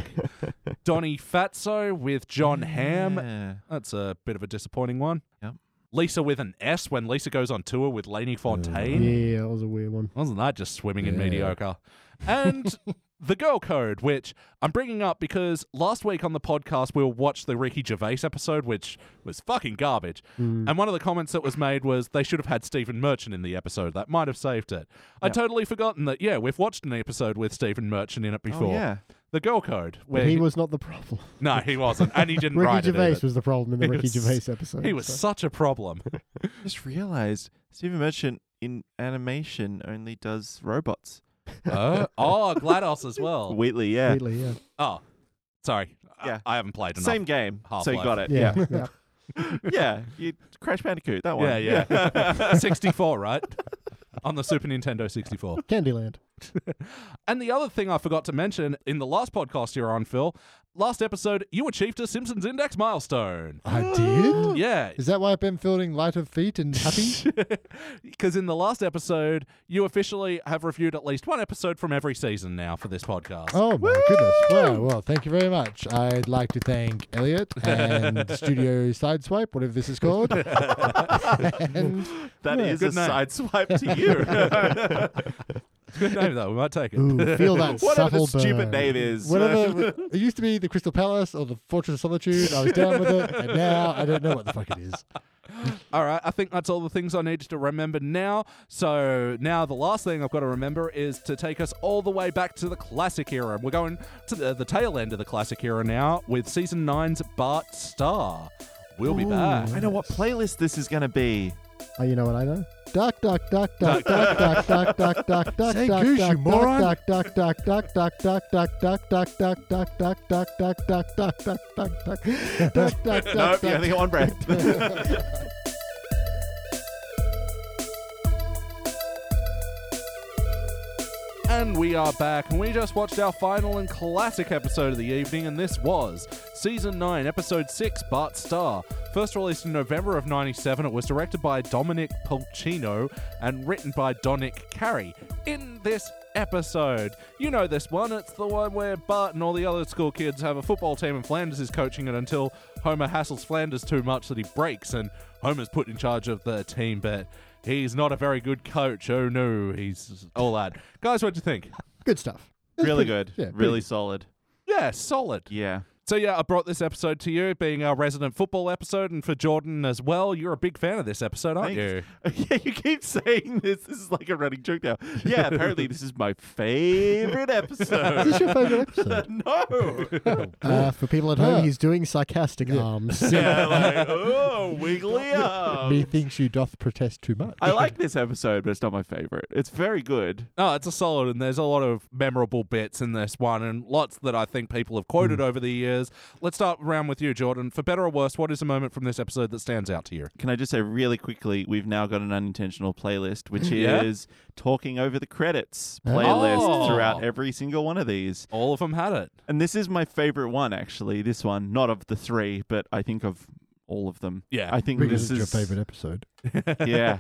Donnie Fatso with John Hamm. Yeah. Oh, That's a bit of a disappointing one. Yep. Lisa with an S when Lisa goes on tour with Lainey Fontaine. Yeah, that was a weird one. Wasn't that just swimming in Yeah. mediocre? And the girl code, which I'm bringing up because last week on the podcast we watched the Ricky Gervais episode, which was fucking garbage. Mm. And one of the comments that was made was they should have had Stephen Merchant in the episode. That might have saved it. I'd totally forgotten that. Yeah, we've watched an episode with Stephen Merchant in it Oh before. yeah. The Girl Code, where But he he- was not the problem. no, he wasn't, and he didn't Ricky write it. Gervais either. was the problem in the He Ricky was- Gervais episode. He was so- such a problem. just realized Stephen Merchant in animation only does robots. oh, oh, GLaDOS as well. Wheatley, yeah. Wheatley, yeah. Oh, sorry. I- Yeah. I, haven't played enough. Same game. So you Half-Life. got it. Yeah. Yeah. yeah. yeah. You Crash Bandicoot, that one. Yeah, yeah. 64, right? On the Super Nintendo 64. Candyland. And the other thing I forgot to mention in the last podcast you were on, Phil, last episode, you achieved a Simpsons Index milestone. I did. Yeah, Is that why I've been feeling light of feet and happy? because in the last episode, you officially have reviewed at least one episode from every season now for this podcast. oh my goodness! Well, well, thank you very much. I'd like to thank Elliot and Studio Sideswipe, whatever this is called. and That Yeah. is Good a name. side swipe to you. It's a good name, though. We might take it. Ooh, feel that Whatever subtle the stupid burn. name is. whatever it used to be, the Crystal Palace or the Fortress of Solitude. I was down with it, and now I don't know what the fuck it is. All right, I think that's all the things I need to remember now. So now the last thing I've got to remember is to take us all the way back to the classic era. We're going to the, the tail end of the classic era now with season nine's Bart Star. We'll be back. Ah. I know what playlist this is going to be. Oh, you know what I know? Duck, duck, duck, duck, duck, duck, duck, duck, duck, duck, Say duck, goose, duck, you duck, moron. duck, duck, duck, duck, duck, duck, duck, duck, duck, duck, duck, duck, duck, duck, duck, duck, duck, duck, duck, duck, duck, No, duck, you only got duck. one breath. And we are back, and we just watched our final and classic episode of the evening, and this was Season 9, Episode 6, Bart Star. First released in November of 97, it was directed by Dominic Pulcino and written by Donick Carey. In this episode, you know this one, it's the one where Bart and all the other school kids have a football team, and Flanders is coaching it until Homer hassles Flanders too much that he breaks, and Homer's put in charge of the team, but he's not a very good coach. Oh no, he's all that. Guys, what do you think? Good stuff. really good. yeah, pretty really solid. Yeah, solid. Yeah. So yeah, I brought this episode to you, being our resident football episode, and for Jordan as well. You're a big fan of this episode, aren't you? Thanks. Yeah, you keep saying this. This is like a running joke now. Yeah, apparently this is my favorite Is this episode. your favourite episode? no. Uh, for people at home, Yeah. he's doing sarcastic arms. Yeah, like, oh, wiggly up. Methinks you doth protest too much. I like this episode, but it's not my favorite. It's very good. No, it's a solid, and there's a lot of memorable bits in this one, and lots that I think people have quoted over the years. Let's start round with you, Jordan. For better or worse, what is a moment from this episode that stands out to you? Can I just say really quickly, we've now got an unintentional playlist, which Yeah? is talking over the credits playlist Oh. throughout every single one of these. All of them had it. And this is my favorite one, actually. This one, not of the three, but I think of all of them. Yeah. I think because this it's is your favorite episode. yeah.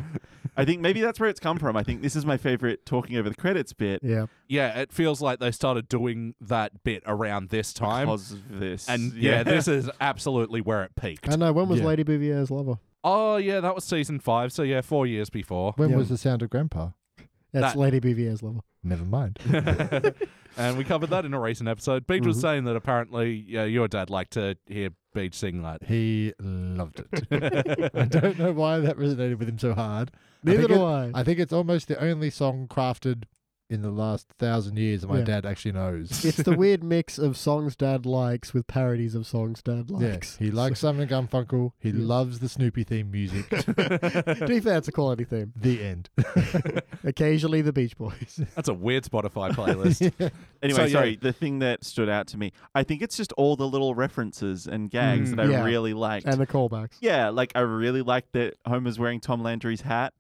I think maybe that's where it's come from. I think this is my favorite talking over the credits bit Yeah. Yeah, it feels like they started doing that bit around this time, because of this. and yeah, this is absolutely where it peaked. I know. When was Yeah. Lady Bouvier's lover? Oh yeah, that was season five. So yeah, four years before, When Yeah. was the sound of Grandpa? That's That- Lady Bouvier's lover. Never mind. and we covered that in a recent episode. Beach Mm-hmm. was saying that apparently yeah, your dad liked to hear Beach sing that. He loved it. I don't know why that resonated with him so hard. Neither think do it- I. I think it's almost the only song crafted in the last thousand years that my Yeah. dad actually knows. It's the weird mix of songs dad likes with parodies of songs dad yeah, likes. he likes Simon and Garfunkel. He Yeah. loves the Snoopy theme music. to be fair, it's a quality theme. the end. Occasionally, the Beach Boys. That's a weird Spotify playlist. anyway, So, yeah. sorry. The thing that stood out to me, I think it's just all the little references and gags Mm. that I Yeah. really liked. and the callbacks. yeah, like I really liked that Homer's wearing Tom Landry's hat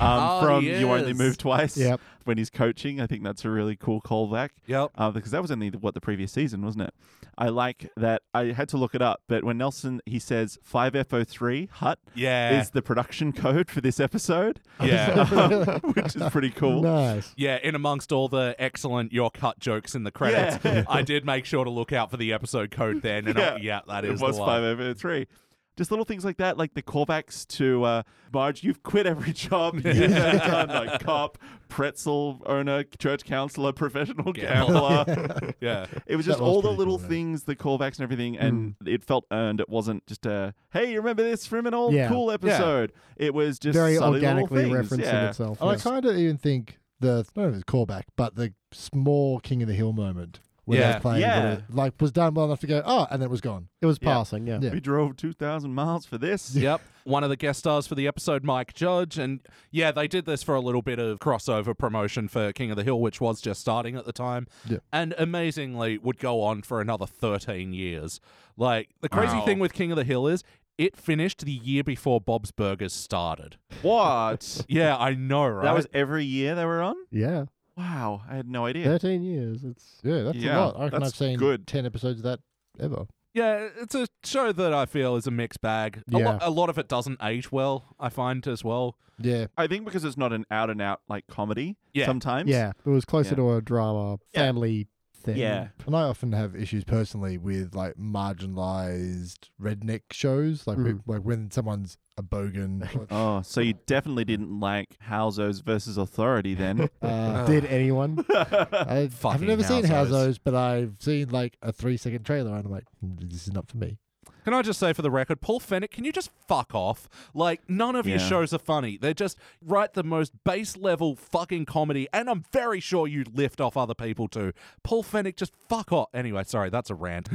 um, Oh, from You Only yes. Move Twice Yep. when he's coaching. I think that's a really cool callback. yep. uh, because that was only the, what the previous season, wasn't it? I like that. I had to look it up, but when Nelson he says five FO three hut Yeah. is the production code for this episode, yeah. um, which is pretty cool. Nice. Yeah, in amongst all the excellent your cut jokes in the credits, Yeah. I did make sure to look out for the episode code then. And yeah, I, yeah that is it was the one. five FO three. Just little things like that, like the callbacks to uh, Marge. You've quit every job you've ever done, like cop, pretzel owner, church counselor, professional Gambler. gambler. Yeah. It was That just was all the pretty little cool, Hmm. yeah. things, the callbacks and everything, and it felt earned. It wasn't just a hey, you remember this from an old Yeah. cool episode. It was just Very subtle little organically things, referencing yeah. itself. And I yes. kind of even think the, I don't know if it's a callback, but the small King of the Hill moment. when they Yeah. were playing. Yeah. whatever. Like, was done well enough to go, oh, and then it was gone. It was Yeah. passing, yeah. Yeah. We drove 2,000 miles for this. Yep. One of the guest stars for the episode, Mike Judge. And yeah, they did this for a little bit of crossover promotion for King of the Hill, which was just starting at the time. Yeah. And amazingly, would go on for another 13 years. Like, the crazy Wow. thing with King of the Hill is it finished the year before Bob's Burgers started. What? Yeah, I know, right? That was every year they were on? Yeah. Wow, I had no idea. 13 years. It's Yeah, that's Yeah, a lot. I reckon that's I've seen good. 10 episodes of that ever. yeah, it's a show that I feel is a mixed bag. A, Yeah. lot, a lot of it doesn't age well, I find as well. Yeah. I think because it's not an out and out like comedy Yeah. sometimes. Yeah, it was closer Yeah. to a drama Yeah. family thing. Yeah. And I often have issues personally with like marginalized redneck shows, like, Mhm. like when someone's a bogan. or- Oh, so you definitely didn't like Halzo's versus Authority then. Uh, Did anyone? I have Fucking never seen howzos. Howzos, but I've seen like a three second trailer and I'm like, "Mm, this is not for me. Can I just say for the record, Paul Fennec, can you just fuck off? Like, none of your Yeah. shows are funny. They're just write the most base level fucking comedy, and I'm very sure you lift off other people too. Paul Fennec, just fuck off. Anyway, sorry, that's a rant.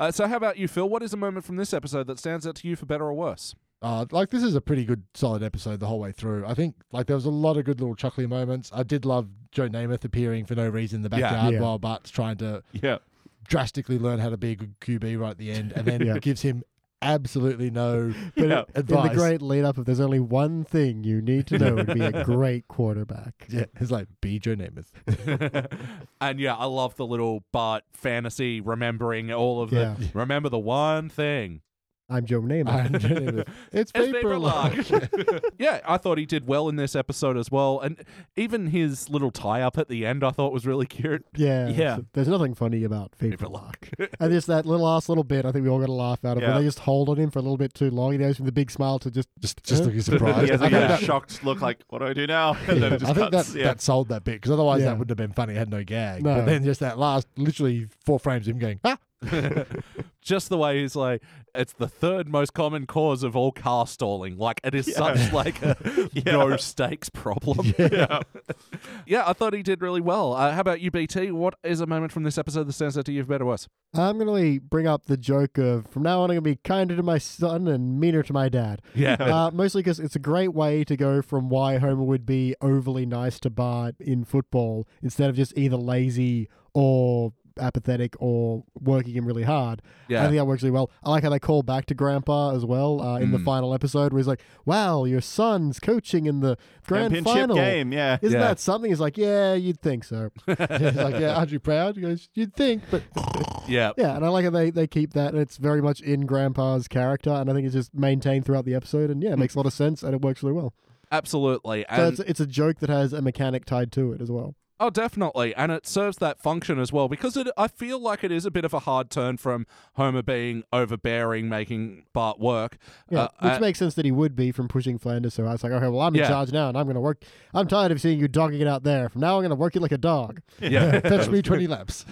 uh, so, how about you, Phil? What is a moment from this episode that stands out to you for better or worse? Uh, like this is a pretty good, solid episode the whole way through. I think like there was a lot of good little chuckly moments. I did love Joe Namath appearing for no reason in the Yeah. backyard Yeah. while Bart's trying to yeah. drastically learn how to be a good QB right at the end, and then Yeah. gives him absolutely no But Yeah. in advice. the great lead up of there's only one thing you need to know to be a great quarterback. yeah, it's like be Joe Namath. and yeah, I love the little Bart fantasy remembering all of the. Yeah. Remember the one thing. I'm Joe Namath. I'm Joe Namath. It's It's, paper, paper lock. yeah, I thought he did well in this episode as well. And even his little tie up at the end, I thought was really cute. Yeah. Yeah. so There's nothing funny about Fever Fever Lock. and just that little last little bit, I think we all got a laugh out of Yeah. when they just hold on him for a little bit too long. He goes with a big smile to just just just looking surprised. He has I like think a that- shocked look like, what do I do now? And then it I just think cuts. that, yeah. that sold that bit because otherwise Yeah. that wouldn't have been funny. It had no gag. No. But then just that last, literally four frames of him going, ah, just the way he's like it's the third most common cause of all car stalling like it is such like a no stakes problem yeah. yeah. i thought he did really well uh, how about you bt what is a moment from this episode that stands out to you for better or worse I'm gonna really bring up the joke of from now on I'm gonna be kinder to my son and meaner to my dad. yeah uh, mostly because it's a great way to go from why Homer would be overly nice to Bart in football instead of just either lazy or apathetic or working him really hard. I yeah think that works really well. I like how they call back to Grandpa as well uh, in the Mm. final episode where he's like, wow, your son's coaching in the grand Championship final. game. Yeah. Isn't Yeah. that something? He's like, yeah, you'd think so. He's like, yeah, aren't you proud? He goes, you'd think, but yeah Yeah, and I like how they, they keep that. and It's very much in Grandpa's character, and I think it's just maintained throughout the episode. And yeah, it makes a lot of sense, and it works really well. absolutely So and it's, it's a joke that has a mechanic tied to it as well. Oh, definitely, and it serves that function as well because it. I feel like it is a bit of a hard turn from Homer being overbearing, making Bart work. Yeah, Uh, which uh, makes sense that he would be from pushing Flanders so hard. It's like, okay, well, I'm Yeah. in charge now, and I'm going to work. I'm tired of seeing you dogging it out there. From now, I'm going to work you like a dog. yeah, fetch me 20 laps.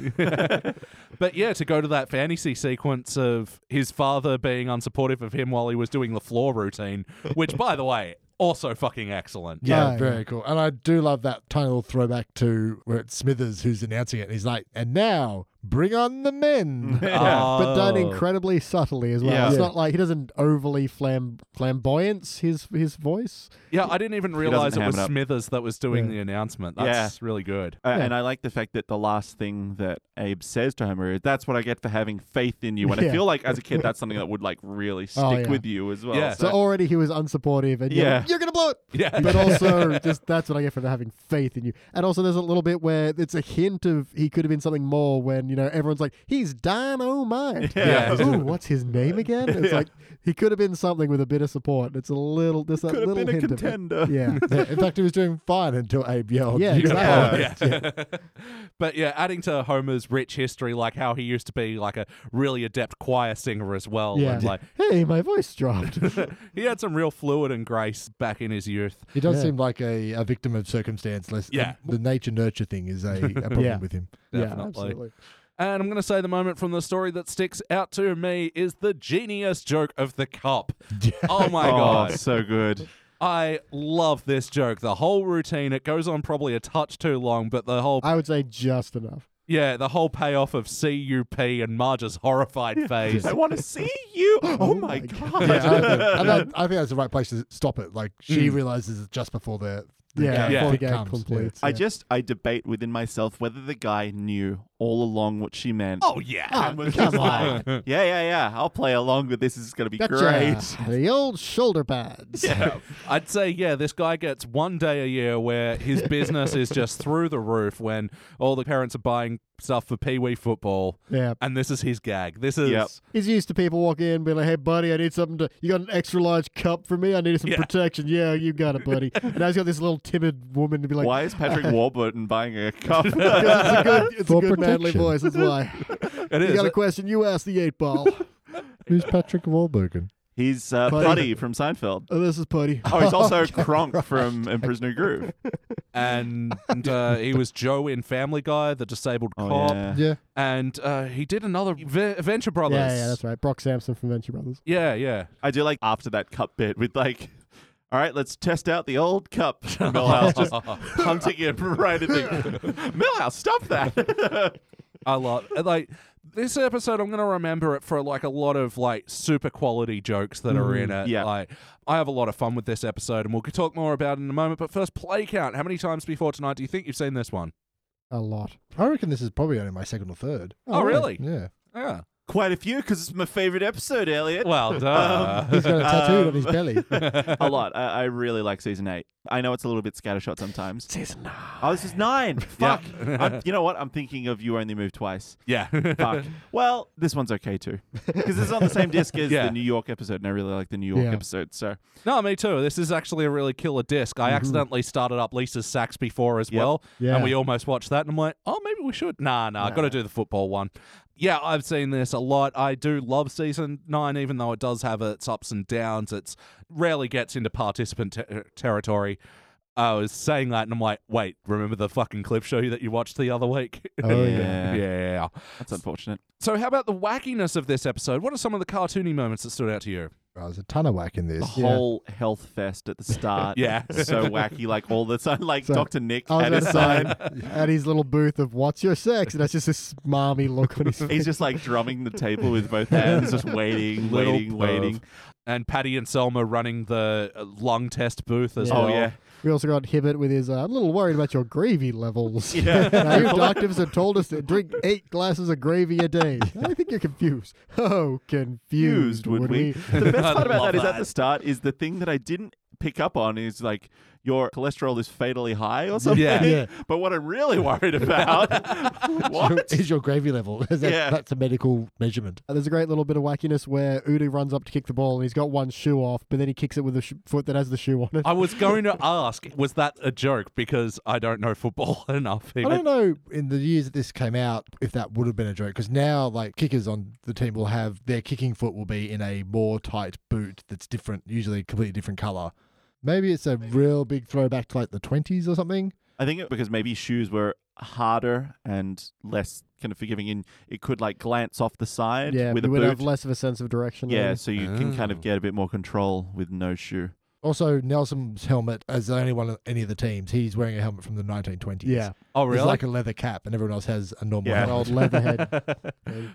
But yeah, to go to that fantasy sequence of his father being unsupportive of him while he was doing the floor routine, which, by the way, also fucking excellent. Yeah, Oh, very cool. And I do love that tiny little throwback to where it's Smithers who's announcing it. And he's like, and now bring on the men. Yeah. But done Oh. incredibly subtly as well. Yeah. It's Yeah. not like he doesn't overly flam- flamboyance his his voice. Yeah, I didn't even realize it ham was it up. Smithers that was doing Yeah. the announcement. That's really good. Uh, Yeah. And I like the fact that the last thing that Abe says to Homer is, "That's what I get for having faith in you." And I Yeah. feel like as a kid, that's something that would like really stick Oh, yeah. with you as well. Yeah. So oh, already he was unsupportive, and yeah, Yeah. you're going to blow it. Yeah. But also, just that's what I get for not having faith in you. And also, there's a little bit where it's a hint of he could have been something more. When you know everyone's like, he's dynamite. Yeah. Ooh, what's his name again? It's like he could have been something with a bit of support. It's a little, there's that could have little been a hint contender. of it. Yeah. Yeah, in fact, he was doing fine until Abe yelled. Yeah, "You got exactly. fired." Yeah. but yeah, adding to Homer's rich history, like how he used to be like a really adept choir singer as well. Yeah. And like Hey, my voice dropped. he had some real fluid and grace back in his youth. He does Yeah. seem like a, a victim of circumstance. Less, Yeah. The nature nurture thing is a, a problem Yeah. with him. Definitely. Yeah, absolutely. And I'm going to say the moment from the story that sticks out to me is the genius joke of the cup. Oh my oh, god. so good. I love this joke. The whole routine, it goes on probably a touch too long, but the whole I would say just enough. Yeah, the whole payoff of CUP and Marge's horrified face. I want to see you. Oh, my, god. Yeah, I, think, I, think- I think that's the right place to stop it. Like she realizes it just before the, Mm. the Yeah, gag Yeah. before the comes. gag completes. I yeah. just I debate within myself whether the guy knew all along what she meant. oh yeah. And was just like, yeah, yeah, yeah. I'll play along with this. This is gonna be great. Gotcha. The old shoulder pads. Yeah. I'd say, yeah, this guy gets one day a year where his business is just through the roof when all the parents are buying stuff for Pee Wee football. Yeah. And this is his gag. This is. Yep. He's used to people walking in being like, hey, buddy, I need something to. You got an extra large cup for me? I need some Yeah. protection. Yeah, you got it, buddy. and now he's got this little timid woman to be like, Why is Patrick Warburton buying a cup? "Because it's a good, it's a For good manly protection. voice. That's why. It you is. got a question? You ask the eight ball. Who's Patrick Wahlbergen? He's uh, Buddy. Buddy from Seinfeld. oh, this is putty. Oh, he's also Kronk from Emperor's New Groove. And uh, he was Joe in Family Guy, the disabled Oh, cop. yeah. Yeah. And uh, he did another v- Venture Brothers. Yeah, yeah, that's right. Brock Sampson from Venture Brothers. Yeah, yeah. I do like after that cup bit with like, all right, let's test out the old cup. Millhouse just hunting it right at the Millhouse. Stop that. I love like this episode. I'm gonna remember it for like a lot of like super quality jokes that are in it. yeah. like I have a lot of fun with this episode, and we'll talk more about it in a moment. But first, play count. How many times before tonight do you think you've seen this one? A lot. I reckon this is probably only my second or third. Oh, really? Yeah. Yeah. Quite a few because it's my favorite episode, Elliot. Well, duh. He's got a tattoo on his Um, belly. Oh, a lot. I, I really like season eight. I know it's a little bit scattershot sometimes. Season 9. Oh, this is nine. Yeah. Fuck. I'm, you know what? I'm thinking of you only moved twice. yeah. Fuck. well, this one's okay too because it's on the same disc as Yeah. the New York episode, and I really like the New York Yeah. episode. So no, me too. This is actually a really killer disc. I accidentally started up Lisa's sax before as Yep. well, Yeah. and we almost watched that. And I'm like, oh, maybe we should. Nah, nah. I've got to do the football one. Yeah, I've seen this a lot. I do love season nine, even though it does have its ups and downs. It's rarely gets into participant ter- territory. I was saying that, and I'm like, wait, remember the fucking clip show that you watched the other week? Oh, yeah. yeah. that's unfortunate. So, how about the wackiness of this episode? What are some of the cartoony moments that stood out to you? Oh, there's a ton of whack in The this. Yeah. whole health fest at the start, Yeah. so wacky. Like all the time, like So, Doctor Nick I was at his about side. to say, at his little booth of what's your sex, and that's just this marmy look on his face. He's just like drumming the table with both hands, just waiting, Little waiting, perv. waiting. And Patty and Selma running the uh, lung test booth as Yeah. Oh well. yeah, We also got Hibbert with his. Uh, I'm a little worried about your gravy levels. Yeah. now, you doctors have told us to drink eight glasses of gravy a day. I think you're confused. Oh, confused used would we? The best I'd part about love that is at that. the start is the thing that I didn't pick up on is like your cholesterol is fatally high or something. Yeah. Yeah. But what I'm really worried about what? Is your gravy level? Is that- Yeah. That's a medical measurement. Uh, There's a great little bit of wackiness where Udo runs up to kick the ball and he's got one shoe off, but then he kicks it with a sh- foot that has the shoe on it. I was going to ask, was that a joke? Because I don't know football enough. I Even. don't know in the years that this came out if that would have been a joke because now like kickers on the team will have their kicking foot will be in a more tight boot that's different, usually a completely different color. Maybe it's a real big throwback to like the twenties or something. I think it, because maybe shoes were harder and less kind of forgiving, and it could like glance off the side yeah, with we a would have boot. less of a sense of direction. yeah, maybe. so you can kind Oh. of get a bit more control with no shoe. Also, Nelson's helmet as the only one of any of the teams. He's wearing a helmet from the 1920s. yeah, Oh, It's really? like a leather cap, and everyone else has a normal Yeah. an old helmet. leatherhead.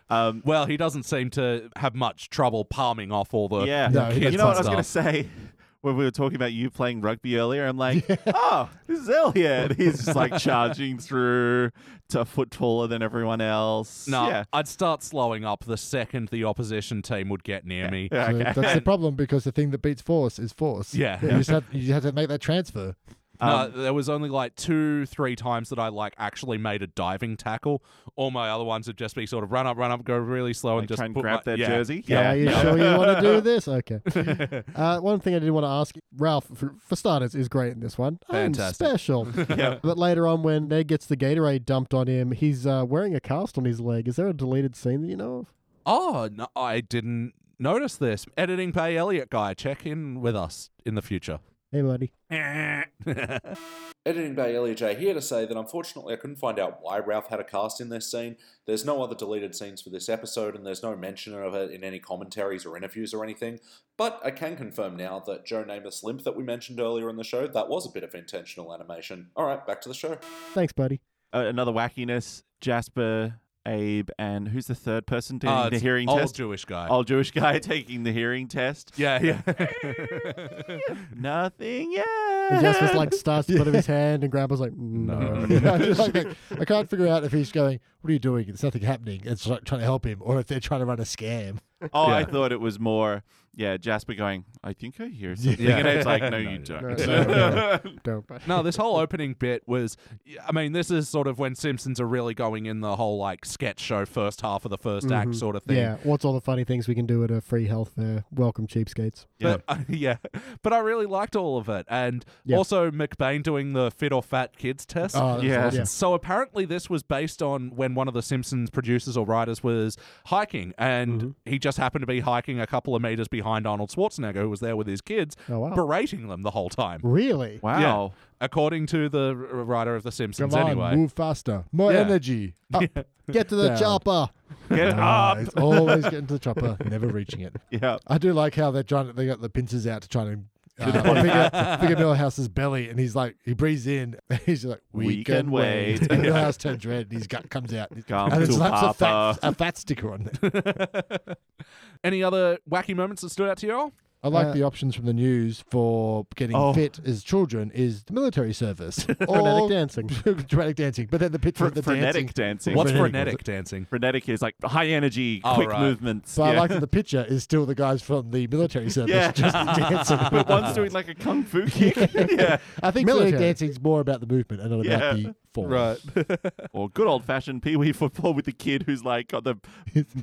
Um, well, he doesn't seem to have much trouble palming off all the. yeah, No, he you doesn't. know what I was Stuff. gonna say when we were talking about you playing rugby earlier. I'm like, oh, this is Elliot. He's just like charging through to a foot taller than everyone else. No, yeah, I'd start slowing up the second the opposition team would get near me. yeah, So okay. That's the problem because the thing that beats force is force. Yeah. You just have, you just have to make that transfer. Um, no, there was only like two, three times that I like actually made a diving tackle. All my other ones would just be sort of run up, run up, go really slow, like and just try and put grab my- their yeah. jersey. Yeah, are you sure you want to do this? Okay. Uh, one thing I did want to ask Ralph, for, for starters, is great in this one. I'm Fantastic. special. Yeah. But later on, when Ned gets the Gatorade dumped on him, he's uh, wearing a cast on his leg. Is there a deleted scene that you know of? Oh, no, I didn't notice this. Editing pay Elliot guy, check in with us in the future. Hey, buddy. Editing Bay LEJ here to say that unfortunately I couldn't find out why Ralph had a cast in this scene. There's no other deleted scenes for this episode, and there's no mention of it in any commentaries or interviews or anything. But I can confirm now that Joe Namath's limp that we mentioned earlier in the show, that was a bit of intentional animation. Alright, back to the show. Thanks, buddy. uh, another wackiness Jasper, Abe, and who's the third person doing Uh, the it's hearing old test? Oh. Jewish guy. Old Jewish guy taking the hearing test. Yeah, yeah. Nothing yet. And Jasper's like starts to put up his hand, and Grandpa's like, "Mm, no. I, just like, like, I can't figure out if he's going, What are you doing? There's nothing happening. It's like trying to help him, or if they're trying to run a scam. oh, I Yeah. thought it was more. Yeah, Jasper going. I think I hear something, Yeah. and Abe's like, no, No, you no, don't. no, no, no, Don't. no, this whole opening bit was, I mean, this is sort of when Simpsons are really going in the whole like sketch show first half of the 1st act sort of thing. Yeah, what's all the funny things we can do at a free health fair? Welcome, cheapskates. But uh, yeah, but I really liked all of it, and Yeah. also McBain doing the fit or fat kids test. Oh, that's Yeah. awesome. Yeah. So apparently, this was based on when one of the Simpsons producers or writers was hiking, and he just happened to be hiking a couple of meters behind Arnold Schwarzenegger, who was there with his kids, Oh, wow. berating them the whole time. Really? Wow. According to the r- writer of The Simpsons, Come on, anyway. move faster. More Yeah. energy. Up. Get to the Down. chopper. Get Ah, up. It's always getting to the chopper, never reaching it. Yeah. I do like how they're trying to, they got the pincers out to try to uh, figure, figure Millhouse's belly, and he's like, he breathes in, and he's like, we, We can, can wait. wait. And Yeah. Millhouse turns red, and his gut comes out, and, Come and it to slaps a fat, Papa. a fat sticker on there. Any other wacky moments that stood out to you all? I like Uh, the options from the news for getting Oh. fit as children is the military service Frenetic or dancing. dramatic dancing, but then the picture Fr- of the frenetic dancing. dancing. What's Frenetic, was frenetic dancing? frenetic is like high energy, Oh, quick right. movements. So I yeah. like that the picture is still the guys from the military service Yeah. just dancing. but one's doing like a kung fu kick. yeah. I think Military. military dancing is more about the movement and not about Yeah. the form. Or good old fashioned pee wee football with the kid who's like got the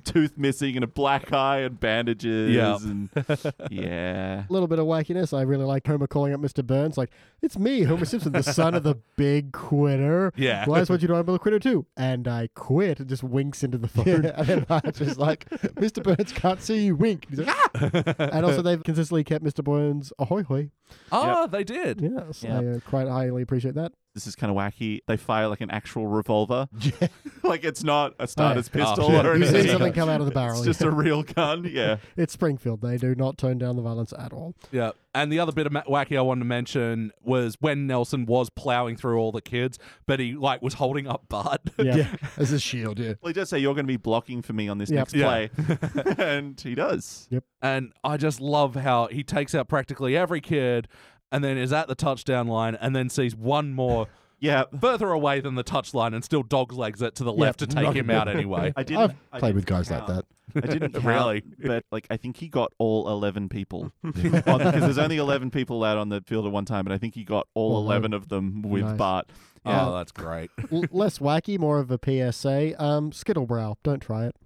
tooth missing and a black eye and bandages. Yeah. And yeah. A little bit of wackiness. I really like Homer calling up Mr. Burns, like, it's me, Homer Simpson, the son of the big quitter. Yeah. Why is what you know I'm a quitter too? And I quit. It just winks into the phone. Yeah, and then Marge is like, Mr. Burns can't see you wink. He's like, "Ah!" and also, they've consistently kept Mr. Burns ahoy hoy. Ah, they did. Yes, Yeah. I uh, quite highly appreciate that. This is kind of wacky. They fire like an actual revolver. like it's not a starter's Oh, pistol shit. or You anything. uh, see something come out of the barrel. It's just a real gun. Yeah. It's Springfield. They do not tone down the violence at all. Yeah. And the other bit of ma- wacky I wanted to mention was when Nelson was plowing through all the kids, but he like was holding up Bart. Yeah. as a shield, yeah. Well, he does say, You're going to be blocking for me on this Yep. next Yeah. play. and he does. and I just love how he takes out practically every kid and then is at the touchdown line and then sees one more Yeah. further away than the touchline and still dog legs it to the left to take knock him him out down. anyway. I didn't I've I played didn't with guys like count. that. I didn't count, Really? but like I think he got all eleven people because there's only eleven people out on the field at one time, and I think he got all All eleven of them with Nice. Bart. Um, Oh, that's great. L- less wacky, more of a PSA. Um, Skittlebrow. Don't try it.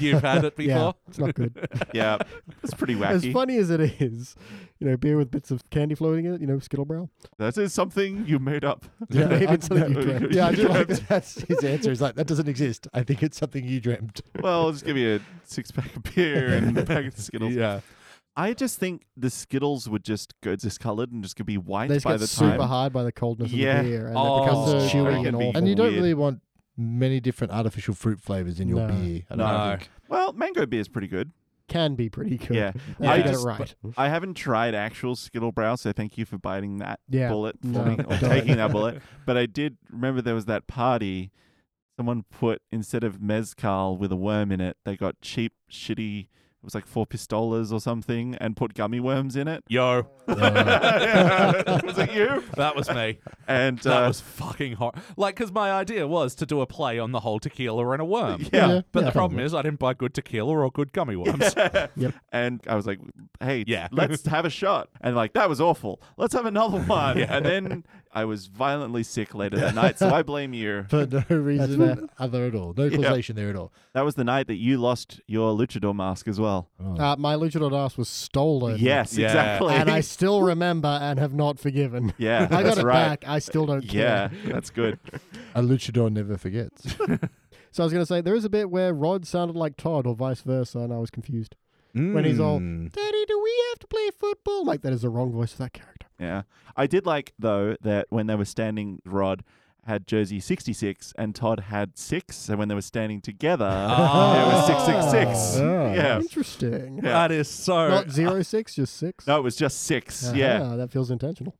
You've had it before? Yeah, it's not good. Yeah, it's pretty as wacky. funny as it is, you know, beer with bits of candy floating in it, you know, Skittlebrow. That is something you made up. Yeah, Maybe I- it's something you yeah, dreamt. yeah, I do like that. That's his answer. He's like, that doesn't exist. I think it's something you dreamt. Well, just give me a six pack of beer and a pack of Skittles. Yeah. I just think the Skittles would just go discolored and just could be white They just by get the super time. hard by the coldness Yeah. of the beer, and Oh. it becomes So chewy it and can be- awful. And you don't Weird. really want many different artificial fruit flavors in your No. beer. I don't No. think. Well, mango beer is pretty good. can be pretty good. Yeah, They I get just- it right. I haven't tried actual Skittle Brow, so thank you for biting that Yeah, bullet for no, me, or don't. taking that bullet. But I did remember there was that party. Someone put instead of mezcal with a worm in it, they got cheap, shitty. It was like four pistolas or something, and put gummy worms in it. Yo, was it you? that was me. And That uh, was fucking hot. Like, because my idea was to do a play on the whole tequila and a worm. yeah. But Yeah. the problem is, I didn't buy good tequila or good gummy worms. And I was like, "Hey, Yeah. let's have a shot." And like that was awful. Let's have another one. And then I was violently sick later that night, so I blame you. For no fair. reason other at all. No causation there at all. That was the night that you lost your luchador mask as well. Oh. Uh, my luchador das was stolen. Yes, Yeah. exactly. and I still remember and have not forgiven. yeah, I got that's it right. back. I still don't care. Yeah, that's good. A luchador never forgets. So I was going to say there is a bit where Rod sounded like Todd or vice versa, and I was confused. When he's all, Mm. Daddy, do we have to play football? I'm like that is the wrong voice of that character. Yeah, I did like though that when they were standing, Rod had jersey sixty six and Todd had six. So when they were standing together, it was six six six. Oh. Yeah, Ah, Interesting. Yeah. That is so. Not zero six, just six. no, it was just 6 Yeah, Ah, that feels intentional.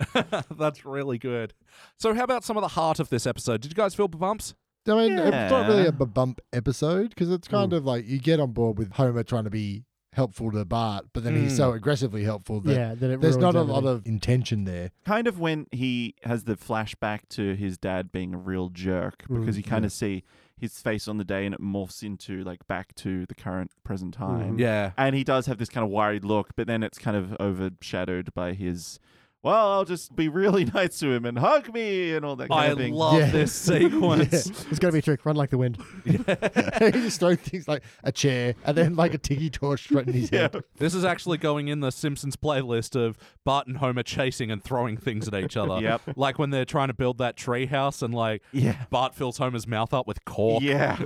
That's really good. So, how about some of the heart of this episode? Did you guys feel bumps? I mean, it's not really Yeah. a b- bump episode because it's kind Hmm. of like you get on board with Homer trying to be helpful to Bart, but then he's Mm. so aggressively helpful that Hmm. yeah, that it there's ruins not a lot everything. of intention there. kind of when he has the flashback to his dad being a real jerk because Mm, you kind of see his face on the day and it morphs into like back to the current present time. Yeah. And he does have this kind of worried look, but then it's kind of overshadowed by his, well, I'll just be really nice to him and hug me and all that kind I of thing. love Yeah. this Yeah. sequence. It's gonna be a trick. Run like the wind. he just throws things like a chair and then like a tiki torch straight in his head. This is actually going in the Simpsons playlist of Bart and Homer chasing and throwing things at each other. Yep. Like when they're trying to build that tree house and like Yeah. Bart fills Homer's mouth up with cork. Yeah.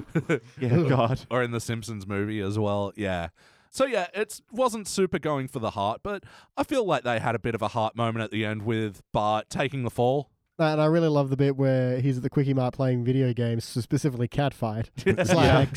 yeah, God. Or in the Simpsons movie as well. Yeah. So yeah, it wasn't super going for the heart, but I feel like they had a bit of a heart moment at the end with Bart taking the fall. Uh, And I really love the bit where he's at the quickie mart playing video games, so specifically catfight. Slack,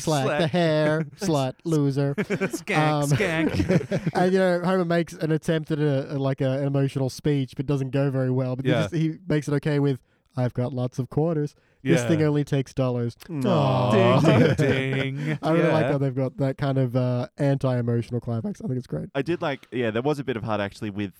slack, the Slack. hair, slut, loser. Skank, Um, skank. and you know, Homer makes an attempt at a, like a, an emotional speech, but doesn't go very well. But he Yeah. just, he makes it okay with, "I've got lots of quarters. This Yeah. thing only takes dollars." Aw. Ding, ding, ding, ding. I really like Yeah. how they've got that kind of uh, anti-emotional climax. I think it's great. I did like, yeah, there was a bit of heart actually with,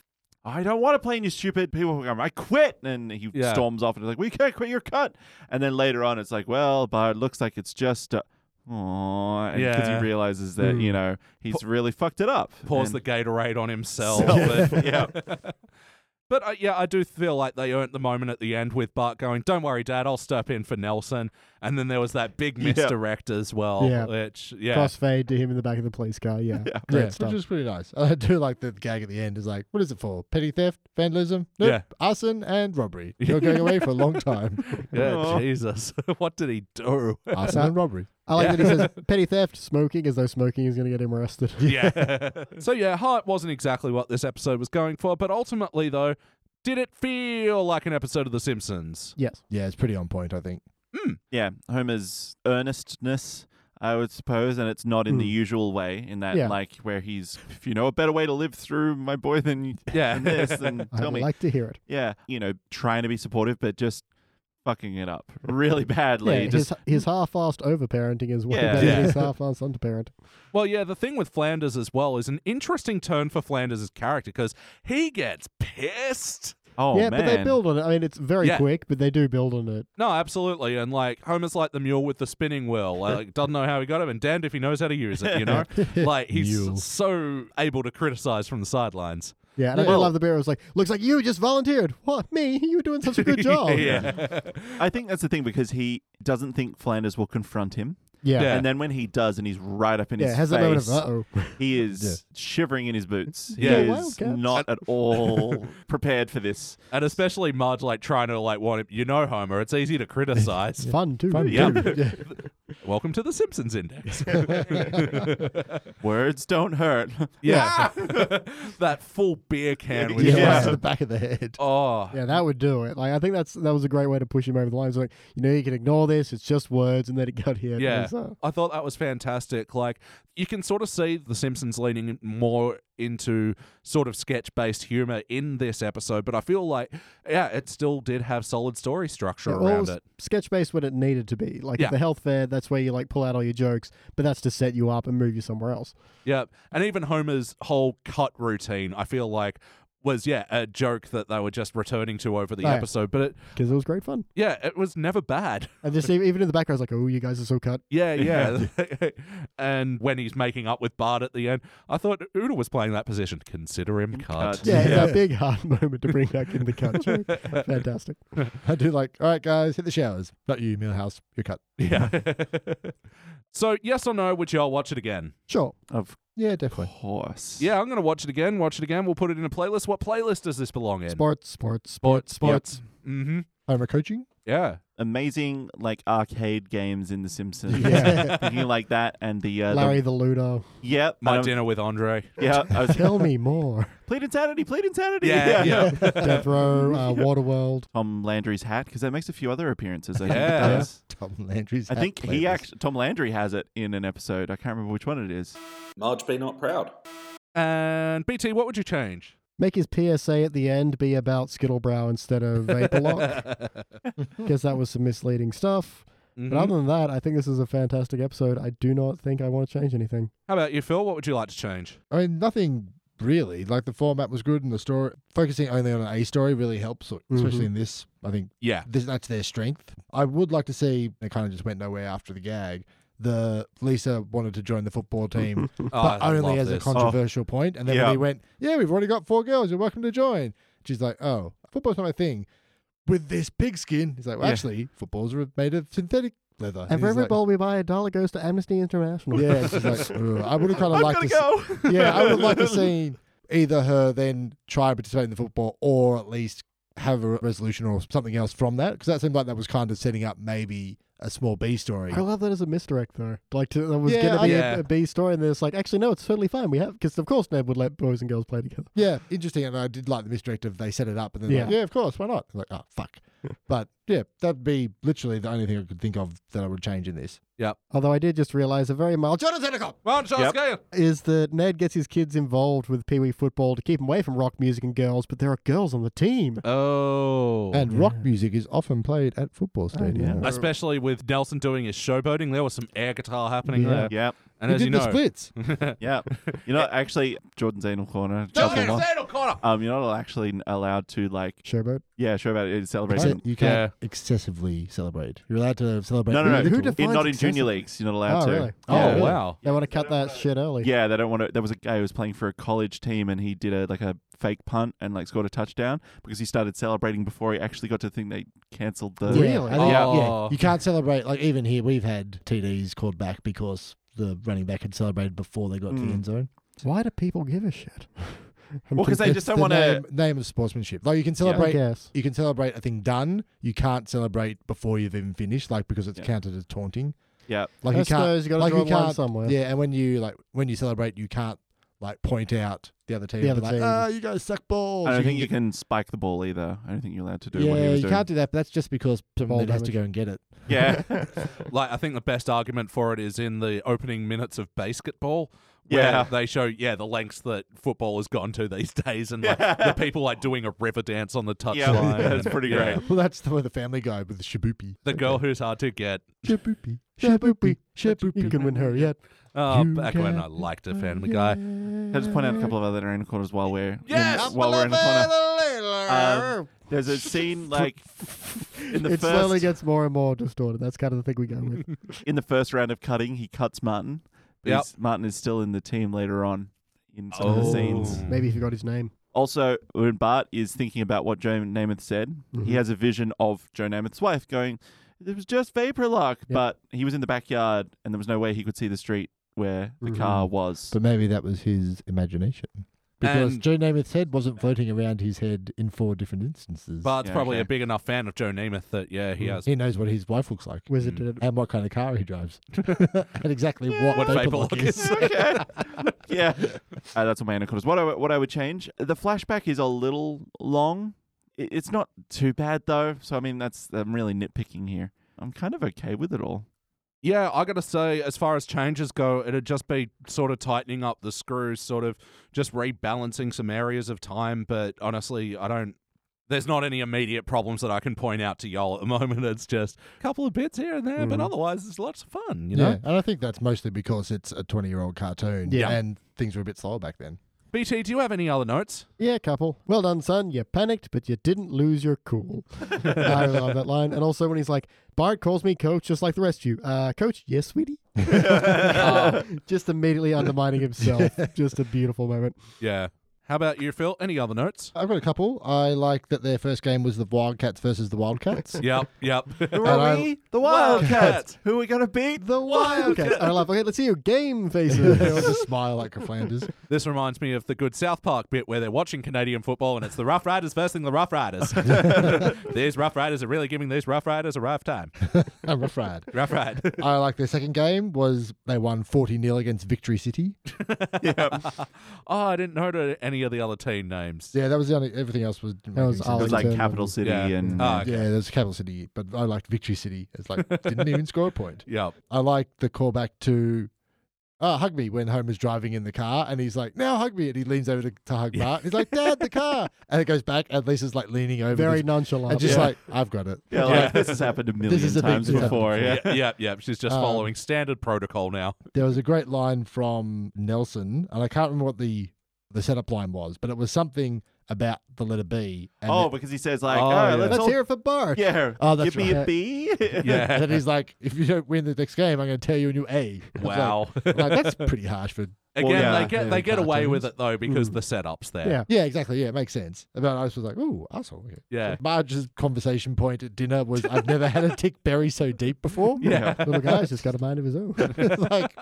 I don't want to play in your stupid people program. I quit. And he Yeah. storms off and is like, we can't quit, you're cut. And then later on, it's like, well, but it looks like it's just, uh, aww. Because Yeah. Hmm. he realizes that, you know, he's really fucked it up. pours And- the Gatorade on himself. Self, and- yeah. But uh, yeah, I do feel like they earned the moment at the end with Bart going, "Don't worry, Dad, I'll step in for Nelson." And then there was that big Yeah. misdirect as well, Yeah. which yeah, Crossfade to him in the back of the police car. Yeah, great Yeah, stuff. which is pretty nice. I do like the gag at the end is like, what is it for? Petty theft, vandalism, nope, Yeah. arson, and robbery. You're going away for a long time. yeah, Aw. Jesus, what did he do? arson and robbery. I like that he says petty theft, smoking, as though smoking is going to get him arrested. yeah. so yeah, Hart wasn't exactly what this episode was going for, but ultimately though, did it feel like an episode of The Simpsons? Yes. Yeah, it's pretty on point, I think. Yeah, Homer's earnestness, I would suppose, and it's not in the usual way, in that Hmm. Yeah. like where he's, if you know, a better way to live through my boy than Yeah. than this, then I tell would me. like to hear it. yeah, you know, trying to be supportive, but just fucking it up really badly. Yeah, just his, his half-assed overparenting is way Yeah. better Yeah. than his half-assed underparent. Well, yeah, the thing with Flanders as well is an interesting turn for Flanders' character because he gets pissed. oh yeah, man, but they build on it. I mean, it's very Yeah. quick, but they do build on it. No, absolutely. And like Homer's like the mule with the spinning wheel. Like doesn't know how he got him, and damned if he knows how to use it. You know, like he's Mule. so able to criticize from the sidelines. Yeah, and I do Well- love the bear was like, looks like you just volunteered. What me? You were doing such a good job. Oh, yeah. I think that's the thing because he doesn't think Flanders will confront him, yeah, Yeah. and then when he does, and he's right up in Yeah, his has face, that moment of uh oh. he is shivering in his boots. Yeah. he Yeah, is Wildcats. not at all prepared for this. and especially Marge like trying to like want him. You know, Homer, it's easy to criticize. Fun too. Fun Yeah. too. yeah. Welcome to the Simpsons Index. Words don't hurt. yeah, that full beer can. With Yeah, Yeah. right to the back of the head. Oh, Yeah, that would do it. Like I think that's that was a great way to push him over the line. It's like, you know, you can ignore this, it's just words, and then it got here. Yeah. It's, uh, I thought that was fantastic. Like you can sort of see the Simpsons leaning more into sort of sketch-based humor in this episode, but I feel like yeah, it still did have solid story structure yeah, well, around was it. Sketch based when it needed to be. Like Yeah. at the health fair, that's where you like pull out all your jokes, but that's to set you up and move you somewhere else. Yeah. And even Homer's whole cut routine, I feel like was yeah, a joke that they were just returning to over the Oh, yeah. episode, but it Because it was great fun. yeah, it was never bad. And just e- even in the background, it's like, oh, you guys are so cut. Yeah, yeah. and when he's making up with Bart at the end, I thought Oodle was playing that position. Consider him cut. cut. Yeah, it's Yeah. that big hard moment to bring back in the cut joke. Fantastic. I do like, all right, guys, hit the showers. Not you, Millhouse. You're cut. Yeah. so, yes or no, would y'all watch it again? Sure. Of Yeah, definitely. course. Yeah, I'm going to watch it again, watch it again. We'll put it in a playlist. What playlist does this belong in? Sports, sports, sports. sports. Mm-hmm. Homer coaching. Yeah. Amazing like arcade games in The Simpsons. Yeah. Thinking like that and the uh Larry the, the Ludo. Yep. My um, dinner with Andre. Yeah. I was, Tell me more. plead insanity, plead insanity. Yeah, yeah. Death Row, uh, Waterworld. Tom Landry's hat, because that makes a few other appearances. I think it Yeah. does. Tom Landry's. I hat think he playlist. actually Tom Landry has it in an episode. I can't remember which one it is. Marge be not proud. And BT, what would you change? Make his PSA at the end be about Skittlebrow instead of Vaporlock, because that was some misleading stuff. Mhm. Mm-hmm. But other than that, I think this is a fantastic episode. I do not think I want to change anything. How about you, Phil? What would you like to change? I mean, nothing really. Like the format was good, and the story focusing only on an A story really helps, Mm-hmm. especially in this. I think Yeah. this, that's their strength. I would like to see. It kind of just went nowhere after the gag. The Lisa wanted to join the football team, Oh, but I only love as a this. controversial point. And then Yeah. when he went, "Yeah, we've already got four girls. You're welcome to join." She's like, "Oh, football's not my thing." With this pigskin, he's like, "Well, Yeah. actually, footballs are made of synthetic leather." And for he's every like- bowl we buy, a dollar goes to Amnesty International. yeah, she's like, "Ugh." I would have kind of I've got to liked see- go. yeah, I would like to see either her then try and participate in the football or at least have a resolution or something else from that because that seemed like that was kind of setting up maybe a small B story. I love that as a misdirect, though. Like, to, that was Yeah, going to be I- a, a B story, and then it's like, actually, no, it's totally fine. We have, because of course Ned would let boys and girls play together. Yeah, interesting. And I did like the misdirect of they set it up and then, Yeah. yeah, like, yeah of course, why not? I'm like, oh, fuck. but yeah, that'd be literally the only thing I could think of that I would change in this. Although I did just realize a very mild Jonathan Senegal! Well, Charles Yep. Gale. is that Ned gets his kids involved with Pee Wee football to keep them away from rock music and girls, but there are girls on the team. Oh. And rock music is often played at football stadiums. Oh, yeah. Especially with Nelson doing his showboating, there was some air guitar happening Yeah. there. Yep. And He as you did the know, splits. Yep. You know, actually, Jordan's anal corner. Nelson chuckle one. Sandal Corner. Um, you're not actually allowed to like, Showboat. yeah, sure about it. That's Celebration. it. You can't excessively celebrate. You're allowed to celebrate. No, no, no. little. Who In, defines not in junior excessive? leagues. You're not allowed Oh, to. really? Oh, Yeah, really. wow. They want to cut that shit early. Yeah, they don't want to. There was a guy who was playing for a college team, and he did a like a fake punt and like scored a touchdown because he started celebrating before he actually got to think they cancelled the. Really? Yeah, I think- Yeah. Oh. yeah, you can't celebrate. Like even here, we've had TDs called back because the running back had celebrated before they got to Mm. the end zone. Why do people give a shit? I'm Well, because they It's just don't the want to. name, name of sportsmanship. Like you can confused. I celebrate. guess. You can celebrate a thing done. You can't celebrate before you've even finished, like because it's Yeah. counted as taunting. Yeah. Like I you can't. suppose you got to like, draw you a line can't- somewhere. Yeah, and when you like when you celebrate, you can't like point out the other team. The and other be like, team. "Ah, you guys suck balls. I don't think can you get- can spike the ball either. I don't think you're allowed to do Yeah, what he was you doing. can't do that. But that's just because someone Ball then has to damage. go and get it. yeah. Like I think the best argument for it is in the opening minutes of basketball. Where Yeah. they show yeah the lengths that football has gone to these days, and like, the people like doing a river dance on the touchline. Oh, yeah. That's and- pretty yeah. great. Well, that's the way the Family Guy with the shaboopy. The girl who's hard to get. Shaboopy. Shaboopy, shaboopy. You can win her yet. Oh, You back when I got liked the Family Guy. Can I just point out a couple of other anal corners while we're in- Yes, while we're in the corner. Um, there's a scene like in the it slowly first gets more and more distorted. That's kind of the thing we go with. in the first round of cutting, he cuts Martin. Yep. because Martin is still in the team later on in some of the scenes. Oh. Maybe he forgot his name. Also, when Bart is thinking about what Joe Namath said, he Mhm. has a vision of Joe Namath's wife going, It was just vapor lock. But he was in the backyard and there was no way he could see the street where the Mhm. car was. But maybe that was his imagination. Because And- Joe Namath's head wasn't floating around his head in four different instances. Bart's Yeah, probably okay. a big enough fan of Joe Namath that yeah he has he knows what his wife looks like Mm. Wizard did it. and what kind of car he drives and exactly what, what vapor vapor lock lock is. is. okay. yeah. Uh, that's what my anacondas. What I, would- what I would change, the flashback is a little long. I- It's not too bad though. So, I mean, that's I'm really nitpicking here. I'm kind of okay with it all. Yeah, I gotta say, as far as changes go, it'd just be sort of tightening up the screws, sort of just rebalancing some areas of time. But honestly, I don't. There's not any immediate problems that I can point out to y'all at the moment. It's just a couple of bits here and there, but Mhm. otherwise, it's lots of fun, you know. Yeah, and I think that's mostly because it's a 20 year old cartoon Yeah. and things were a bit slower back then. BT, do you have any other notes? Yeah, couple. Well done, son. You panicked, but you didn't lose your cool. I really love that line. And also when he's like, Bart calls me coach just like the rest of you. Uh, coach, yes, sweetie. Uh, just immediately undermining himself. just a beautiful moment. Yeah. How about you, Phil? Any other notes? I've got a couple. I like that their first game was the Wildcats versus the Wildcats. Yep, yep. Who And are I- we? The Wildcats. Wildcats. Who are we going to beat? The Wildcats. I love. Okay, let's see your game there faces. was a smile like a Flanders. this reminds me of the good South Park bit where they're watching Canadian football and it's the Rough Riders versing the Rough Riders. these Rough Riders are really giving these Rough Riders a rough time. I'm rough ride. Rough Ride. I like their second game was they won 40 0 against Victory City. Oh, I didn't know the- any of the other team names. Yeah, that was the only. Everything else was. didn't That make was any It sense. all was like Wellington. Capital City Yeah. and Ah, okay. Yeah, there's Capital City, but I liked Victory City. It's like didn't even score a point. Yep. I like the callback to oh, hug me when Homer's driving in the car. And he's like, now hug me. And he leans over to, to hug Bart. He's like, Dad, the car. And it goes back, and Lisa's like leaning over. Very this- nonchalant. and just Yeah. like, I've got it. Yeah, like this has happened a million is a big times deal. before. Yeah. yeah, yeah, yeah. She's just Oh, Um, following standard protocol now. There was a great line from Nelson, and I can't remember what the, the setup line was, but it was something about the letter B. And Oh, it- because he says like, Oh, oh, yeah. let's, let's all, hear it for Bart. yeah, Oh, give that's me a right. B. And Yeah. then he's like, if you don't win the next game, I'm going to tear you a new A. It's like- Wow. like, that's pretty harsh for. Again, yeah, they get yeah, they get away with cartoons. Mm. it though because the setup's there. Yeah. Yeah, exactly. Yeah, it makes sense. But I was just like, ooh, asshole. Yeah. Yeah. Marge's conversation point at dinner was, I've never had a tick berry so deep before. "Ah, Yeah. Little guy's just got a mind of his own. It's like,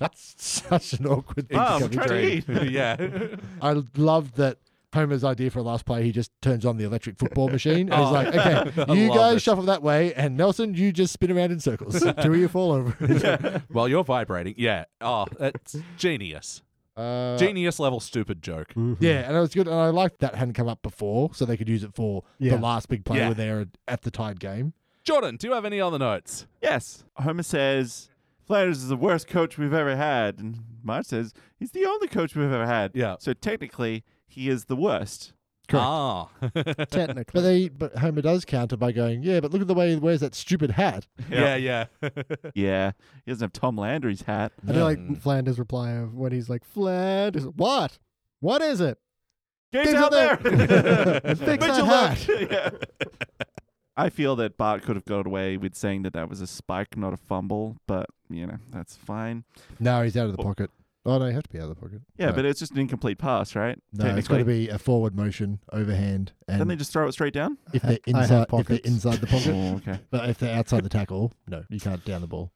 that's such an awkward thing Oh, to I'm come trying into. to eat. yeah. I love that Homer's idea for a last play, he just turns on the electric football machine. And he's Oh, like, okay, I you love guys it. shuffle that way, and Nelson, you just spin around in circles till you fall over. Well, you're vibrating. Yeah. Oh, that's genius. Uh, mm. Genius level stupid joke. Yeah, and it was good. And I liked that hadn't come up before, so they could use it for Yeah. the last big play Yeah. where they're at the tied game. Jordan, do you have any other notes? yes. Homer says Flanders is the worst coach we've ever had, and Marge says he's the only coach we've ever had. Yeah. So technically, he is the worst. Correct. Ah. But Technically. they, but Homer does counter by going, yeah, but look at the way he wears that stupid hat. yeah, yeah. Yeah. He doesn't have Tom Landry's hat. I do Mm. like Flanders' reply of when he's like, Flanders, what? What is it? Game's Game's out out there. Fix Mitchell left. that hat. yeah. I feel that Bart could have got away with saying that that was a spike, not a fumble, but you know that's fine. No, he's out of the Oh. pocket. Oh, no, he has to be out of the pocket. Yeah, No. but it's just an incomplete pass, right? no, it's got to be a forward motion, overhand, Then they and just throw it straight down. if I they're have inside, if they're pockets. inside the pocket, Oh, okay. but if they're outside the tackle, no, you can't down the ball.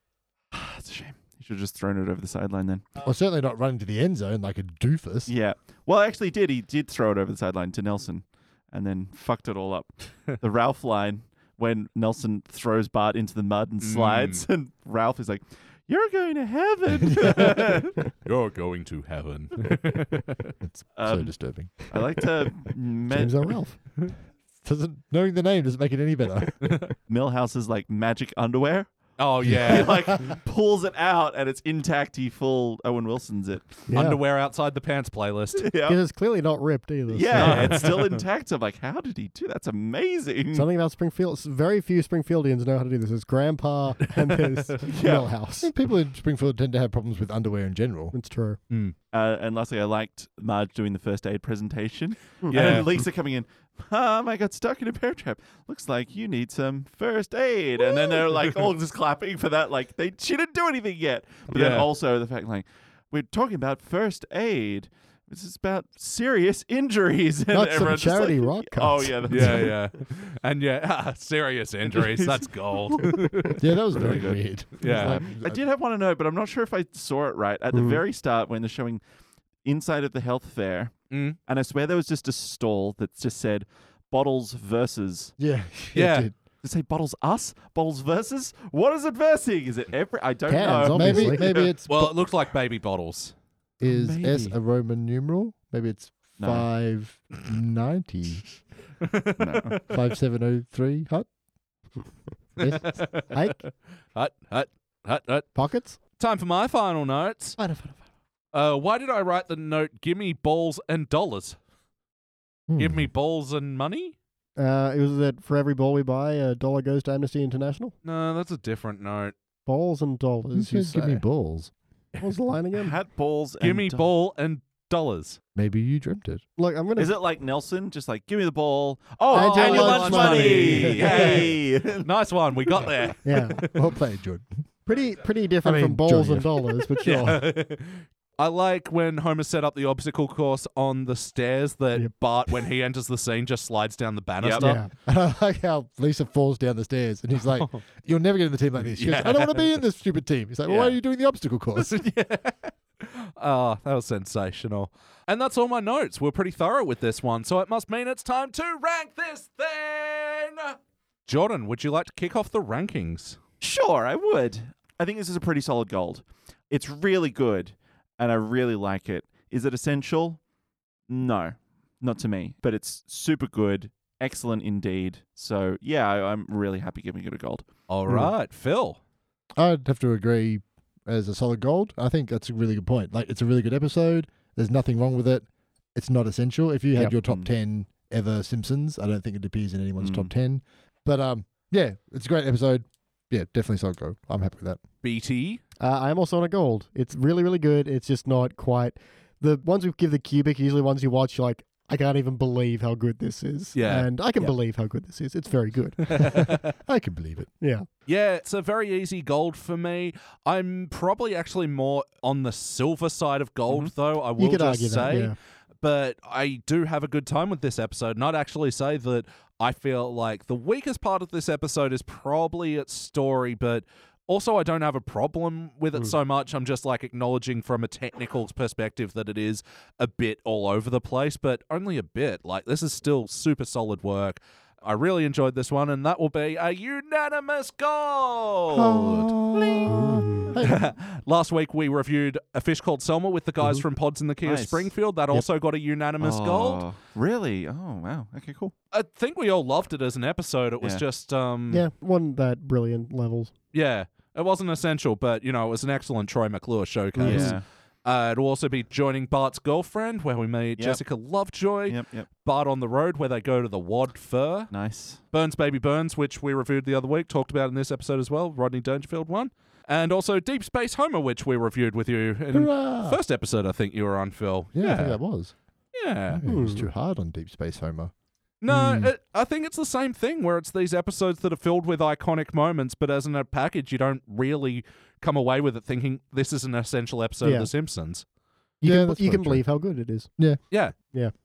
That's a shame. You should have just thrown it over the sideline then. Well, certainly not running to the end zone like a doofus. Yeah. Well, actually, he did he did throw it over the sideline to Nelson, and then fucked it all up. the Ralph line when Nelson throws Bart into the mud Mm. and slides, and Ralph is like, "You're going to heaven." You're going to heaven. It's so Um, disturbing. I like to James ma- L. Ralph. Doesn't knowing the name doesn't make it any better. Millhouse's like magic underwear. oh He yeah. like pulls it out and it's intact. He full Owen Wilson's it. Yeah. Underwear outside the pants playlist. Yeah. Because it's clearly not ripped either. so- Yeah, it's still intact. I'm like, how did he do? That's amazing. Something about Springfield. s- Very few Springfieldians know how to do this. It's grandpa and his I millhouse. think people in Springfield tend to have problems with underwear in general. It's true. Uh, and lastly, I liked Marge doing the first aid presentation. And Yeah. then Lisa coming in, Mom, I got stuck in a bear trap. Looks like you need some first aid. And then they're like all just clapping for that. Like, they she didn't do anything yet. But then Yeah. also the fact, like, we're talking about first aid. This is about serious injuries. And Not some everyone's just charity like, rock Oh, cuts." yeah. That's Yeah, yeah. And yeah, ah, serious injuries. That's gold. Yeah, that was very weird. Yeah. I did have one to know, but I'm not sure if I saw it right. Mm-hmm. At the very start, when they're showing inside of the health fair, Mm. and I swear there was just a stall that just said bottles versus. Yeah, Yeah. it did. Does it say bottles us? Bottles versus? What is it versing? Is it every? I don't Cans, know. obvi- Maybe Obviously. maybe it's Well, it looked like baby bottles. is S maybe. a Roman numeral? Maybe it's No. five ninety No. five seven zero three hut. Yes. Hike? Hut, hut, hut, hut. Pockets? Time for my final notes. Uh, why did I write the note, gimme balls and dollars? Give me balls and money? Uh, it was that for every ball we buy, a dollar goes to Amnesty International. No, that's a different note. Balls and Who dollars, you says say. give me balls? what was the line again? Hat balls. and Gimme do- ball and dollars. Maybe you dreamt it. Look, I'm gonna. Is it like Nelson? Just like give me the ball. Oh, And your and your lunch lunch money. money. Yay! Nice one. We got there. Yeah, Well played, Jordan. pretty pretty different mean, from balls Johnny. and dollars, but sure. Yeah. I like when Homer set up the obstacle course on the stairs that Yep. Bart, when he enters the scene, just slides down the banister. Yeah. And I like how Lisa falls down the stairs and he's like, You'll never get in the team like this. She goes, I don't want to be in this stupid team. He's like, Well, why Yeah. are you doing the obstacle course? Oh, that was sensational. And that's all my notes. We're pretty thorough with this one, so it must mean it's time to rank this thing. Jordan, would you like to kick off the rankings? Sure, I would. I think this is a pretty solid gold. It's really good, and I really like it. Is it essential? No, not to me. But it's super good, excellent indeed. So Hmm. yeah, I, I'm really happy giving it a gold. All right, Phil. I'd have to agree as a solid gold. I think that's a really good point. Like, it's a really good episode. There's nothing wrong with it. It's not essential. If you had Yep. your top Mm. ten ever Simpsons, I don't think it appears in anyone's top Mm. ten. But um, yeah, it's a great episode. Yeah, definitely solid gold. I'm happy with that. BT. Uh, I am also on a gold. It's really, really good. It's just not quite the ones we give the cubic. Usually, ones you watch, you're like I can't even believe how good this is. Yeah. and I can Yeah. believe how good this is. It's very good. I can believe it. yeah, Yeah, it's a very easy gold for me. I'm probably actually more on the silver side of gold, though. I will Mm-hmm. you could just argue say, that. Yeah. but I do have a good time with this episode. And I'd actually say that I feel like the weakest part of this episode is probably its story, but also I don't have a problem with it so much. I'm just like acknowledging from a technical perspective that it is a bit all over the place, but only a bit. Like this is still super solid work. I really enjoyed this one, and that will be a unanimous gold. Last week we reviewed A Fish Called Selma with the guys from Pods in the Key of Nice. Springfield. That also got a unanimous gold. Oh, Really? Oh, wow. Okay, cool. I think we all loved it as an episode. It was Yeah. just um yeah, wasn't that brilliant levels? yeah. It wasn't essential, but you know, it was an excellent Troy McClure showcase. Yeah. Uh, it'll also be joining Bart's girlfriend, where we meet Yep. Jessica Lovejoy. Yep, yep. Bart on the road, where they go to the Wad Fur. Nice. Burns Baby Burns, which we reviewed the other week, talked about in this episode as well. Rodney Dangerfield one, and also Deep Space Homer, which we reviewed with you in Hurrah! first episode. I think you were on Phil. yeah, I think yeah. that was. yeah. Maybe It was too hard on Deep Space Homer. No, Mm. it, I think it's the same thing where it's these episodes that are filled with iconic moments, but as in a package, you don't really come away with it thinking this is an essential episode Yeah. of The Simpsons. You Yeah, can, that's you can probably true. believe how good it is. Yeah.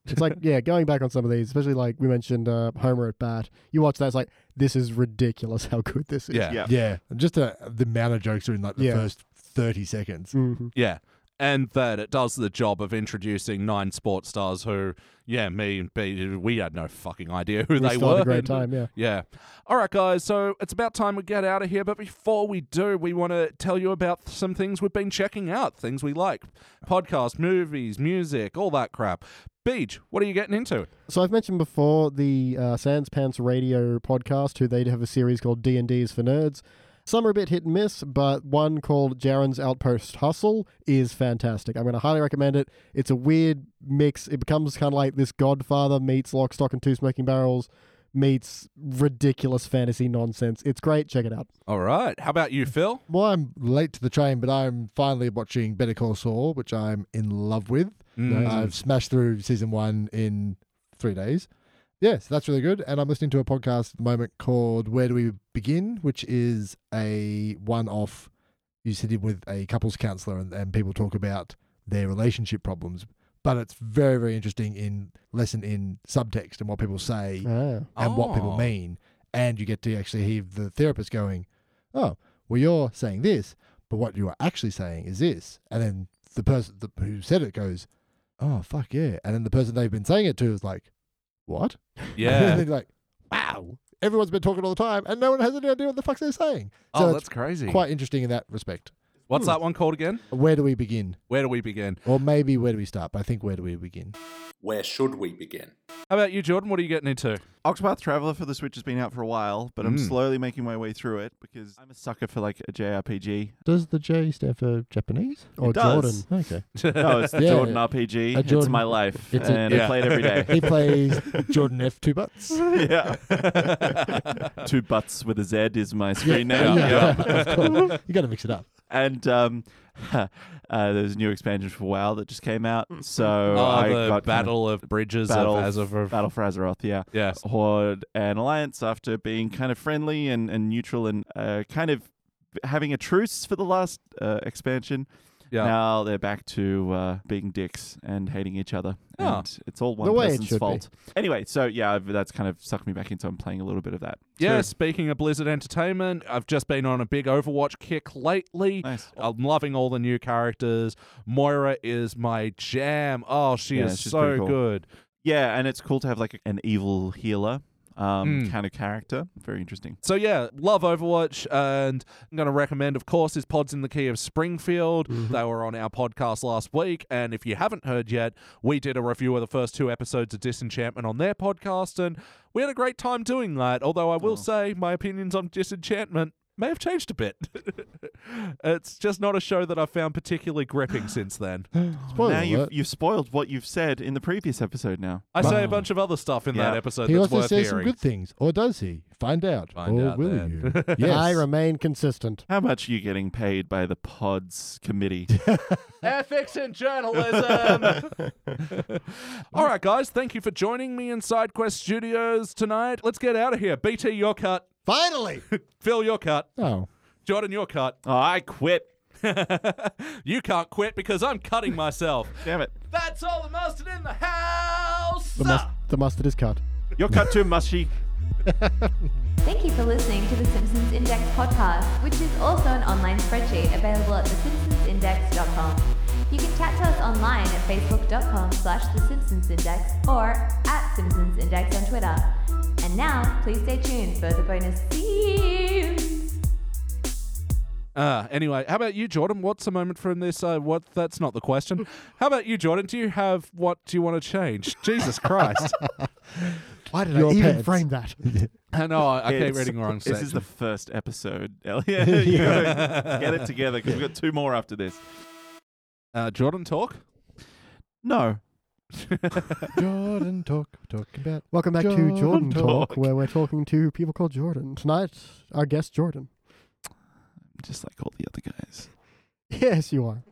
It's like yeah, going back on some of these, especially like we mentioned uh, Homer at bat. You watch that, it's like this is ridiculous how good this is. Yeah. Yeah. Yeah, just uh, the amount of jokes are in like the Yeah. first thirty seconds. Hmm. Mhm. Yeah. And that it does the job of introducing nine sports stars who, yeah, me and B, we had no fucking idea who We they still had were. a great and- time. Yeah. Yeah. All right, guys. So it's about time we get out of here. But before we do, we want to tell you about some things we've been checking out, things we like podcasts, movies, music, all that crap. Beach, what are you getting into? So I've mentioned before the uh, Sans Pants Radio podcast, who they have a series called D and D's for Nerds. Some are a bit hit and miss, but one called Jaren's Outpost Hustle is fantastic. I'm going to highly recommend it. It's a weird mix. It becomes kind of like this Godfather meets Lock, Stock, and Two Smoking Barrels meets ridiculous fantasy nonsense. It's great. Check it out. All right. How about you, Phil? Well, I'm late to the train, but I'm finally watching Better Call Saul, which I'm in love with. Mm. I've smashed through season one in three days. Yes, that's really good. And I'm listening to a podcast at the moment called Where Do We Begin, which is a one off. You sit in with a couples counselor and, and people talk about their relationship problems. But it's very, very interesting in lesson in subtext and what people say Ah. and what people Oh. mean. And you get to actually hear the therapist going, Oh, well, you're saying this, but what you are actually saying is this. And then the person th who said it goes, Oh, fuck yeah. And then the person they've been saying it to is like, What? and Yeah. they're like, Wow, everyone's been talking all the time and no one has any idea what the fuck they're saying. So oh, it's that's crazy. quite interesting in that respect. What's that one called again? Where do we begin? Where do we begin? Or maybe where do we start? But I think where do we begin? Where should we begin? How about you, Jordan? What are you getting into? Octopath Traveler for the Switch has been out for a while, but I'm Mm. slowly making my way through it because I'm a sucker for like a JRPG. Does the J stand for Japanese? Or Jordan. does. Okay. Oh, it's Yeah. Jordan RPG. A It's Jordan- my life, it's a- and Yeah. I play it every day. He plays Jordan F. Two Butts. yeah. Two butts with a Z is my screen Yeah, name. yeah, Yeah. of course. you got to mix it up. And um, uh, there's a new expansion for WoW that just came out. So Oh, I the got kind of Battle of Bridges Battle- of Azeroth. Battle for Azeroth, yeah. yeah. Horde and Alliance after being kind of friendly and, and neutral and uh, kind of having a truce for the last uh, expansion. Yeah. Now they're back to uh, being dicks and hating each other. Ah. And it's all one The way it person's should be. fault. Anyway, so yeah, I've, that's kind of sucked me back in, so I'm playing a little bit of that. Yeah, speaking of Blizzard Entertainment, I've just been on a big Overwatch kick lately. Nice. I'm loving all the new characters. Moira is my jam. Oh, she Yeah, is she's so pretty cool. good. Yeah, and it's cool to have like an evil healer um, kind of character. Very interesting. So yeah, love Overwatch, and I'm going to recommend, of course, is Pods in the Key of Springfield. Mm-hmm. They were on our podcast last week, and if you haven't heard yet, we did a review of the first two episodes of Disenchantment on their Oh. podcast, and we had a great time doing that. Although I will say, my opinions on Disenchantment may have changed a bit. it's just not a show that I've found particularly gripping since then. Spoiler now you've, alert. you've spoiled what you've said in the previous episode now. I say a bunch of other stuff in Yeah. that episode he that's also worth says some hearing. good things, or does he? Find out, Find or out will then. you? Yes. I remain consistent. How much are you getting paid by the pods committee? Ethics and journalism. All right, guys, thank you for joining me in SideQuest Studios tonight. Let's get out of here. BT, your cut. Finally. Phil, your cut. Oh, Jordan, your cut. oh, I quit. you can't quit because I'm cutting myself. Damn it. That's all the mustard in the house. The, mus- the mustard is cut. You're cut too mushy. Thank you for listening to the Simpsons Index podcast, which is also an online spreadsheet available at thesimpsonsindex.com. You can chat to us online at facebook.com slash thesimpsonsindex or at simpsonsindex on Twitter. And now, please stay tuned for the bonus scenes. Uh, anyway, how about you, Jordan? What's a moment from this? Uh, what? That's not the question. How about you, Jordan? Do you have what do you want to change? Jesus Christ! Why did Your I even pants. frame that? I know I, I keep It's- reading the wrong This is section. the first episode, Elliot. you gotta get it together because we've got two more after this. uh, Jordan talk. No. Jordan, talk, talk about. Welcome back Jordan to Jordan Talk, Talk. where we're talking to people called Jordan. Tonight, our guest Jordan. Just like all the other guys. Yes, you are.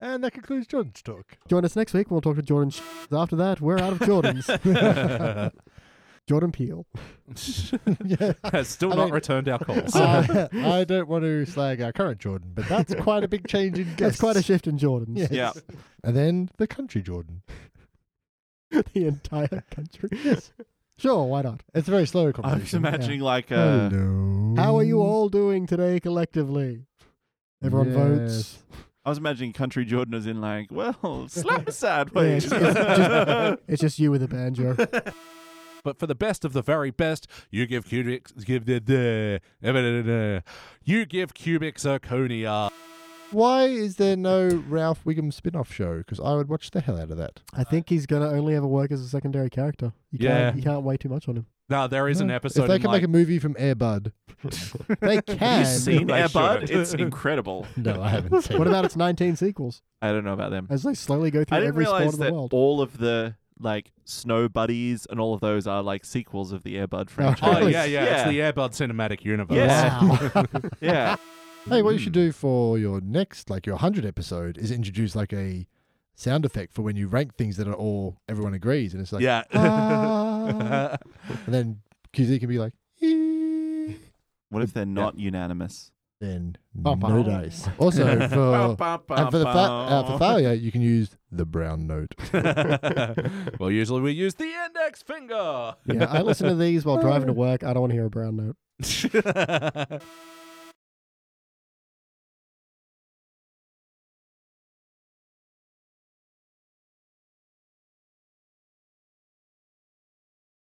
And that concludes Jordan's talk. Join us next week. We'll talk to Jordan. Sh- After that, we're out of Jordan's. Jordan Peele. yeah. Has still I not mean- Uh, returned our calls. I, I don't want to slag our current Jordan, but that's quite a big change in guests. That's quite a shift in Jordan's. Yes. Yeah. And then the country Jordan. the entire country. Sure, why not? It's a very slow I conversation. was imagining like Yeah. Hmm. uh, Hello. How are you all doing today collectively? Everyone votes. Mm. Yes. I was imagining country Jordan as in like, well, slap me sideways. Yeah, it's- it's just- It's just you with a banjo. but for the best of the very best, you give cubic give the, the you give cubic zirconia. Why is there no Ralph Wiggum spin off show? Because I would watch the hell out of that. I think he's gonna only ever work as a secondary character. You Yeah. can't you can't weigh too much on him. No, there is an Yeah. episode. Hmm. If they in can like, make a movie from Air Bud, they can. Have you seen They Air Bud? should. It's incredible. No, I haven't seen What it. about its nineteen sequels I don't know about them. as they slowly go through I didn't every sport realize in the that world? all of the like snow buddies and all of those are like sequels of the Airbud franchise. Oh Really? yeah, yeah, It's the yeah, Airbud cinematic universe. Yeah. Wow. yeah. Hey, what you should Hmm. do for your next, like your 100 episode, is introduce like a sound effect for when you rank things that are all, everyone agrees. And it's like, yeah. "Ah," and then QZ can be like, "Ee." What if they're not unanimous? then Bum, bum. no dice. Also, for, and for, the fa- uh, for failure, you can use the brown note. well, usually we use the index finger. yeah, I listen to these while driving to work. I don't want to hear a brown note.